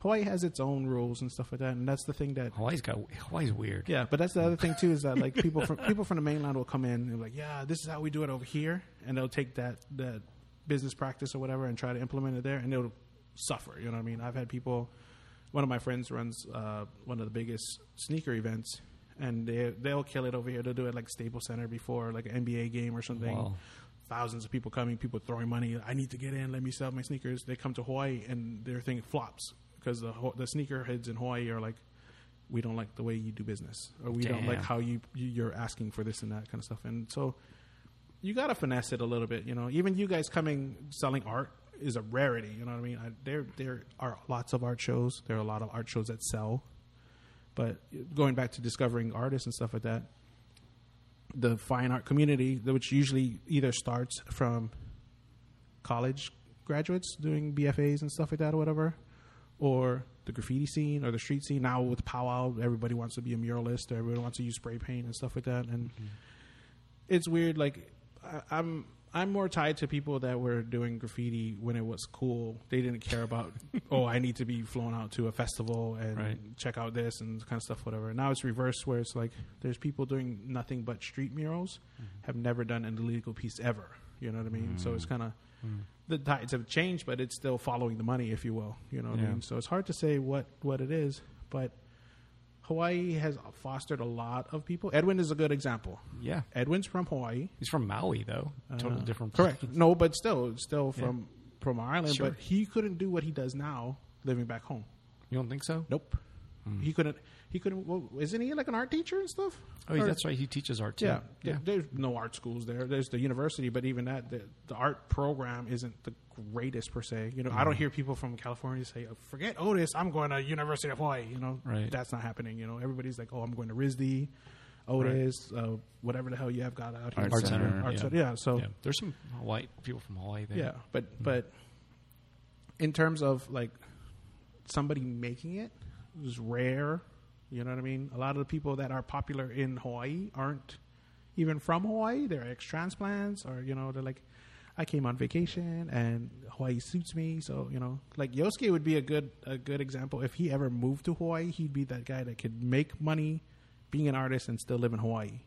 Speaker 3: Hawaii has its own rules and stuff like that, and that's the thing that.
Speaker 2: Hawaii's got Hawaii's weird.
Speaker 3: Yeah, but that's the other thing too is that like people from people from the mainland will come in and be like, yeah, this is how we do it over here, and they'll take that that business practice or whatever and try to implement it there, and they'll suffer. You know what I mean? I've had people. One of my friends runs uh, one of the biggest sneaker events, and they they'll kill it over here. They'll do it like Staples Center before like an NBA game or something.
Speaker 2: Wow.
Speaker 3: Thousands of people coming, people throwing money. I need to get in. Let me sell my sneakers. They come to Hawaii and their thing flops because the ho- the sneaker heads in Hawaii are like, we don't like the way you do business, or we don't like
Speaker 2: Damn.
Speaker 3: how you you- you're asking for this and that kind of stuff. And so, you gotta finesse it a little bit. You know, even you guys coming selling art is a rarity. You know what I mean? I, there there are lots of art shows. There are a lot of art shows that sell, but going back to discovering artists and stuff like that, the fine art community, which usually either starts from college graduates doing BFAs and stuff like that or whatever, or the graffiti scene or the street scene. Now with powwow, everybody wants to be a muralist. Or everybody wants to use spray paint and stuff like that. And it's weird. Like I, I'm. I'm more tied to people that were doing graffiti when it was cool. They didn't care about, oh, I need to be flown out to a festival and
Speaker 2: Right.
Speaker 3: check out this and kind of stuff, whatever. Now it's reversed, where it's like there's people doing nothing but street murals,
Speaker 2: Mm-hmm.
Speaker 3: have never done an illegal piece ever. You know what I mean? So
Speaker 2: Mm.
Speaker 3: it's kind of the tides have changed, but it's still following the money, if you will. You know what
Speaker 2: Yeah.
Speaker 3: I mean? So it's hard to say what what it is, but Hawaii has fostered a lot of people. Edwin is a good example.
Speaker 2: Yeah.
Speaker 3: Edwin's from Hawaii.
Speaker 2: He's from Maui though. Totally different.
Speaker 3: Correct.
Speaker 2: place.
Speaker 3: No, but still, still from from Ireland.
Speaker 2: Sure.
Speaker 3: But he couldn't do what he does now, living back home.
Speaker 2: You don't think so?
Speaker 3: Nope. He couldn't. He couldn't. Well, isn't he like an art teacher and stuff?
Speaker 2: Oh,
Speaker 3: Or-
Speaker 2: that's right. He teaches art too.
Speaker 3: yeah, There- There's no art schools there. There's the university, but even that, the, the art program isn't the greatest per se. You know, I don't hear people from California say, "Oh, "Forget Otis, I'm going to University of Hawaii." You know,
Speaker 2: Right.
Speaker 3: that's not happening. You know, everybody's like, "Oh, I'm going to RISD, Otis, uh, whatever the hell you have got out here."
Speaker 1: Art Art Center. Center,
Speaker 3: Art
Speaker 2: yeah.
Speaker 3: Center. Yeah. So
Speaker 2: Yeah. There's some Hawaii people from Hawaii there.
Speaker 3: yeah, but but in terms of like somebody making it, it was rare. You know what I mean? A lot of the people that are popular in Hawaii aren't even from Hawaii. They're ex transplants, or you know, they're like, I came on vacation and Hawaii suits me. So you know, like Yosuke would be a good a good example. If he ever moved to Hawaii, he'd be that guy that could make money being an artist and still live in Hawaii.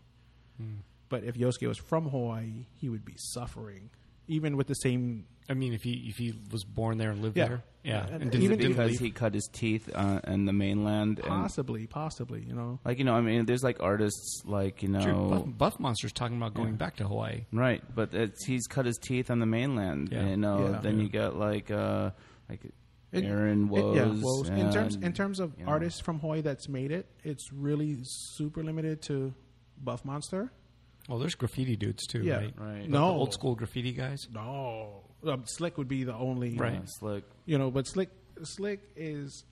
Speaker 3: But if Yosuke was from Hawaii, he would be suffering, even with the same.
Speaker 2: I mean, if he if he was born there and lived
Speaker 3: Yeah.
Speaker 2: there, yeah,
Speaker 3: Yeah,
Speaker 2: and
Speaker 3: and
Speaker 2: didn't,
Speaker 3: even
Speaker 2: didn't
Speaker 1: because
Speaker 2: leave.
Speaker 1: he cut his teeth uh, in the mainland and
Speaker 3: Possibly, possibly, you know.
Speaker 1: like you know I mean there's like artists like you know
Speaker 2: Dude, Buff, Buff Monster's talking about going back to Hawaii.
Speaker 1: Right, but it's, he's cut his teeth on the mainland.
Speaker 2: Yeah.
Speaker 1: You know,
Speaker 3: Yeah.
Speaker 1: then you got like uh, like
Speaker 3: It-
Speaker 1: Aaron
Speaker 3: It-
Speaker 1: Woes.
Speaker 3: yeah, woes. In terms
Speaker 1: and- uh,
Speaker 3: in terms of
Speaker 1: you know.
Speaker 3: artists from Hawaii that's made it, it's really super limited to Buff Monster.
Speaker 2: Well, there's graffiti dudes too,
Speaker 3: Yeah.
Speaker 2: right?
Speaker 1: Right.
Speaker 2: Like
Speaker 3: No.
Speaker 2: the old school graffiti guys.
Speaker 3: No, um, Slick would be the only
Speaker 2: Right.
Speaker 1: Uh, Slick.
Speaker 3: you know. But Slick, Slick is,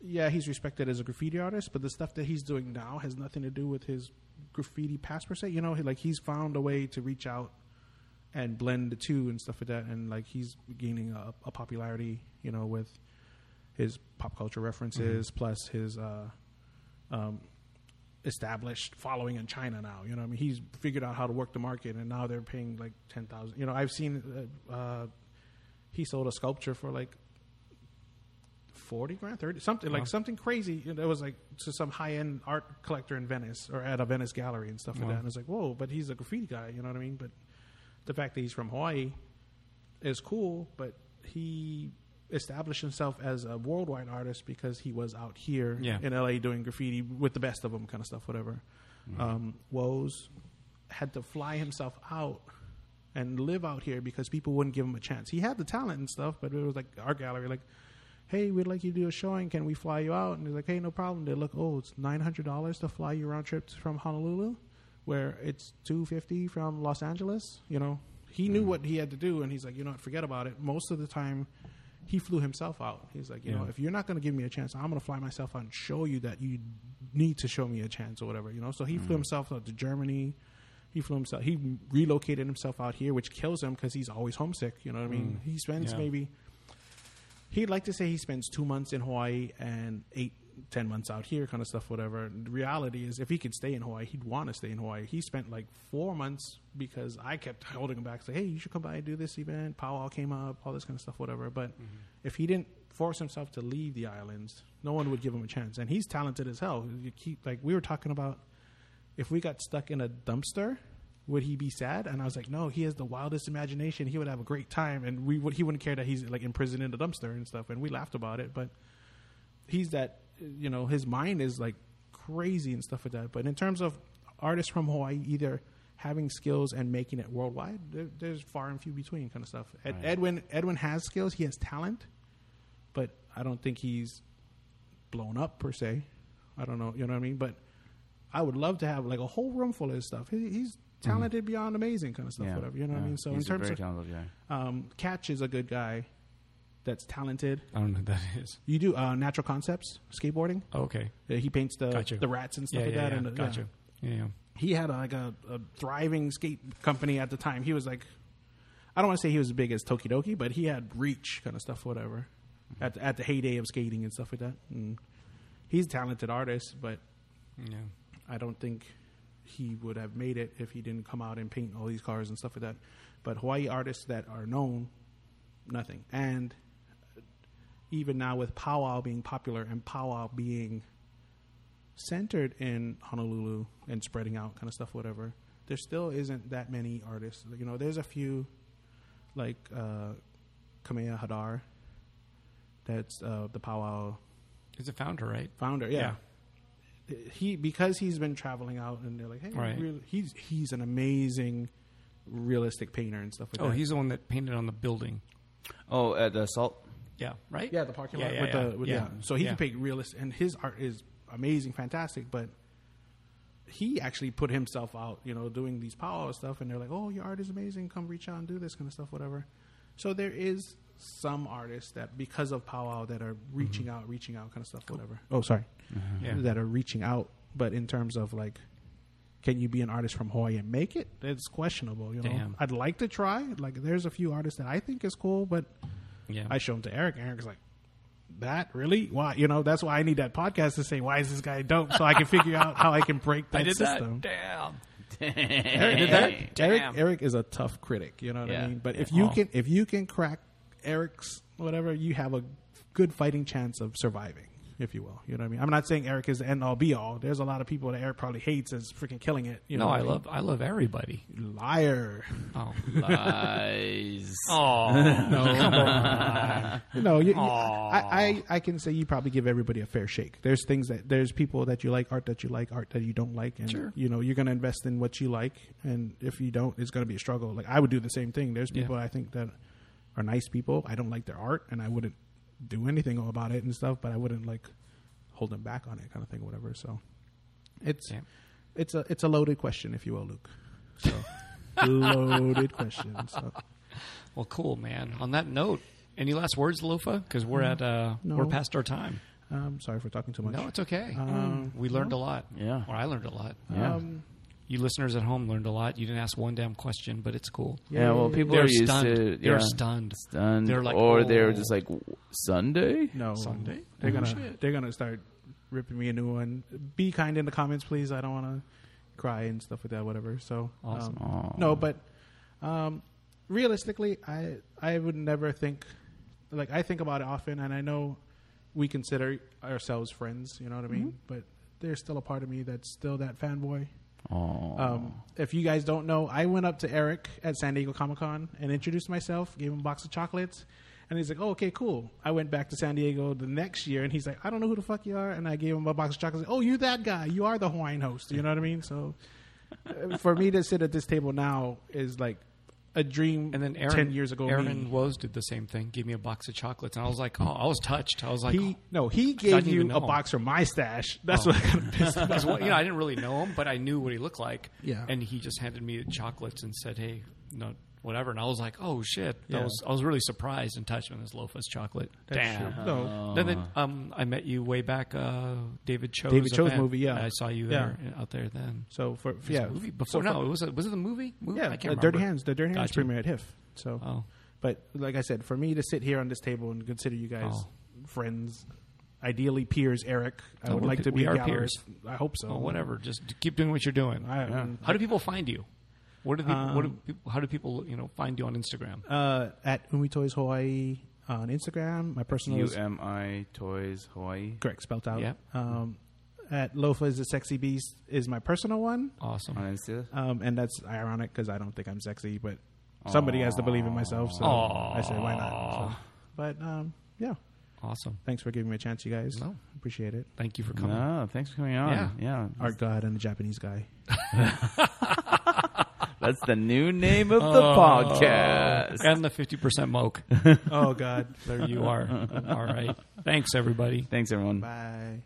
Speaker 3: yeah, he's respected as a graffiti artist, but the stuff that he's doing now has nothing to do with his graffiti past per se. You know, he, like he's found a way to reach out and blend the two and stuff like that, and like he's gaining a, a popularity, you know, with his pop culture references
Speaker 2: Mm-hmm.
Speaker 3: plus his uh, um, established following in China now. You know, what I mean, he's figured out how to work the market, and now they're paying like ten thousand. You know, I've seen uh, uh, he sold a sculpture for like forty grand, thirty something like
Speaker 2: Wow.
Speaker 3: something crazy. And It was like to some high end art collector in Venice or at a Venice gallery and stuff like
Speaker 2: Wow.
Speaker 3: that. And it's like, whoa! But he's a graffiti guy. You know what I mean? But the fact that he's from Hawaii is cool, but he established himself as a worldwide artist because he was out here
Speaker 2: Yeah.
Speaker 3: in LA doing graffiti with the best of them, kind of stuff, whatever. Um, Woes had to fly himself out and live out here because people wouldn't give him a chance. He had the talent and stuff, but it was like our gallery, like, hey, we'd like you to do a showing. Can we fly you out? And he's like, hey, no problem. They look, oh, it's nine hundred dollars to fly you round trips from Honolulu, where it's two fifty from Los Angeles. You know, he
Speaker 2: Mm.
Speaker 3: knew what he had to do, and he's like, you know, what, forget about it. Most of the time, he flew himself out. He's like, you know,
Speaker 2: Yeah.
Speaker 3: if you're not going to give me a chance, I'm going to fly myself out and show you that you need to show me a chance or whatever. You know, so he
Speaker 2: Mm.
Speaker 3: flew himself out to Germany. He flew himself. He relocated himself out here, which kills him because he's always homesick. You know what I mean? He spends
Speaker 2: Mm. Yeah.
Speaker 3: maybe he'd like to say he spends two months in Hawaii and eight, ten months out here, kind of stuff, whatever. The reality is, if he could stay in Hawaii, he'd want to stay in Hawaii. He spent like four months because I kept holding him back, say, hey, you should come by and do this event. Powwow came up, all this kind of stuff, whatever. But if he didn't force himself to leave the islands, no one would give him a chance. And he's talented as hell. You keep, like we were talking about, if we got stuck in a dumpster. Would he be sad? And I was like, no, he has the wildest imagination. He would have a great time, and we would, he wouldn't care that he's like imprisoned in the dumpster and stuff. And we laughed about it, but he's that you know his mind is like crazy and stuff like that but in terms of artists from hawaii either having skills and making it worldwide there, there's far and few between kind of stuff Ed, edwin edwin has skills he has talent but i don't think he's blown up per se i don't know you know what i mean but i would love to have like a whole room full of his stuff he, he's talented beyond amazing kind of stuff
Speaker 1: Mm-hmm. Yeah.
Speaker 3: whatever you know what i
Speaker 1: Yeah.
Speaker 3: mean so
Speaker 1: He's
Speaker 3: in terms
Speaker 1: a very
Speaker 3: of
Speaker 1: talented guy.
Speaker 3: um, catch is a good guy that's talented
Speaker 2: I don't know who that is. Oh,
Speaker 3: you do uh, natural concepts skateboarding
Speaker 2: Okay.
Speaker 3: yeah, Uh, he paints the
Speaker 2: Gotcha.
Speaker 3: the rats and stuff
Speaker 2: Yeah,
Speaker 3: like
Speaker 2: yeah,
Speaker 3: that.
Speaker 2: yeah.
Speaker 3: And the,
Speaker 2: gotcha.
Speaker 3: yeah.
Speaker 2: Yeah. yeah.
Speaker 3: He had a, like a, a thriving skate company at the time. He was like, I don't want to say he was as big as Tokidoki, but he had reach kind of stuff, whatever. At the, at the heyday of skating and stuff like that. And he's a talented artist, but
Speaker 2: Yeah.
Speaker 3: I don't think he would have made it if he didn't come out and paint all these cars and stuff like that. But Hawaii artists that are known, nothing. And even now with powwow being popular and powwow being centered in Honolulu and spreading out kind of stuff, whatever, there still isn't that many artists. You know, there's a few like uh, Kamea Hadar, that's uh, the powwow
Speaker 2: He's a founder, right?
Speaker 3: founder. Yeah. He because he's been traveling out and they're like, hey,
Speaker 2: Right.
Speaker 3: really, he's he's an amazing realistic painter and stuff like
Speaker 2: Oh,
Speaker 3: that.
Speaker 2: he's the one that painted on the building.
Speaker 4: Oh, at uh, Salt.
Speaker 2: Yeah. Right.
Speaker 3: yeah, the parking
Speaker 2: Yeah,
Speaker 3: lot
Speaker 2: yeah,
Speaker 3: with
Speaker 2: yeah.
Speaker 3: the with,
Speaker 2: Yeah.
Speaker 3: yeah. So he
Speaker 2: Yeah.
Speaker 3: can paint realistic, and his art is amazing, fantastic. But he actually put himself out, you know, doing these power stuff, and they're like, "Oh, your art is amazing. Come reach out and do this kind of stuff, whatever." So there is some artists that because of powwow that are reaching out reaching out kind of stuff whatever oh sorry
Speaker 2: Mm-hmm. Yeah.
Speaker 3: that are reaching out. But in terms of like, can you be an artist from Hawaii and make it? It's questionable. You know,
Speaker 2: Damn.
Speaker 3: I'd like to try. Like, there's a few artists that I think is cool, but
Speaker 2: Yeah.
Speaker 3: I show them to Eric. Eric's like, that really? Why? You know, that's why I need that podcast to say why is this guy dope, so I can figure out how I can break that
Speaker 2: I did
Speaker 3: system.
Speaker 2: that. Damn.
Speaker 3: Eric, did that? Eric,
Speaker 4: Damn.
Speaker 3: Eric is a tough critic. You know what
Speaker 4: Yeah.
Speaker 3: I mean. But
Speaker 4: Yeah.
Speaker 3: if you
Speaker 2: Oh.
Speaker 3: can, if you can crack Eric's whatever, you have a good fighting chance of surviving, if you will. You know what I mean. I'm not saying Eric is the end all be all. There's a lot of people that Eric probably hates as freaking killing it. You
Speaker 2: No,
Speaker 3: know
Speaker 2: I
Speaker 3: what
Speaker 2: love I love everybody.
Speaker 3: mean? liar.
Speaker 2: Oh.
Speaker 4: Lies.
Speaker 2: Oh.
Speaker 3: No, come on. no. You, you- I, I I can say you probably give everybody a fair shake. There's things that there's people that you like, art that you like, art that you don't like, and you know you're gonna invest in what you like, and if you don't, it's gonna be a struggle. Like I would do the same thing. There's people I think that are nice people. I don't like their art, and I wouldn't do anything about it and stuff, but I wouldn't like hold them back on it, kind of thing, or whatever. So it's
Speaker 2: Yeah.
Speaker 3: it's a it's a loaded question, if you will, Luke. So loaded question. So.
Speaker 2: Well, cool, man. On that note, any last words, Lofa? Because we're at uh,
Speaker 3: No.
Speaker 2: we're past our time.
Speaker 3: I'm um, sorry for talking too much.
Speaker 2: No, it's okay. Mm.
Speaker 3: Um,
Speaker 2: we learned a lot.
Speaker 1: Yeah.
Speaker 2: or I learned a lot.
Speaker 1: yeah.
Speaker 3: Um,
Speaker 2: You listeners at home learned a lot. You didn't ask one damn question, but it's cool.
Speaker 1: yeah, well,
Speaker 3: yeah,
Speaker 1: people
Speaker 2: They're
Speaker 1: are used
Speaker 2: stunned.
Speaker 1: to.
Speaker 2: They're
Speaker 1: yeah,
Speaker 2: stunned.
Speaker 1: stunned.
Speaker 2: They're like,
Speaker 1: or
Speaker 2: "Oh."
Speaker 1: they're just like "W- Sunday.
Speaker 3: no,
Speaker 2: Sunday?
Speaker 3: They're
Speaker 2: Oh,
Speaker 3: gonna
Speaker 2: shit.
Speaker 3: they're gonna start ripping me a new one. Be kind in the comments, please. I don't want to cry and stuff like that. Whatever. So um,
Speaker 2: Awesome.
Speaker 1: Aw.
Speaker 3: no, but um, realistically, I I would never think like I think about it often, and I know we consider ourselves friends. You know what I
Speaker 2: Mm-hmm.
Speaker 3: mean? But there's still a part of me that's still that fanboy.
Speaker 1: Aw.
Speaker 3: Um, if you guys don't know, I went up to Eric at San Diego Comic Con and introduced myself, gave him a box of chocolates, and he's like, "Oh, okay, cool." I went back to San Diego the next year, and he's like, "I don't know who the fuck you are," and I gave him a box of chocolates. Oh, you that guy? You are the Hawaiian host. You know what I mean? So, uh, for me to sit at this table now is like a dream.
Speaker 2: And then Aaron,
Speaker 3: ten years ago, me.
Speaker 2: Aaron Woes did the same thing. Gave me a box of chocolates, and I was like, oh, I was touched. I was like,
Speaker 3: he no, he
Speaker 2: I
Speaker 3: gave
Speaker 2: didn't even
Speaker 3: you
Speaker 2: know
Speaker 3: a
Speaker 2: him.
Speaker 3: box from my stash. That's what kind of pissed me
Speaker 2: because you know I didn't really know him, but I knew what he looked like.
Speaker 3: Yeah.
Speaker 2: and he just handed me the chocolates and said, "Hey, no, whatever." And I was like, "Oh shit!" That
Speaker 3: Yeah.
Speaker 2: was I was really surprised and touched when this Lofa's chocolate. Damn.
Speaker 3: off. No,
Speaker 1: Uh-huh.
Speaker 2: Then, then um, I met you way back, uh, David Cho's
Speaker 3: David Cho's
Speaker 2: event.
Speaker 3: movie, yeah.
Speaker 2: I saw you
Speaker 3: Yeah.
Speaker 2: there out there then.
Speaker 3: so for
Speaker 2: It was
Speaker 3: yeah,
Speaker 2: a movie
Speaker 3: so
Speaker 2: before?
Speaker 3: for-
Speaker 2: no, it was a, was it the movie? movie?
Speaker 3: Yeah,
Speaker 2: I can't
Speaker 3: the Dirty
Speaker 2: remember.
Speaker 3: Hands. The Dirty Hands
Speaker 2: Gotcha.
Speaker 3: premiere at HIF. So,
Speaker 2: Oh.
Speaker 3: but like I said, for me to sit here on this table and consider you guys
Speaker 2: Oh.
Speaker 3: friends, ideally peers, Eric, I
Speaker 2: Oh,
Speaker 3: would
Speaker 2: we're
Speaker 3: like
Speaker 2: pe-
Speaker 3: to
Speaker 2: we
Speaker 3: be
Speaker 2: are
Speaker 3: Gallerist.
Speaker 2: peers.
Speaker 3: I hope so.
Speaker 2: Oh, whatever. Just d- keep doing what you're doing.
Speaker 3: I,
Speaker 2: How do people find you? What do, people, what do
Speaker 3: Um,
Speaker 2: people, how do people you know find you on Instagram?
Speaker 3: uh, at Umi Toys Hawaii on Instagram. My personal
Speaker 1: U
Speaker 3: is
Speaker 1: M I Toys Hawaii.
Speaker 3: correct spelled out.
Speaker 2: Yeah.
Speaker 3: Um, at Lofa is a sexy beast is my personal one.
Speaker 2: Awesome.
Speaker 1: On Insta.
Speaker 3: Um, and that's ironic because I don't think I'm sexy, but somebody has to believe in myself. So I said, why not? So- but um, yeah,
Speaker 2: Awesome.
Speaker 3: thanks for giving me a chance, you guys.
Speaker 2: No.
Speaker 3: Appreciate it.
Speaker 2: Thank you for coming.
Speaker 1: No, thanks for coming on.
Speaker 2: Yeah.
Speaker 1: Yeah.
Speaker 3: Art God and the Japanese guy.
Speaker 1: That's the new name of the
Speaker 2: Oh.
Speaker 1: podcast.
Speaker 2: and the 50% moke.
Speaker 3: Oh God.
Speaker 2: There you are. All right. Thanks, everybody.
Speaker 1: Thanks, everyone.
Speaker 3: Bye.